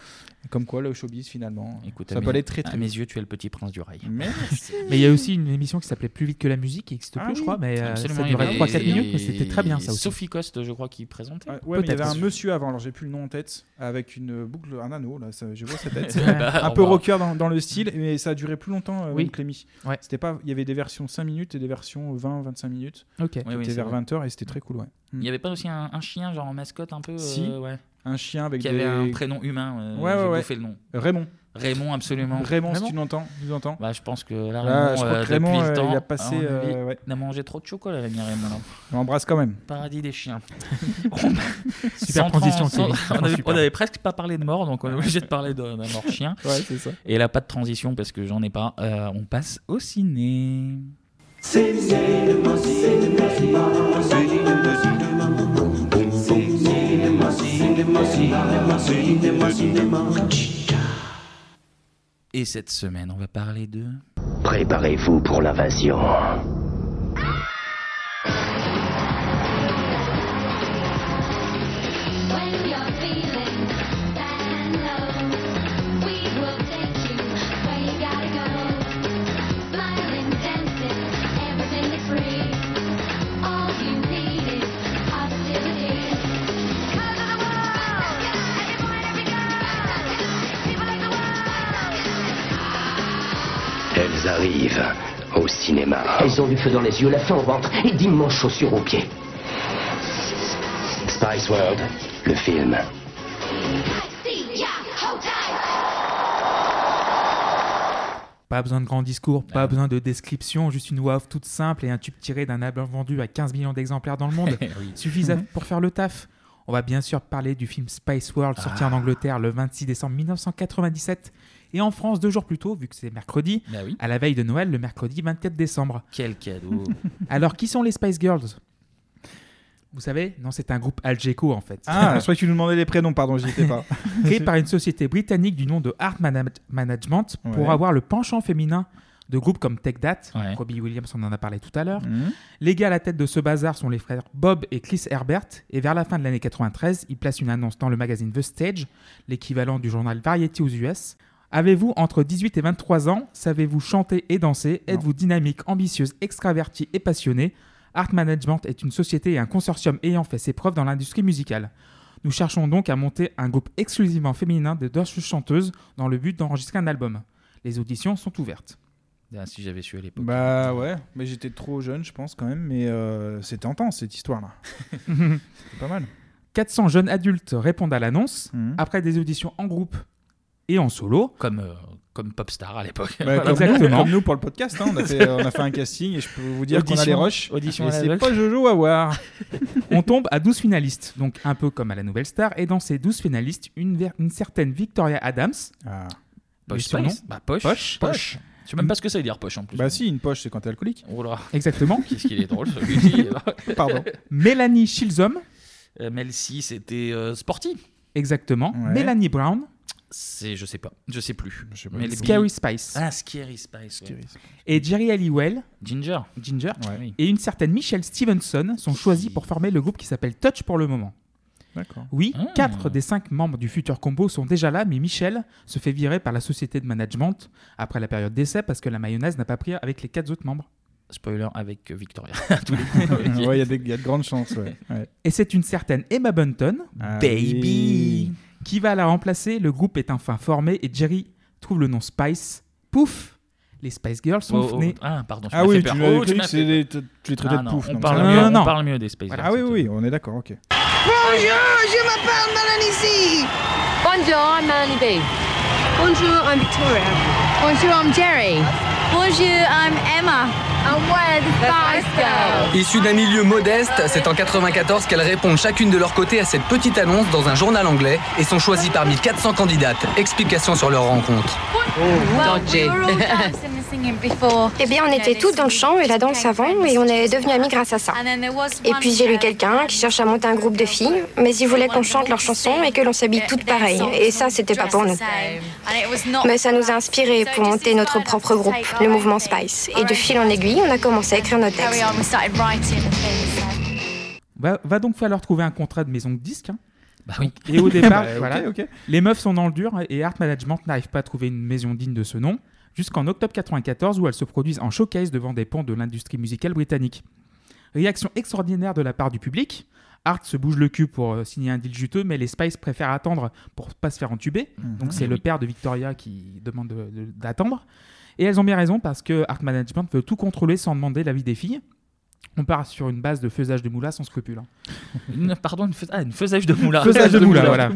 [SPEAKER 9] Comme quoi, le showbiz, finalement,
[SPEAKER 1] Écoute,
[SPEAKER 9] ça
[SPEAKER 1] à
[SPEAKER 9] peut
[SPEAKER 1] mes-
[SPEAKER 9] aller très
[SPEAKER 1] à
[SPEAKER 9] très
[SPEAKER 1] mes yeux, tu es le petit prince du rail.
[SPEAKER 9] Merci.
[SPEAKER 8] Mais il y a aussi une émission qui s'appelait Plus vite que la musique, qui n'existe
[SPEAKER 9] Ah
[SPEAKER 8] plus, je
[SPEAKER 9] oui.
[SPEAKER 8] crois, mais euh, ça
[SPEAKER 1] Absolument, il y
[SPEAKER 8] durait
[SPEAKER 1] avait-
[SPEAKER 8] 3-4 minutes, mais
[SPEAKER 1] et-
[SPEAKER 8] c'était très bien ça aussi.
[SPEAKER 1] Sophie Coste, je crois, qui présentait. (laughs)
[SPEAKER 9] Ouais, mais il y avait
[SPEAKER 1] Peut-être.
[SPEAKER 9] un monsieur avant, alors j'ai plus le nom en tête, avec une boucle, un anneau, là, ça- je vois
[SPEAKER 1] (laughs)
[SPEAKER 9] sa tête.
[SPEAKER 1] Bah,
[SPEAKER 9] un
[SPEAKER 1] au
[SPEAKER 9] peu
[SPEAKER 1] revoir. Mm.
[SPEAKER 9] rocker dans, dans le style, mais ça a duré plus longtemps, euh,
[SPEAKER 1] Oui.
[SPEAKER 9] même Clémy. C'était pas, il y avait des versions 5 minutes et des versions 20-25 minutes.
[SPEAKER 8] Ok.
[SPEAKER 9] C'était
[SPEAKER 1] Oui, oui, c'est
[SPEAKER 9] vers
[SPEAKER 1] vrai.
[SPEAKER 9] 20h et c'était très cool, ouais.
[SPEAKER 1] Il n'y avait pas aussi un, un chien, genre en mascotte un peu euh,
[SPEAKER 9] Si,
[SPEAKER 1] ouais.
[SPEAKER 9] un chien avec
[SPEAKER 1] Qui
[SPEAKER 9] des-
[SPEAKER 1] avait un prénom humain. euh,
[SPEAKER 9] Ouais, ouais,
[SPEAKER 1] j'ai
[SPEAKER 9] ouais.
[SPEAKER 1] bouffé le nom.
[SPEAKER 9] Raymond.
[SPEAKER 1] Raymond, absolument.
[SPEAKER 9] Raymond, si tu l'entends, tu l'entends.
[SPEAKER 1] Bah, je pense que là,
[SPEAKER 9] Là,
[SPEAKER 1] Raymond,
[SPEAKER 9] Ah, je crois
[SPEAKER 1] euh,
[SPEAKER 9] que Raymond,
[SPEAKER 1] depuis
[SPEAKER 9] euh,
[SPEAKER 1] le temps, hein,
[SPEAKER 9] il a passé,
[SPEAKER 1] à mon avis,
[SPEAKER 9] euh, ouais.
[SPEAKER 1] il a mangé trop de chocolat, la mienne Raymond. là.
[SPEAKER 9] On embrasse
[SPEAKER 1] (laughs)
[SPEAKER 9] quand même.
[SPEAKER 1] Paradis des
[SPEAKER 9] (laughs)
[SPEAKER 1] chiens.
[SPEAKER 9] Super
[SPEAKER 1] Sans
[SPEAKER 9] transition,
[SPEAKER 1] trans-
[SPEAKER 9] Kevin.
[SPEAKER 1] on, avait,
[SPEAKER 9] Super.
[SPEAKER 1] on avait presque pas parlé de mort, donc on est obligé de parler de- d'un mort chien.
[SPEAKER 9] (laughs) Ouais, c'est ça.
[SPEAKER 1] Et là, pas de transition parce que j'en ai pas. Euh, on passe au ciné. Et cette semaine, on va parler de.
[SPEAKER 17] Préparez-vous pour l'invasion. Elles arrivent au cinéma.
[SPEAKER 18] Elles ont du feu dans les yeux, la faim au ventre et d'immenses chaussures aux pieds.
[SPEAKER 17] Spice World, le film.
[SPEAKER 8] Pas besoin de grands discours, pas besoin de description, juste une voix off toute simple et un tube tiré d'un album vendu à 15 millions d'exemplaires dans
[SPEAKER 1] (laughs)
[SPEAKER 8] le monde.
[SPEAKER 1] Eh Oui. Mhm.
[SPEAKER 8] Suffisant pour faire le taf. On va bien sûr parler du film Spice World sorti
[SPEAKER 1] Ah.
[SPEAKER 8] en Angleterre le 26 décembre 1997 et en France deux jours plus tôt, vu que c'est mercredi,
[SPEAKER 1] Bah oui.
[SPEAKER 8] à la veille de Noël, le mercredi
[SPEAKER 1] (laughs)
[SPEAKER 8] 24 décembre.
[SPEAKER 1] Quel cadeau
[SPEAKER 8] Alors, qui sont les Spice Girls Vous savez Non, c'est un groupe Algeco en fait. (laughs)
[SPEAKER 9] Ah, je croyais que tu nous demandais les prénoms, pardon, j'y
[SPEAKER 1] (laughs)
[SPEAKER 9] étais pas.
[SPEAKER 8] créé par une société britannique du nom de Art Mana- Management pour
[SPEAKER 9] Ouais.
[SPEAKER 8] avoir le penchant féminin de groupes comme Tech Dat, Robbie Williams on en a parlé tout à l'heure.
[SPEAKER 1] Mm.
[SPEAKER 8] Les gars à la tête de ce bazar sont les frères Bob et Chris Herbert, et vers la fin de l'année 93, ils placent une annonce dans le magazine The Stage, l'équivalent du journal Variety aux US. Avez-vous entre 18 et 23 ans Savez-vous chanter et danser Êtes-vous dynamique, ambitieuse, extravertie et passionnée Art Management est une société et un consortium ayant fait ses preuves dans l'industrie musicale. Nous cherchons donc à monter un groupe exclusivement féminin de deux chanteuses dans le but d'enregistrer un album. Les auditions sont ouvertes.
[SPEAKER 1] Ah, si j'avais su à l'époque.
[SPEAKER 9] Bah ouais, mais j'étais trop jeune, je pense quand même, mais euh, c'était intense
[SPEAKER 1] (laughs)
[SPEAKER 9] cette histoire-là. c'est pas mal.
[SPEAKER 1] Mm.
[SPEAKER 9] Hein Bah,
[SPEAKER 1] Ah,
[SPEAKER 8] 400 jeunes adultes répondent à l'annonce. Après des auditions en groupe et en solo.
[SPEAKER 1] Comme, euh, comme Popstar à l'époque.
[SPEAKER 9] Ouais, comme, nous, comme nous pour le podcast, hein, on, a fait, on a fait un casting et je peux vous dire qu'on a les rushs.
[SPEAKER 1] Audition
[SPEAKER 9] Et
[SPEAKER 1] à
[SPEAKER 9] c'est
[SPEAKER 1] l'aveugle.
[SPEAKER 9] pas Jojo à voir.
[SPEAKER 8] (laughs) On tombe à 12 finalistes, donc un peu comme à la Nouvelle Star. Et dans ces 12 finalistes, une, ver- une certaine Victoria Adams.
[SPEAKER 9] Ah.
[SPEAKER 1] Poche
[SPEAKER 8] Le surnom
[SPEAKER 1] Spice. Bah, poche. Mm.
[SPEAKER 8] Poche.
[SPEAKER 1] Poche. Je sais même pas ce que ça veut dire poche en plus.
[SPEAKER 9] Bah si, une poche, c'est quand t'es alcoolique.
[SPEAKER 1] Oh là.
[SPEAKER 9] (laughs)
[SPEAKER 8] Exactement.
[SPEAKER 1] Qu'est-ce qu'il est drôle celui-ci.
[SPEAKER 9] Pardon.
[SPEAKER 8] Mélanie Schilzom.
[SPEAKER 1] Euh, Mel C, c'était euh, Sporty.
[SPEAKER 8] Exactement.
[SPEAKER 1] Ouais.
[SPEAKER 8] Mélanie Brown.
[SPEAKER 1] C'est, je sais pas, je sais plus.
[SPEAKER 8] pas.
[SPEAKER 1] Mel B.
[SPEAKER 8] Scary Spice.
[SPEAKER 1] Ah, Scary Spice. ouais.
[SPEAKER 8] Et Jerry Halliwell.
[SPEAKER 1] Ginger.
[SPEAKER 8] Ginger.
[SPEAKER 1] Ouais.
[SPEAKER 8] Et une certaine Michelle Stevenson sont choisis pour former le groupe qui s'appelle Touch pour le moment.
[SPEAKER 9] D'accord.
[SPEAKER 8] Oui,
[SPEAKER 19] Ah.
[SPEAKER 8] quatre des cinq membres du futur combo sont déjà là, mais Michel se fait virer par la société de management après la période d'essai parce que la mayonnaise n'a pas pris avec les quatre autres membres.
[SPEAKER 1] Spoiler avec euh,
[SPEAKER 9] (laughs)
[SPEAKER 1] Victoria. (laughs)
[SPEAKER 9] Ouais, Il y, a des- il y a de grandes chances. Ouais. Ouais.
[SPEAKER 8] Et c'est une certaine Emma Bunton,
[SPEAKER 9] Ah
[SPEAKER 8] Baby, qui va la remplacer. Le groupe est enfin formé et Jerry trouve le nom Spice. Pouf Les Spice Girls sont
[SPEAKER 1] Oh, oh,
[SPEAKER 8] nés.
[SPEAKER 1] ah, pardon,
[SPEAKER 9] Ah oui, tu lui
[SPEAKER 8] Oh,
[SPEAKER 9] avais cru que c'est des- tu tu les traitais
[SPEAKER 1] Ah
[SPEAKER 9] de
[SPEAKER 1] non,
[SPEAKER 9] pouf.
[SPEAKER 1] on
[SPEAKER 9] mais
[SPEAKER 1] parle
[SPEAKER 9] ça-
[SPEAKER 1] mieux- Non, on non. parle mieux des Space
[SPEAKER 9] Voilà.
[SPEAKER 1] Girls,
[SPEAKER 9] Ah oui, oui, on est d'accord, ok.
[SPEAKER 20] Bonjour, je m'appelle Melanie C. Bonjour, I'm Melanie B. Bonjour, I'm Victoria. Bonjour, I'm Jerry. Bonjour, I'm Emma. I'm one Spice Girl.
[SPEAKER 19] Issues d'un milieu modeste, c'est en 94 qu'elles répondent chacune de leur côté à cette petite annonce dans un journal anglais et sont choisies parmi 400 candidates. Explication sur leur rencontre. Danger.
[SPEAKER 21] Eh bien, on était toutes dans le chant et la danse avant, et on est devenus amis grâce à ça. Et puis j'ai lu quelqu'un qui cherche à monter un groupe de filles, mais il voulait qu'on chante leurs chansons et que l'on s'habille toutes pareilles. Et ça, c'était pas pour nous. Mais ça nous a inspirés pour monter notre propre groupe, le mouvement Spice. Et de fil en aiguille, on a commencé à écrire notre texte.
[SPEAKER 8] Va, va donc falloir trouver un contrat de maison de disque. hein.
[SPEAKER 1] Bah
[SPEAKER 9] (laughs)
[SPEAKER 1] oui. (laughs)
[SPEAKER 8] Et au départ,
[SPEAKER 1] Bah, ok,
[SPEAKER 8] voilà,
[SPEAKER 1] ok.
[SPEAKER 8] les meufs sont dans le dur et Art Management n'arrive pas à trouver une maison digne de ce nom, jusqu'en octobre 94 où elles se produisent en showcase devant des pans de l'industrie musicale britannique. Réaction extraordinaire de la part du public. Art se bouge le cul pour euh, signer un deal juteux, mais les Spice préfèrent attendre pour pas se faire entuber.
[SPEAKER 9] Mhm.
[SPEAKER 8] Donc
[SPEAKER 1] Ah
[SPEAKER 8] c'est le père de Victoria qui demande de- de- d'attendre. Et elles ont bien raison parce que Art Management veut tout contrôler sans demander l'avis des filles. On part sur une base de faisage de moula sans scrupule. hein.
[SPEAKER 1] Une- pardon, une, fais- ah, une faisage de moula.
[SPEAKER 8] Faisage de moula, voilà.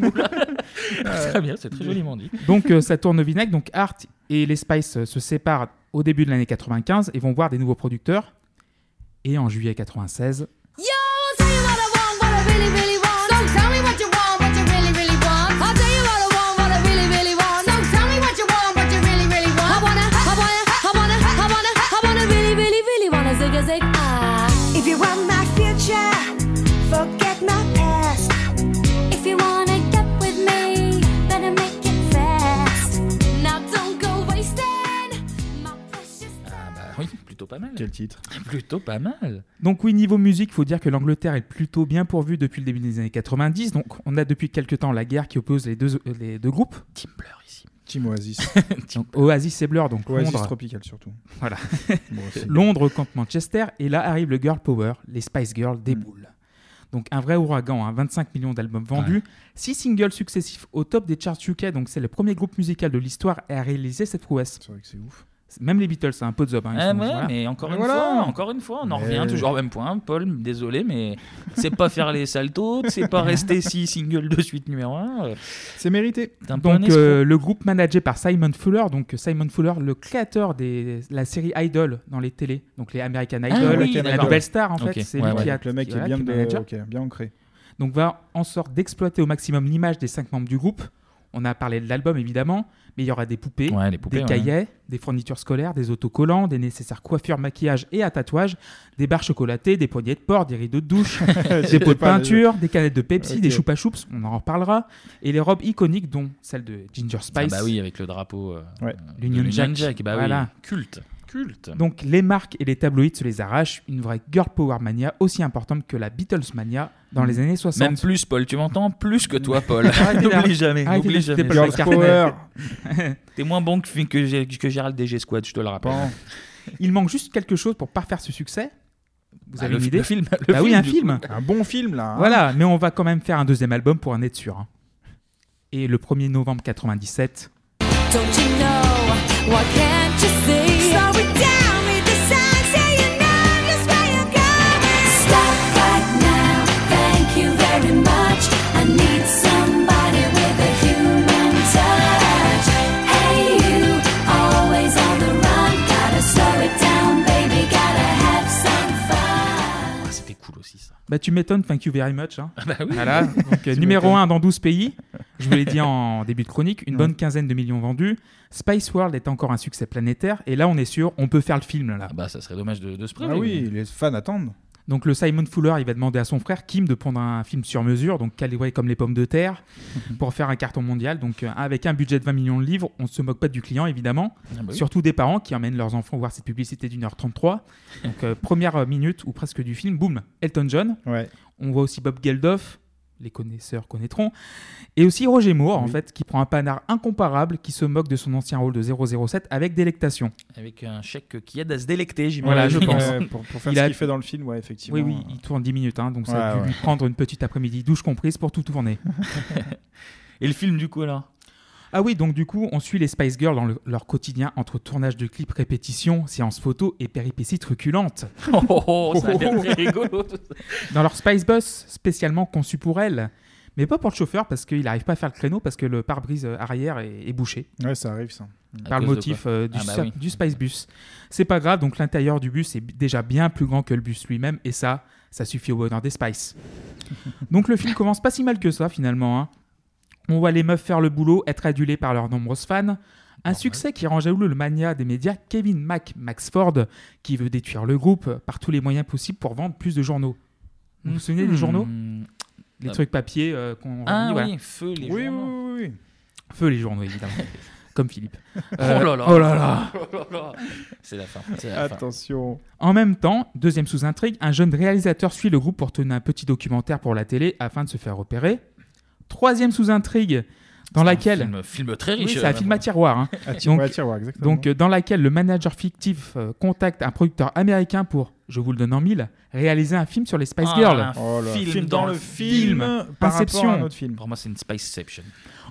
[SPEAKER 1] Très bien, c'est très joliment dit.
[SPEAKER 8] Donc euh, ça tourne au vinaigre. Donc Art et les Spice euh, se séparent au début de l'année 95 et vont voir des nouveaux producteurs. Et en juillet 96,
[SPEAKER 20] If you want my future, forget my past. If you wanna get with me, better make it fast. Now don't go wasting.
[SPEAKER 1] Ah oui, plutôt pas mal.
[SPEAKER 9] Quel titre
[SPEAKER 1] (laughs) Plutôt pas mal.
[SPEAKER 8] Donc oui, niveau musique, faut dire que l'Angleterre est plutôt bien pourvue depuis le début des années 90. Donc on a depuis quelques temps la guerre qui oppose les deux, euh, les deux groupes. Team Blur ici.
[SPEAKER 9] Team
[SPEAKER 8] (laughs)
[SPEAKER 9] Oasis.
[SPEAKER 8] donc, Oasis et Blur, donc
[SPEAKER 9] Oasis
[SPEAKER 8] Londres.
[SPEAKER 9] tropical surtout.
[SPEAKER 8] Voilà.
[SPEAKER 9] (laughs) Bon,
[SPEAKER 8] (laughs)
[SPEAKER 9] c'est-
[SPEAKER 8] Londres contre Manchester, et là arrive le Girl Power, les Spice Girls déboulent. Donc un vrai ouragan, hein, 25 millions d'albums vendus, 6 singles successifs au top des charts UK, donc c'est le premier groupe musical de l'histoire à réaliser cette prouesse. C'est
[SPEAKER 9] vrai que c'est ouf.
[SPEAKER 8] Même les Beatles, c'est un pot de zob. hein, ils
[SPEAKER 1] Ah
[SPEAKER 8] sont-
[SPEAKER 1] ouais,
[SPEAKER 8] voilà.
[SPEAKER 1] mais encore
[SPEAKER 9] Mais
[SPEAKER 1] une
[SPEAKER 9] voilà.
[SPEAKER 1] fois, encore une fois, on en
[SPEAKER 9] Mais-
[SPEAKER 1] revient toujours au même point. Paul, désolé, mais c'est pas faire les saltos, c'est pas
[SPEAKER 8] (laughs)
[SPEAKER 1] rester si single de suite numéro 1.
[SPEAKER 9] C'est mérité.
[SPEAKER 1] un peu un
[SPEAKER 8] Donc
[SPEAKER 1] escroc.
[SPEAKER 8] euh, le groupe managé par Simon Fuller, donc euh, Simon Fuller, le créateur de la série Idol dans les télés, donc les American
[SPEAKER 1] Ah
[SPEAKER 8] Idol,
[SPEAKER 9] oui,
[SPEAKER 8] la
[SPEAKER 9] d'accord.
[SPEAKER 8] nouvelle star en
[SPEAKER 9] Ok,
[SPEAKER 8] fait, Bah c'est
[SPEAKER 9] ouais,
[SPEAKER 8] lui
[SPEAKER 9] ouais.
[SPEAKER 8] qui a
[SPEAKER 9] Donc, le mec
[SPEAKER 8] qui-
[SPEAKER 9] est
[SPEAKER 8] voilà,
[SPEAKER 9] bien
[SPEAKER 8] qui
[SPEAKER 9] de-
[SPEAKER 8] manager.
[SPEAKER 9] ok, bien ancré.
[SPEAKER 8] Donc va en sorte d'exploiter au maximum l'image des cinq membres du groupe. On a parlé de l'album évidemment, mais il y aura des poupées,
[SPEAKER 1] Ouais, les poupées,
[SPEAKER 8] des
[SPEAKER 1] ouais.
[SPEAKER 8] cahiers, des fournitures scolaires, des autocollants, des nécessaires coiffures, maquillage et à tatouage, des barres chocolatées, des poignées de porc, des rideaux de douche, (laughs) des pots de
[SPEAKER 9] pas,
[SPEAKER 8] peinture,
[SPEAKER 9] mais-
[SPEAKER 8] des canettes de Pepsi,
[SPEAKER 9] Ok.
[SPEAKER 8] des choupa choups, on en reparlera, et les robes iconiques dont celle de Ginger
[SPEAKER 1] Ah
[SPEAKER 8] Spice.
[SPEAKER 1] bah oui, avec le drapeau. euh,
[SPEAKER 8] Ouais.
[SPEAKER 1] de
[SPEAKER 8] L'Union Jack.
[SPEAKER 1] bah oui.
[SPEAKER 8] Voilà.
[SPEAKER 1] Culte. Culte.
[SPEAKER 8] Donc les marques et les tabloïds se les arrachent, une vraie girl power mania aussi importante que la Beatles mania dans les années 60.
[SPEAKER 1] Mm. Même plus, Paul, tu m'entends Plus que toi, Paul.
[SPEAKER 8] (laughs) Arrêtez
[SPEAKER 1] N'oublie
[SPEAKER 8] d'arrêter-
[SPEAKER 1] jamais.
[SPEAKER 8] arrêtez
[SPEAKER 1] N'oublie
[SPEAKER 8] d'arrêter
[SPEAKER 1] jamais.
[SPEAKER 8] Paul Girls (laughs) McCartney.
[SPEAKER 1] T'es moins bon que, que, Gé- que Gérald DG Squad, je te le rappelle.
[SPEAKER 8] Il manque juste quelque chose pour parfaire ce succès. Vous
[SPEAKER 1] Bah,
[SPEAKER 8] avez
[SPEAKER 1] le
[SPEAKER 8] une
[SPEAKER 1] fi-
[SPEAKER 8] idée
[SPEAKER 1] le film, le
[SPEAKER 8] Bah oui,
[SPEAKER 1] film,
[SPEAKER 8] un
[SPEAKER 1] du
[SPEAKER 8] film.
[SPEAKER 1] coup.
[SPEAKER 9] Un bon film là. hein.
[SPEAKER 8] Voilà, mais on va quand même faire un deuxième album pour en être sûr. hein. Et le 1er novembre 97,
[SPEAKER 11] Don't you know? What can't you see? Slow it down, read the signs, say you know just where you're going. Stop right now, thank you very much. I need somebody with a human touch.
[SPEAKER 1] Ah,
[SPEAKER 8] Bah, tu m'étonnes, thank you very much. hein.
[SPEAKER 1] bah oui. (laughs)
[SPEAKER 8] Voilà. Donc, euh,
[SPEAKER 1] Tu
[SPEAKER 8] numéro
[SPEAKER 1] m'étonnes.
[SPEAKER 8] 1 dans 12 pays. Je vous l'ai
[SPEAKER 1] (laughs)
[SPEAKER 8] dit en début de chronique, une bonne quinzaine de millions vendus. Spice World est encore un succès planétaire. Et là, on est sûr, on peut faire le film. Là.
[SPEAKER 1] bah, ça serait dommage de, de se priver.
[SPEAKER 8] Ah oui,
[SPEAKER 9] les fans attendent.
[SPEAKER 8] Donc le Simon Fuller, il va demander à son frère Kim de prendre un film sur mesure, donc calibré comme les pommes
[SPEAKER 1] (laughs)
[SPEAKER 8] de terre, pour faire un carton mondial. Donc euh, avec un budget de 20 millions de livres, on ne se moque pas du client évidemment,
[SPEAKER 1] Ah bah oui.
[SPEAKER 8] surtout des parents qui emmènent leurs enfants voir cette publicité d'une heure 33. Donc euh, première minute ou presque du film, boum, Elton John. On voit aussi Bob Geldof, les connaisseurs connaîtront, et aussi Roger Moore en fait, qui prend un panard incomparable, qui se moque de son ancien rôle de 007 avec délectation.
[SPEAKER 1] Avec un chèque qui aide à se délecter, j'imagine.
[SPEAKER 8] Voilà, je pense.
[SPEAKER 9] Ouais, pour- pour faire ce qu'il fait dans le film, ouais, effectivement.
[SPEAKER 8] Oui, oui, il tourne 10 minutes, hein, donc ça a
[SPEAKER 9] Ouais,
[SPEAKER 8] dû lui
[SPEAKER 9] ouais.
[SPEAKER 8] prendre une petite après-midi douche comprise pour tout tourner.
[SPEAKER 1] (laughs) Et le film, du coup, alors
[SPEAKER 8] Ah oui, donc du coup, on suit les Spice Girls dans le- leur quotidien entre tournage de clips, répétitions, séances photos et péripéties truculentes.
[SPEAKER 1] Oh, oh, ça a l'air très rigolo. tout ça.
[SPEAKER 8] Dans leur Spice Bus, spécialement conçu pour elles. Mais pas pour le chauffeur, parce qu'il n'arrive pas à faire le créneau, parce que le pare-brise arrière est, est bouché.
[SPEAKER 9] Ouais, ça arrive ça.
[SPEAKER 8] Par
[SPEAKER 9] À
[SPEAKER 8] le
[SPEAKER 9] cause de
[SPEAKER 8] motif
[SPEAKER 9] quoi
[SPEAKER 8] euh, du,
[SPEAKER 9] Ah bah
[SPEAKER 8] sa-
[SPEAKER 9] oui.
[SPEAKER 8] du Spice Bus. C'est pas grave, donc l'intérieur du bus est b- déjà bien plus grand que le bus lui-même, et ça, ça suffit au bonheur
[SPEAKER 9] (laughs)
[SPEAKER 8] des Spice. donc le film commence pas si mal que ça, finalement. hein. On voit les meufs faire le boulot, être adulées par leurs nombreuses fans. Un succès qui rend jaloux le mania des médias Kevin Mac Maxford, qui veut détruire le groupe par tous les moyens possibles pour vendre plus de journaux. Vous vous souvenez des journaux Les
[SPEAKER 1] Ah.
[SPEAKER 8] trucs papier euh, qu'on
[SPEAKER 1] Hmm. Ah
[SPEAKER 8] relit,
[SPEAKER 1] oui,
[SPEAKER 8] voilà.
[SPEAKER 1] feu les
[SPEAKER 9] Hmm. Oui,
[SPEAKER 1] journaux.
[SPEAKER 9] oui, oui.
[SPEAKER 8] Feu les journaux,
[SPEAKER 9] (laughs)
[SPEAKER 8] évidemment. Comme Philippe.
[SPEAKER 1] Oh là là.
[SPEAKER 8] Oh là là.
[SPEAKER 1] (laughs) Oh là là. C'est la fin. c'est la fin.
[SPEAKER 9] Attention.
[SPEAKER 8] En même temps, deuxième sous-intrigue, un jeune réalisateur suit le groupe pour tourner un petit documentaire pour la télé afin de se faire repérer. Troisième sous-intrigue, dans laquelle.
[SPEAKER 1] film- film très riche, euh,
[SPEAKER 8] Oui, c'est un
[SPEAKER 1] vraiment.
[SPEAKER 8] film à
[SPEAKER 1] (laughs)
[SPEAKER 8] tiroir. hein.
[SPEAKER 9] À tiroir,
[SPEAKER 8] Donc-
[SPEAKER 9] à tiroir, exactement.
[SPEAKER 8] Donc, euh, dans laquelle le manager fictif euh, contacte un producteur américain pour, je vous le donne en mille, réaliser un film sur les Spice
[SPEAKER 1] Ah,
[SPEAKER 8] Girls.
[SPEAKER 1] un
[SPEAKER 9] Oh
[SPEAKER 1] film dans le film. par
[SPEAKER 8] Inception.
[SPEAKER 1] rapport à un autre film. Pour moi, c'est une Spiceception.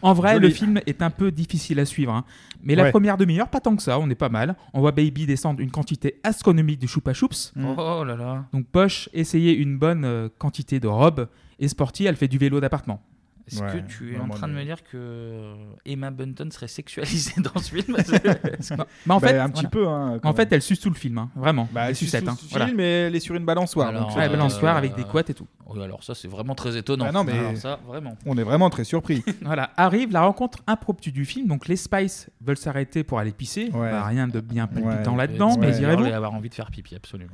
[SPEAKER 8] En vrai,
[SPEAKER 1] Joli.
[SPEAKER 8] le film est un peu difficile à suivre, hein. mais la
[SPEAKER 1] Ouais.
[SPEAKER 8] première demi-heure, pas tant que ça, on est pas mal. On voit Baby descendre une quantité astronomique de choupa choups.
[SPEAKER 1] Oh là là.
[SPEAKER 8] Donc Poche, essayez une bonne euh, quantité de robes, et Sporty, elle fait du vélo d'appartement.
[SPEAKER 1] Est-ce que tu es en
[SPEAKER 8] vraiment
[SPEAKER 1] train de me dire que Emma Bunton serait sexualisée dans ce film
[SPEAKER 8] Non, bah, en fait,
[SPEAKER 9] un petit
[SPEAKER 8] voilà.
[SPEAKER 9] peu, hein, quand
[SPEAKER 8] en fait, elle suce tout le film, hein, vraiment.
[SPEAKER 9] Bah,
[SPEAKER 8] elle
[SPEAKER 9] elle suce
[SPEAKER 8] sucette.
[SPEAKER 9] tout
[SPEAKER 8] hein,
[SPEAKER 9] ce
[SPEAKER 8] voilà.
[SPEAKER 9] film, mais elle est sur une balançoire. donc,
[SPEAKER 8] ouais, bah
[SPEAKER 9] euh,
[SPEAKER 8] balançoire avec des couettes
[SPEAKER 9] (laughs)
[SPEAKER 8] et tout.
[SPEAKER 1] Oui, alors ça, c'est vraiment très étonnant.
[SPEAKER 9] Ah non, mais
[SPEAKER 1] Alors ça, vraiment.
[SPEAKER 9] On est vraiment très surpris.
[SPEAKER 8] Voilà, arrive la rencontre impromptue du film. Donc les Spice veulent s'arrêter pour aller pisser. Bah, rien de bien palpitant là-dedans, mais
[SPEAKER 1] Spice Girl
[SPEAKER 8] irez-vous.
[SPEAKER 1] et avoir envie de faire pipi, absolument.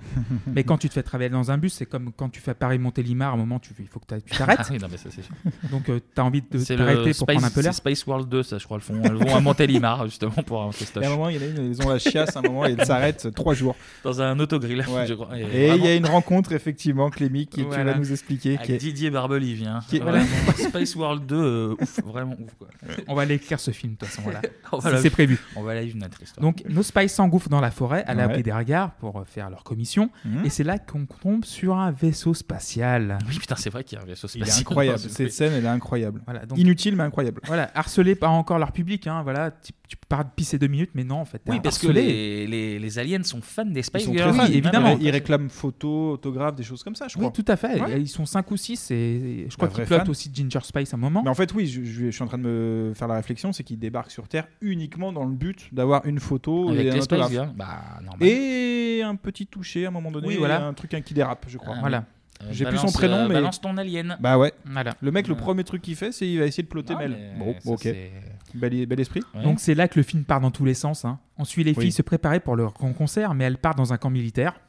[SPEAKER 8] Mais quand tu te fais travailler dans un bus, c'est comme quand tu fais Paris-Monttélimar, à un moment, tu, il faut que t'a- tu
[SPEAKER 9] (laughs)
[SPEAKER 8] t'arrêtes.
[SPEAKER 1] Ah oui, non, mais ça, c'est sûr.
[SPEAKER 8] Donc, tu as envie de
[SPEAKER 1] C'est
[SPEAKER 8] t'arrêter
[SPEAKER 1] le
[SPEAKER 8] pour
[SPEAKER 1] Spice-
[SPEAKER 8] prendre un peu l'air.
[SPEAKER 1] c'est Space World 2, ça, je crois. Elles, font, elles vont à Montélimar, (laughs) justement, pour un
[SPEAKER 9] Et à un
[SPEAKER 1] testoche.
[SPEAKER 9] moment, il y en a une, ils ont la chiasse, à un moment, et ils s'arrêtent trois jours.
[SPEAKER 1] Dans un autogrill,
[SPEAKER 9] Ouais.
[SPEAKER 1] je crois.
[SPEAKER 9] Et il y a une rencontre, effectivement, Clémy, qui
[SPEAKER 1] Voilà.
[SPEAKER 9] tu vas nous expliquer.
[SPEAKER 1] Avec
[SPEAKER 9] Qui est...
[SPEAKER 1] Didier Barbelivien.
[SPEAKER 9] qui est-
[SPEAKER 1] (laughs) Space World 2, euh, ouf, vraiment ouf.
[SPEAKER 9] (laughs)
[SPEAKER 1] Quoi.
[SPEAKER 8] On va l'écrire ce film, de toute façon. Voilà.
[SPEAKER 1] (laughs) On va
[SPEAKER 8] C'est-
[SPEAKER 1] la-
[SPEAKER 8] c'est prévu.
[SPEAKER 1] on va la vivre, notre histoire.
[SPEAKER 8] Donc, nos Spice s'engouffrent dans la forêt à l'abri
[SPEAKER 1] Ouais.
[SPEAKER 8] des regards pour euh, faire leur commission.
[SPEAKER 9] Mmh.
[SPEAKER 1] Mhm.
[SPEAKER 8] Et c'est là qu'on tombe sur un vaisseau spatial.
[SPEAKER 1] Oui, putain, c'est vrai qu'il y a un vaisseau
[SPEAKER 9] Il
[SPEAKER 1] spatial. (laughs)
[SPEAKER 9] est incroyable.
[SPEAKER 1] dans ce
[SPEAKER 9] Cette
[SPEAKER 1] film.
[SPEAKER 9] scène, elle est incroyable.
[SPEAKER 8] donc-
[SPEAKER 9] Inutile, mais incroyable.
[SPEAKER 8] Voilà, harcelé par encore leur public. Hein, voilà, tu, tu pars de pisser deux minutes, mais non, en fait. t'es
[SPEAKER 1] Oui, parce que
[SPEAKER 8] harcelé.
[SPEAKER 1] les, les, les aliens sont fans des
[SPEAKER 9] Ils
[SPEAKER 1] Spice
[SPEAKER 9] sont
[SPEAKER 1] Girls.
[SPEAKER 9] très fans.
[SPEAKER 1] Même, euh,
[SPEAKER 9] Ils réclament photos, autographes, des choses comme ça, je
[SPEAKER 8] Oui,
[SPEAKER 9] crois.
[SPEAKER 8] tout à fait.
[SPEAKER 9] Ouais.
[SPEAKER 8] Ils sont 5 ou 6 et je crois
[SPEAKER 9] Bah,
[SPEAKER 8] qu'ils
[SPEAKER 9] vrai
[SPEAKER 8] plotent
[SPEAKER 9] fan.
[SPEAKER 8] aussi Ginger Spice à un moment.
[SPEAKER 9] Mais en fait, oui, je, je- je suis en train de me faire la réflexion, c'est qu'ils débarquent sur Terre uniquement dans le but d'avoir une photo
[SPEAKER 1] Avec
[SPEAKER 9] et un
[SPEAKER 1] les Spice
[SPEAKER 9] autographe.
[SPEAKER 1] Girls. Bah, normal.
[SPEAKER 9] et un petit toucher à un moment donné,
[SPEAKER 8] Oui, voilà.
[SPEAKER 9] un truc hein, qui dérape, je crois.
[SPEAKER 8] Ah, Voilà.
[SPEAKER 1] oui.
[SPEAKER 9] J'ai
[SPEAKER 1] Euh,
[SPEAKER 9] plus son
[SPEAKER 1] balance,
[SPEAKER 9] prénom,
[SPEAKER 1] euh,
[SPEAKER 9] mais
[SPEAKER 1] balance ton alien.
[SPEAKER 9] Bah ouais.
[SPEAKER 8] Voilà.
[SPEAKER 9] Le mec, le
[SPEAKER 1] Ouais.
[SPEAKER 9] premier truc qu'il fait, c'est il va essayer de ploter
[SPEAKER 1] Non,
[SPEAKER 9] Mel.
[SPEAKER 1] mais
[SPEAKER 9] Bon,
[SPEAKER 1] ça,
[SPEAKER 9] ok.
[SPEAKER 1] c'est-
[SPEAKER 9] Bel, bel esprit.
[SPEAKER 8] Donc c'est là que le film part dans tous les sens. hein. On suit les
[SPEAKER 9] Oui.
[SPEAKER 8] filles se préparer pour leur grand concert, mais elles partent dans un camp militaire.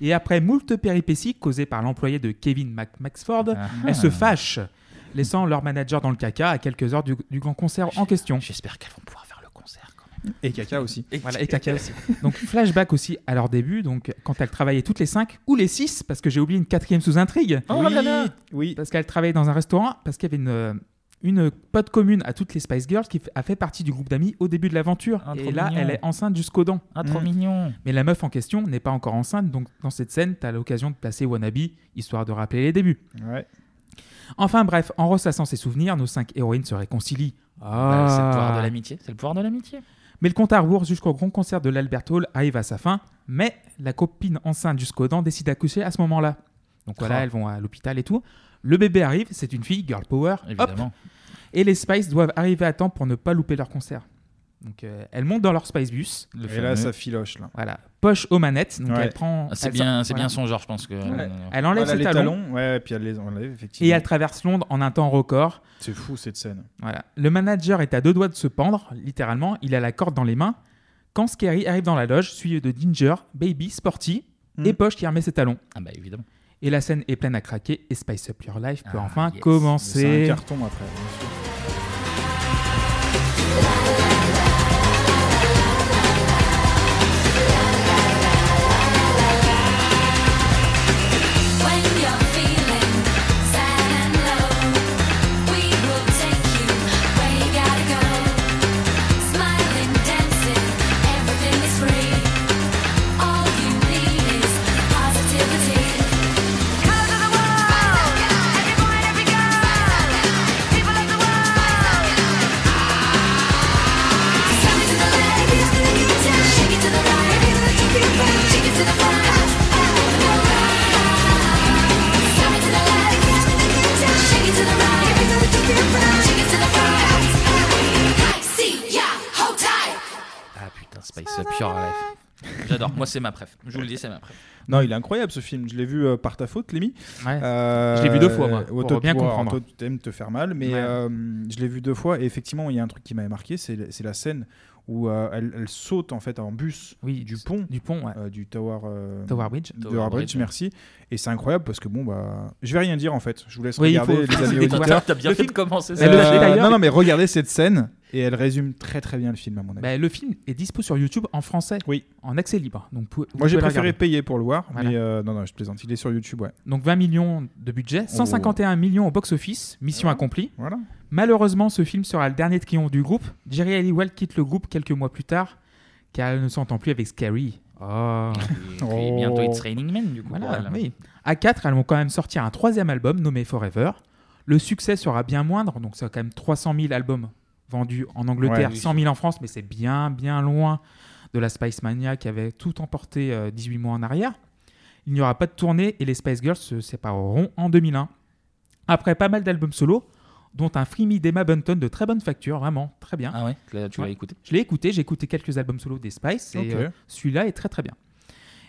[SPEAKER 8] Et après moult péripéties causées par l'employé de Kevin Mac- Maxford,
[SPEAKER 1] Ah.
[SPEAKER 8] elles se fâchent, laissant leur manager dans le caca à quelques heures du, du grand concert en question.
[SPEAKER 1] J'espère qu'elles vont pouvoir faire le concert.
[SPEAKER 9] Et caca aussi.
[SPEAKER 8] Voilà, et caca aussi. Donc flashback aussi à leur début, donc quand elles travaillaient toutes les cinq ou les six, parce que j'ai oublié une quatrième sous-intrigue.
[SPEAKER 9] Oh là là Oui.
[SPEAKER 8] Parce qu'elles travaillaient dans un restaurant, parce qu'il y avait une euh, une pote commune à toutes les Spice Girls qui f- a fait partie du groupe d'amis au début de l'aventure.
[SPEAKER 1] Ah, trop
[SPEAKER 8] et là,
[SPEAKER 1] mignon.
[SPEAKER 8] elle est enceinte jusqu'aux dents.
[SPEAKER 1] Ah,
[SPEAKER 9] Mm.
[SPEAKER 1] trop mignon.
[SPEAKER 8] Mais la meuf en question n'est pas encore enceinte, donc dans cette scène, t'as l'occasion de placer Wannabe, histoire de rappeler les débuts.
[SPEAKER 9] Ouais.
[SPEAKER 8] Enfin bref, en ressassant ses souvenirs, nos cinq héroïnes se réconcilient. Ah.
[SPEAKER 1] Bah, c'est le pouvoir de l'amitié. C'est le pouvoir de l'amitié.
[SPEAKER 8] Mais le compte à rebours jusqu'au grand concert de l'Albert Hall arrive à sa fin, mais la copine enceinte jusqu'aux dents décide d'accoucher à ce moment-là. Donc voilà,
[SPEAKER 1] Ah.
[SPEAKER 8] elles vont à l'hôpital et tout. Le bébé arrive, c'est une fille, girl power, hop.
[SPEAKER 1] Évidemment.
[SPEAKER 8] Et les Spice doivent arriver à temps pour ne pas louper leur concert. Donc euh, elles montent dans leur space bus.
[SPEAKER 9] Et là, ça filoche. Là.
[SPEAKER 8] Voilà. Poche aux manettes. Donc
[SPEAKER 9] Ouais.
[SPEAKER 8] elle prend.
[SPEAKER 1] Ah, c'est
[SPEAKER 8] elle-
[SPEAKER 1] bien, c'est
[SPEAKER 8] voilà.
[SPEAKER 1] bien son genre, je pense que. euh,
[SPEAKER 8] Ouais. Elle enlève
[SPEAKER 9] Voilà,
[SPEAKER 8] ses
[SPEAKER 9] les
[SPEAKER 8] talons.
[SPEAKER 9] talons. Ouais, et puis elle les enlève, effectivement.
[SPEAKER 8] Et elle traverse Londres en un temps record.
[SPEAKER 9] C'est fou cette scène.
[SPEAKER 8] Voilà. Le manager est à deux doigts de se pendre, littéralement. Il a la corde dans les mains. Quand Scary arrive dans la loge, suivi de Ginger, Baby, Sporty
[SPEAKER 9] Hmm.
[SPEAKER 8] et Poche qui remet ses talons.
[SPEAKER 1] Ah bah évidemment.
[SPEAKER 8] Et la scène est pleine à craquer et Spice Up Your Life peut
[SPEAKER 9] Ah,
[SPEAKER 8] enfin
[SPEAKER 9] yes. C'est
[SPEAKER 8] commencer.
[SPEAKER 9] un carton après. bien sûr.
[SPEAKER 11] When you're feeling sad and low, we will take you where you gotta go. Smiling, dancing, everything is free. All you need is positivity. Colors of the world, every boy and every girl, people of the world. Shake it to the left, shake it to the right, shake it to the front.
[SPEAKER 8] Ah,
[SPEAKER 1] Putain, Spice Up Your Life. J'adore. Moi, c'est ma préf. Je vous le dis, c'est ma préf.
[SPEAKER 9] Non, il est incroyable ce film. Je l'ai vu euh, par ta faute, Lémi.
[SPEAKER 8] Ouais.
[SPEAKER 9] Euh,
[SPEAKER 8] Je l'ai vu deux fois, moi,
[SPEAKER 9] ouais,
[SPEAKER 8] pour
[SPEAKER 9] toi,
[SPEAKER 8] bien
[SPEAKER 9] toi,
[SPEAKER 8] comprendre.
[SPEAKER 9] alors, toi, tu aimes te faire mal, mais
[SPEAKER 8] Ouais.
[SPEAKER 9] euh, je l'ai vu deux fois. Et effectivement, il y a un truc qui m'avait marqué c'est c'est la scène où euh, elle, elle saute en fait en bus du pont.
[SPEAKER 8] Du pont,
[SPEAKER 9] euh, du Tower, euh,
[SPEAKER 8] Tower Bridge.
[SPEAKER 9] Tower,
[SPEAKER 8] Tower
[SPEAKER 9] Bridge,
[SPEAKER 8] Bridge, ouais.
[SPEAKER 9] merci. Et c'est incroyable parce que bon, bah, je vais rien dire en fait. Je vous laisse
[SPEAKER 8] Oui, il
[SPEAKER 9] regarder
[SPEAKER 8] faut- (laughs) faut
[SPEAKER 9] les amis
[SPEAKER 8] le découvrir.
[SPEAKER 9] auditeurs.
[SPEAKER 1] T'as bien
[SPEAKER 8] Le
[SPEAKER 1] fait de
[SPEAKER 8] film-
[SPEAKER 1] commencer
[SPEAKER 8] Mais le-
[SPEAKER 9] Euh,
[SPEAKER 8] d'ailleurs-
[SPEAKER 9] non, non, mais regardez cette scène et elle résume très très bien le film à mon avis.
[SPEAKER 8] Bah, le film est dispo sur YouTube en français,
[SPEAKER 9] oui.
[SPEAKER 8] en accès libre. Donc, pou- vous
[SPEAKER 9] Moi, j'ai
[SPEAKER 8] pouvez le
[SPEAKER 9] préféré
[SPEAKER 8] regarder.
[SPEAKER 9] payer pour le voir,
[SPEAKER 8] Voilà.
[SPEAKER 9] mais euh, non, non, je plaisante. Il est sur YouTube, ouais.
[SPEAKER 8] Donc 20 millions de budget,
[SPEAKER 9] Oh.
[SPEAKER 8] 151 millions au box-office,
[SPEAKER 9] Ah.
[SPEAKER 8] mission accomplie. Malheureusement, ce film sera le dernier triomphe du groupe. Jerry Halliwell quitte le groupe quelques mois plus tard, car elle ne s'entend plus avec Scary. Oh.
[SPEAKER 1] Et bientôt, It's Raining Men, du coup.
[SPEAKER 8] Voilà,
[SPEAKER 1] pour elle.
[SPEAKER 8] oui. À 4, elles vont quand même sortir un troisième album nommé Forever. Le succès sera bien moindre, donc c'est quand même 300 000 albums vendus en Angleterre,
[SPEAKER 9] Ouais.
[SPEAKER 8] 100 000 en France, mais c'est bien, bien loin de la Spice Mania qui avait tout emporté euh, 18 mois en arrière. Il n'y aura pas de tournée et les Spice Girls se sépareront en 2001. Après pas mal d'albums solo, dont un Freemie d'Emma Bunton de très bonne facture, vraiment, très bien.
[SPEAKER 1] Ah ouais Là, tu l'as écouté
[SPEAKER 8] Je l'ai écouté, j'ai écouté quelques albums solo des Spice et
[SPEAKER 1] Ok.
[SPEAKER 8] euh, celui-là est très très bien.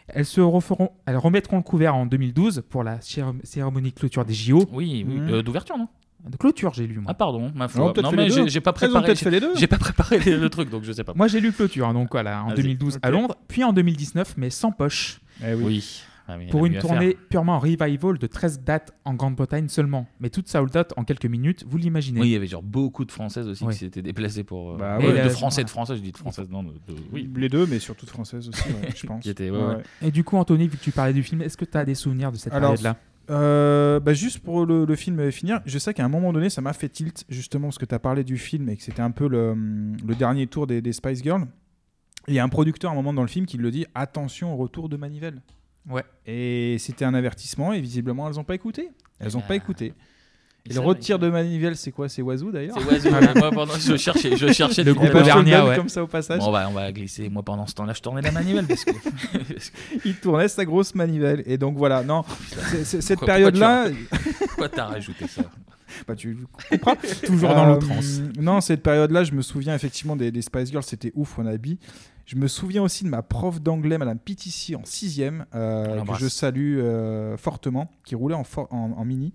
[SPEAKER 8] Elles, se referont, elles remettront le couvert en 2012 pour la cér- cérémonie de clôture des JO.
[SPEAKER 1] Oui, oui,
[SPEAKER 8] Mm.
[SPEAKER 1] euh, d'ouverture, non
[SPEAKER 8] De clôture, j'ai lu. Moi.
[SPEAKER 1] Ah, pardon, ma foi.
[SPEAKER 8] Non, peut-être
[SPEAKER 1] Non,
[SPEAKER 8] fait
[SPEAKER 1] mais
[SPEAKER 8] les
[SPEAKER 1] j'ai
[SPEAKER 8] deux.
[SPEAKER 1] j'ai pas
[SPEAKER 8] Elles ont
[SPEAKER 1] préparé.
[SPEAKER 8] peut-être fait les deux.
[SPEAKER 1] J'ai pas préparé le le truc, donc je sais pas.
[SPEAKER 8] Moi, j'ai lu clôture, hein, donc voilà, en
[SPEAKER 1] Vas-y.
[SPEAKER 8] 2012 à
[SPEAKER 1] Ok.
[SPEAKER 8] Londres, puis en 2019, mais sans poche.
[SPEAKER 1] oui. Oui. Ah oui,
[SPEAKER 8] eh pour
[SPEAKER 1] elle a
[SPEAKER 8] une
[SPEAKER 1] mieux à
[SPEAKER 8] tournée
[SPEAKER 1] faire.
[SPEAKER 8] purement en revival de 13 dates en Grande-Bretagne seulement, mais toute sold out en quelques minutes, vous l'imaginez.
[SPEAKER 1] Oui, il y avait genre beaucoup de Françaises aussi
[SPEAKER 8] Oui.
[SPEAKER 1] qui s'étaient déplacées pour. euh,
[SPEAKER 8] Bah
[SPEAKER 1] euh,
[SPEAKER 8] ouais. Mm. Et
[SPEAKER 1] de
[SPEAKER 8] la-
[SPEAKER 1] Français, de Français, je dis de Françaises, non, de, de- oui.
[SPEAKER 9] Les deux, mais surtout françaises aussi, ouais,
[SPEAKER 8] (laughs)
[SPEAKER 9] je pense.
[SPEAKER 1] Qui étaient, ouais, ouais.
[SPEAKER 8] Et du coup, Anthony, vu que tu parlais du film, est-ce que tu as des souvenirs de cette
[SPEAKER 9] Alors,
[SPEAKER 8] période-là
[SPEAKER 9] euh, bah, juste pour le, le film euh, finir, je sais qu'à un moment donné, ça m'a fait tilt, justement, parce que tu as parlé du film et que c'était un peu le, hum, le dernier tour des, des Spice Girls. Il y a un producteur à un moment dans le film qui le dit attention au retour de Manivelle.
[SPEAKER 8] Ouais.
[SPEAKER 9] Et c'était un avertissement, et visiblement, elles n'ont pas écouté. Elles n'ont
[SPEAKER 1] Ah.
[SPEAKER 9] pas écouté.
[SPEAKER 1] Ils
[SPEAKER 9] Et le
[SPEAKER 1] savent,
[SPEAKER 9] retire de Manivelle, c'est quoi C'est Wazoo d'ailleurs
[SPEAKER 1] C'est Oiseau. Moi, pendant- je cherchais, je cherchais
[SPEAKER 9] le
[SPEAKER 1] du coup,
[SPEAKER 9] groupe
[SPEAKER 1] la-
[SPEAKER 9] Bernia, comme ça au passage.
[SPEAKER 1] Bon, bah, on va, on va glisser. Moi, pendant ce temps-là, je tournais la manivelle parce que. (laughs)
[SPEAKER 9] Il tournait sa grosse manivelle. Et donc
[SPEAKER 1] (laughs)
[SPEAKER 9] voilà, non, c'est- c'est- cette
[SPEAKER 1] Pourquoi-
[SPEAKER 9] période-là,
[SPEAKER 1] pourquoi tu- Pourquoi t'as rajouté ça
[SPEAKER 9] Bah, tu comprends.
[SPEAKER 8] (laughs)
[SPEAKER 9] Euh,
[SPEAKER 8] Toujours dans l'autre sens.
[SPEAKER 9] Non, cette période-là, je me souviens effectivement des, des Spice Girls, c'était ouf, Wannabe. Je me souviens aussi de ma prof d'anglais, Madame Pitici, en 6
[SPEAKER 1] On
[SPEAKER 9] euh, que
[SPEAKER 1] l'embrasse.
[SPEAKER 9] je salue euh, fortement, qui roulait en, for- en, en mini,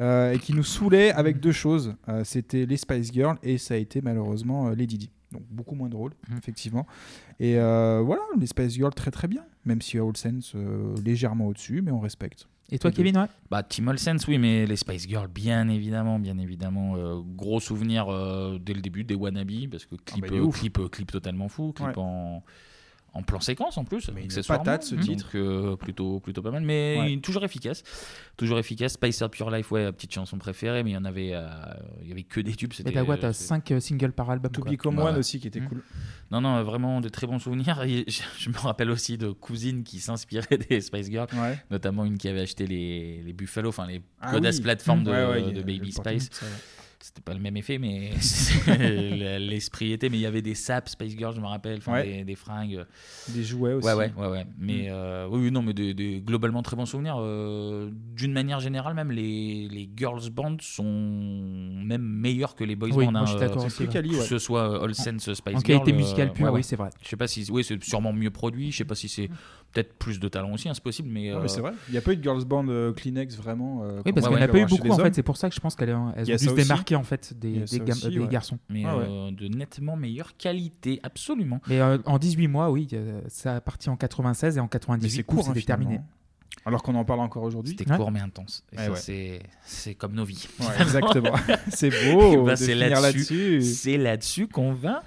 [SPEAKER 9] euh, et qui nous saoulait avec deux choses. Euh, c'était les Spice Girls et ça a été malheureusement euh, les Didi. Donc beaucoup moins drôle,
[SPEAKER 8] Mmh.
[SPEAKER 9] effectivement. Et euh, voilà, les Spice Girls, très très bien, même si Olsen euh, légèrement au-dessus, mais on respecte.
[SPEAKER 8] Et toi, Kevin, ouais
[SPEAKER 1] Bah, Tim Olsen's, oui, mais les Spice Girls, bien évidemment, bien évidemment. Euh, gros souvenir euh, dès le début des Wannabe, parce que clip,
[SPEAKER 9] bah, il est
[SPEAKER 1] euh,
[SPEAKER 9] ouf.
[SPEAKER 1] clip, euh, clip totalement fou, clip
[SPEAKER 9] Ouais.
[SPEAKER 1] en, en plan séquence en plus. Mais
[SPEAKER 9] patate, ce titre.
[SPEAKER 1] Donc, euh, plutôt, plutôt pas mal, mais
[SPEAKER 9] Ouais.
[SPEAKER 1] il- toujours efficace. Toujours efficace. Spice Up Your Life, ouais, petite chanson préférée, mais il y en avait, euh, il y avait que des tubes.
[SPEAKER 8] Et
[SPEAKER 1] c'était- euh,
[SPEAKER 8] t'as quoi T'as 5 singles par album.
[SPEAKER 9] To
[SPEAKER 8] quoi.
[SPEAKER 9] Become
[SPEAKER 1] Ouais,
[SPEAKER 9] One
[SPEAKER 1] ouais.
[SPEAKER 9] aussi, qui était
[SPEAKER 8] Mm.
[SPEAKER 9] cool.
[SPEAKER 1] Non, non, vraiment de très bons souvenirs. (laughs) Et je, je me rappelle aussi de cousines qui s'inspiraient des Spice Girls,
[SPEAKER 9] Ouais.
[SPEAKER 1] notamment une qui avait acheté les, les Buffalo, enfin les
[SPEAKER 9] Ah
[SPEAKER 1] Godas
[SPEAKER 9] oui. Mmh.
[SPEAKER 1] Platform de,
[SPEAKER 9] Ouais, ouais, il y
[SPEAKER 1] de
[SPEAKER 9] a- il y a
[SPEAKER 1] Baby
[SPEAKER 9] le portable,
[SPEAKER 1] Spice.
[SPEAKER 9] ça, ouais.
[SPEAKER 1] C'était pas le même effet, mais (laughs) c'est- (laughs) l'esprit était. Mais il y avait des sapes, Space Girl, je me rappelle, enfin,
[SPEAKER 9] Ouais.
[SPEAKER 1] des, des fringues.
[SPEAKER 9] Des jouets aussi. Mmh.
[SPEAKER 1] Ouais, ouais, ouais. ouais. Mais euh, oui, oui, non, mais des, des- globalement très bons souvenirs. Euh, D'une manière générale, même les, les girls bands sont même meilleurs que les boys
[SPEAKER 8] Oui,
[SPEAKER 1] bands.
[SPEAKER 8] moi,
[SPEAKER 1] hein,
[SPEAKER 8] je suis
[SPEAKER 1] euh,
[SPEAKER 8] d'accord aussi,
[SPEAKER 1] que
[SPEAKER 8] ouais.
[SPEAKER 1] Que ce soit euh, Olsen, ce Spice
[SPEAKER 8] En qualité
[SPEAKER 1] Girl, euh,
[SPEAKER 8] musicale pure, oui, c'est vrai.
[SPEAKER 1] Je sais pas si, oui, c'est sûrement mieux produit. Je sais pas si c'est peut-être plus de talent aussi, hein, c'est possible. Mais,
[SPEAKER 9] Non, Mmh. mais c'est
[SPEAKER 1] euh,
[SPEAKER 9] vrai. Il n'y a pas eu de girls band euh, Kleenex vraiment. euh,
[SPEAKER 8] Oui,
[SPEAKER 9] comme
[SPEAKER 8] parce
[SPEAKER 9] on
[SPEAKER 8] qu'il n'y en a
[SPEAKER 9] peut
[SPEAKER 8] pas eu
[SPEAKER 9] avoir chez
[SPEAKER 8] beaucoup en
[SPEAKER 9] les hommes.
[SPEAKER 8] fait. C'est pour ça que je pense qu'elles ont
[SPEAKER 9] Il
[SPEAKER 8] elles
[SPEAKER 9] y
[SPEAKER 8] ont
[SPEAKER 9] a
[SPEAKER 8] dû
[SPEAKER 9] ça
[SPEAKER 8] se
[SPEAKER 9] aussi.
[SPEAKER 8] démarquer en fait
[SPEAKER 9] Il y
[SPEAKER 8] des,
[SPEAKER 9] a
[SPEAKER 8] des,
[SPEAKER 9] ça
[SPEAKER 8] gam-
[SPEAKER 9] aussi,
[SPEAKER 8] des
[SPEAKER 9] ouais.
[SPEAKER 8] garçons.
[SPEAKER 1] Mais
[SPEAKER 8] Ouais, Ah ouais.
[SPEAKER 1] euh, de nettement meilleure qualité, absolument.
[SPEAKER 8] Mais euh, en 18 mois, oui, euh, ça a parti en 96 et en 98,
[SPEAKER 9] court,
[SPEAKER 8] c'est
[SPEAKER 9] hein,
[SPEAKER 8] déterminé.
[SPEAKER 9] finalement. Alors qu'on en parle encore aujourd'hui.
[SPEAKER 1] C'était court mais intense. Et
[SPEAKER 8] Ah
[SPEAKER 9] Ouais,
[SPEAKER 1] ça,
[SPEAKER 9] ouais.
[SPEAKER 1] c'est- C'est comme nos vies.
[SPEAKER 9] Ouais, exactement. C'est beau
[SPEAKER 1] Eh ben,
[SPEAKER 9] de
[SPEAKER 1] c'est
[SPEAKER 9] finir
[SPEAKER 8] Euh.
[SPEAKER 1] là-dessus. C'est là-dessus qu'on va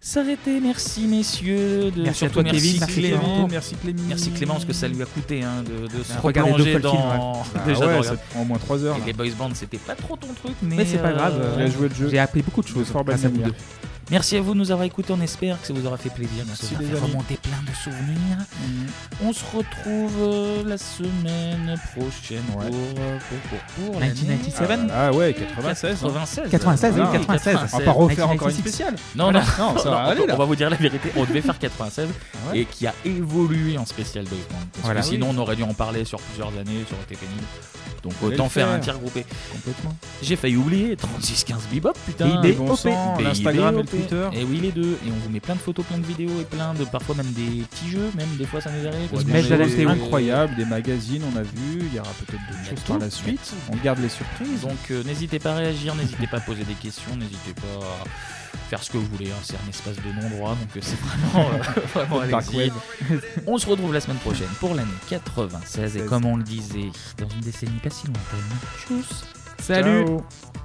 [SPEAKER 1] s'arrêter. Merci, messieurs. de-
[SPEAKER 8] Merci à
[SPEAKER 1] surtout
[SPEAKER 8] toi, Kevin. Merci,
[SPEAKER 1] Clément.
[SPEAKER 8] Kevin.
[SPEAKER 9] Merci, Clément.
[SPEAKER 1] Merci, Clément, parce que ça lui a coûté hein, de, de se
[SPEAKER 8] Regarder
[SPEAKER 1] replonger
[SPEAKER 8] Doppelkill,
[SPEAKER 1] dans.
[SPEAKER 9] Ah
[SPEAKER 8] ouais. Bah
[SPEAKER 1] (laughs) Déjà,
[SPEAKER 8] ouais,
[SPEAKER 1] de
[SPEAKER 8] ça
[SPEAKER 1] regarder-
[SPEAKER 9] prend au moins trois heures,
[SPEAKER 1] Et
[SPEAKER 9] là.
[SPEAKER 1] les boys bands, c'était pas trop ton truc, mais.
[SPEAKER 8] Mais c'est pas grave.
[SPEAKER 1] euh,
[SPEAKER 8] euh, J'ai appris beaucoup de choses grâce à vous deux.
[SPEAKER 1] Merci à vous de nous avoir écoutés. On espère que ça vous aura fait plaisir. Ça vous aura fait remonter plein de souvenirs.
[SPEAKER 9] Mm.
[SPEAKER 1] On se retrouve euh, la semaine prochaine pour, euh, pour, pour, pour l'année.
[SPEAKER 8] 1997.
[SPEAKER 9] Ah ouais, 96.
[SPEAKER 1] 96.
[SPEAKER 8] 96, oui,
[SPEAKER 1] Ah,
[SPEAKER 8] 96.
[SPEAKER 9] On va pas refaire
[SPEAKER 1] 1996.
[SPEAKER 9] encore une spéciale.
[SPEAKER 1] Non, non,
[SPEAKER 9] Voilà. Non, ça va
[SPEAKER 1] non,
[SPEAKER 9] aller,
[SPEAKER 1] on-
[SPEAKER 9] là.
[SPEAKER 1] On va vous dire la vérité. On devait faire 96
[SPEAKER 9] Ah ouais
[SPEAKER 1] et qui a évolué en spécial Boys Band. Parce
[SPEAKER 9] Voilà.
[SPEAKER 1] que sinon, on aurait dû en parler sur plusieurs années, ça aurait été pénible. Donc
[SPEAKER 9] Fallait
[SPEAKER 1] autant
[SPEAKER 9] le
[SPEAKER 1] faire un
[SPEAKER 9] faire.
[SPEAKER 1] tir groupé.
[SPEAKER 9] Complètement.
[SPEAKER 1] J'ai failli oublier 3615 Bebop, putain.
[SPEAKER 9] BIBOP. Bon sang,
[SPEAKER 1] BIBOP.
[SPEAKER 9] l'Instagram et le Twitter.
[SPEAKER 1] Et oui, les deux. Et on vous met plein de photos, plein de vidéos et plein de, parfois même des petits jeux, même des fois ça nous arrive. parce
[SPEAKER 9] Ouais,
[SPEAKER 1] qu'on
[SPEAKER 9] des
[SPEAKER 1] est-
[SPEAKER 9] choses
[SPEAKER 1] euh,
[SPEAKER 9] incroyables, des magazines, on a vu. Il y aura peut-être
[SPEAKER 1] Il y a
[SPEAKER 9] d'autres choses
[SPEAKER 1] tout,
[SPEAKER 9] par la
[SPEAKER 1] il y a
[SPEAKER 9] suite.
[SPEAKER 1] tout.
[SPEAKER 9] On garde les surprises.
[SPEAKER 1] Donc euh, n'hésitez pas à réagir, n'hésitez pas à poser des questions, n'hésitez pas à faire ce que vous voulez. hein. C'est un espace de non-droit, donc euh, c'est vraiment,
[SPEAKER 9] (laughs)
[SPEAKER 1] euh, (laughs) vraiment
[SPEAKER 9] Le dark
[SPEAKER 1] allez-y.
[SPEAKER 9] web.
[SPEAKER 1] On se retrouve la semaine prochaine pour l'année 96 et comme on le disait, dans une décennie pas si lointaine. Tchuss
[SPEAKER 8] Salut
[SPEAKER 9] Ciao.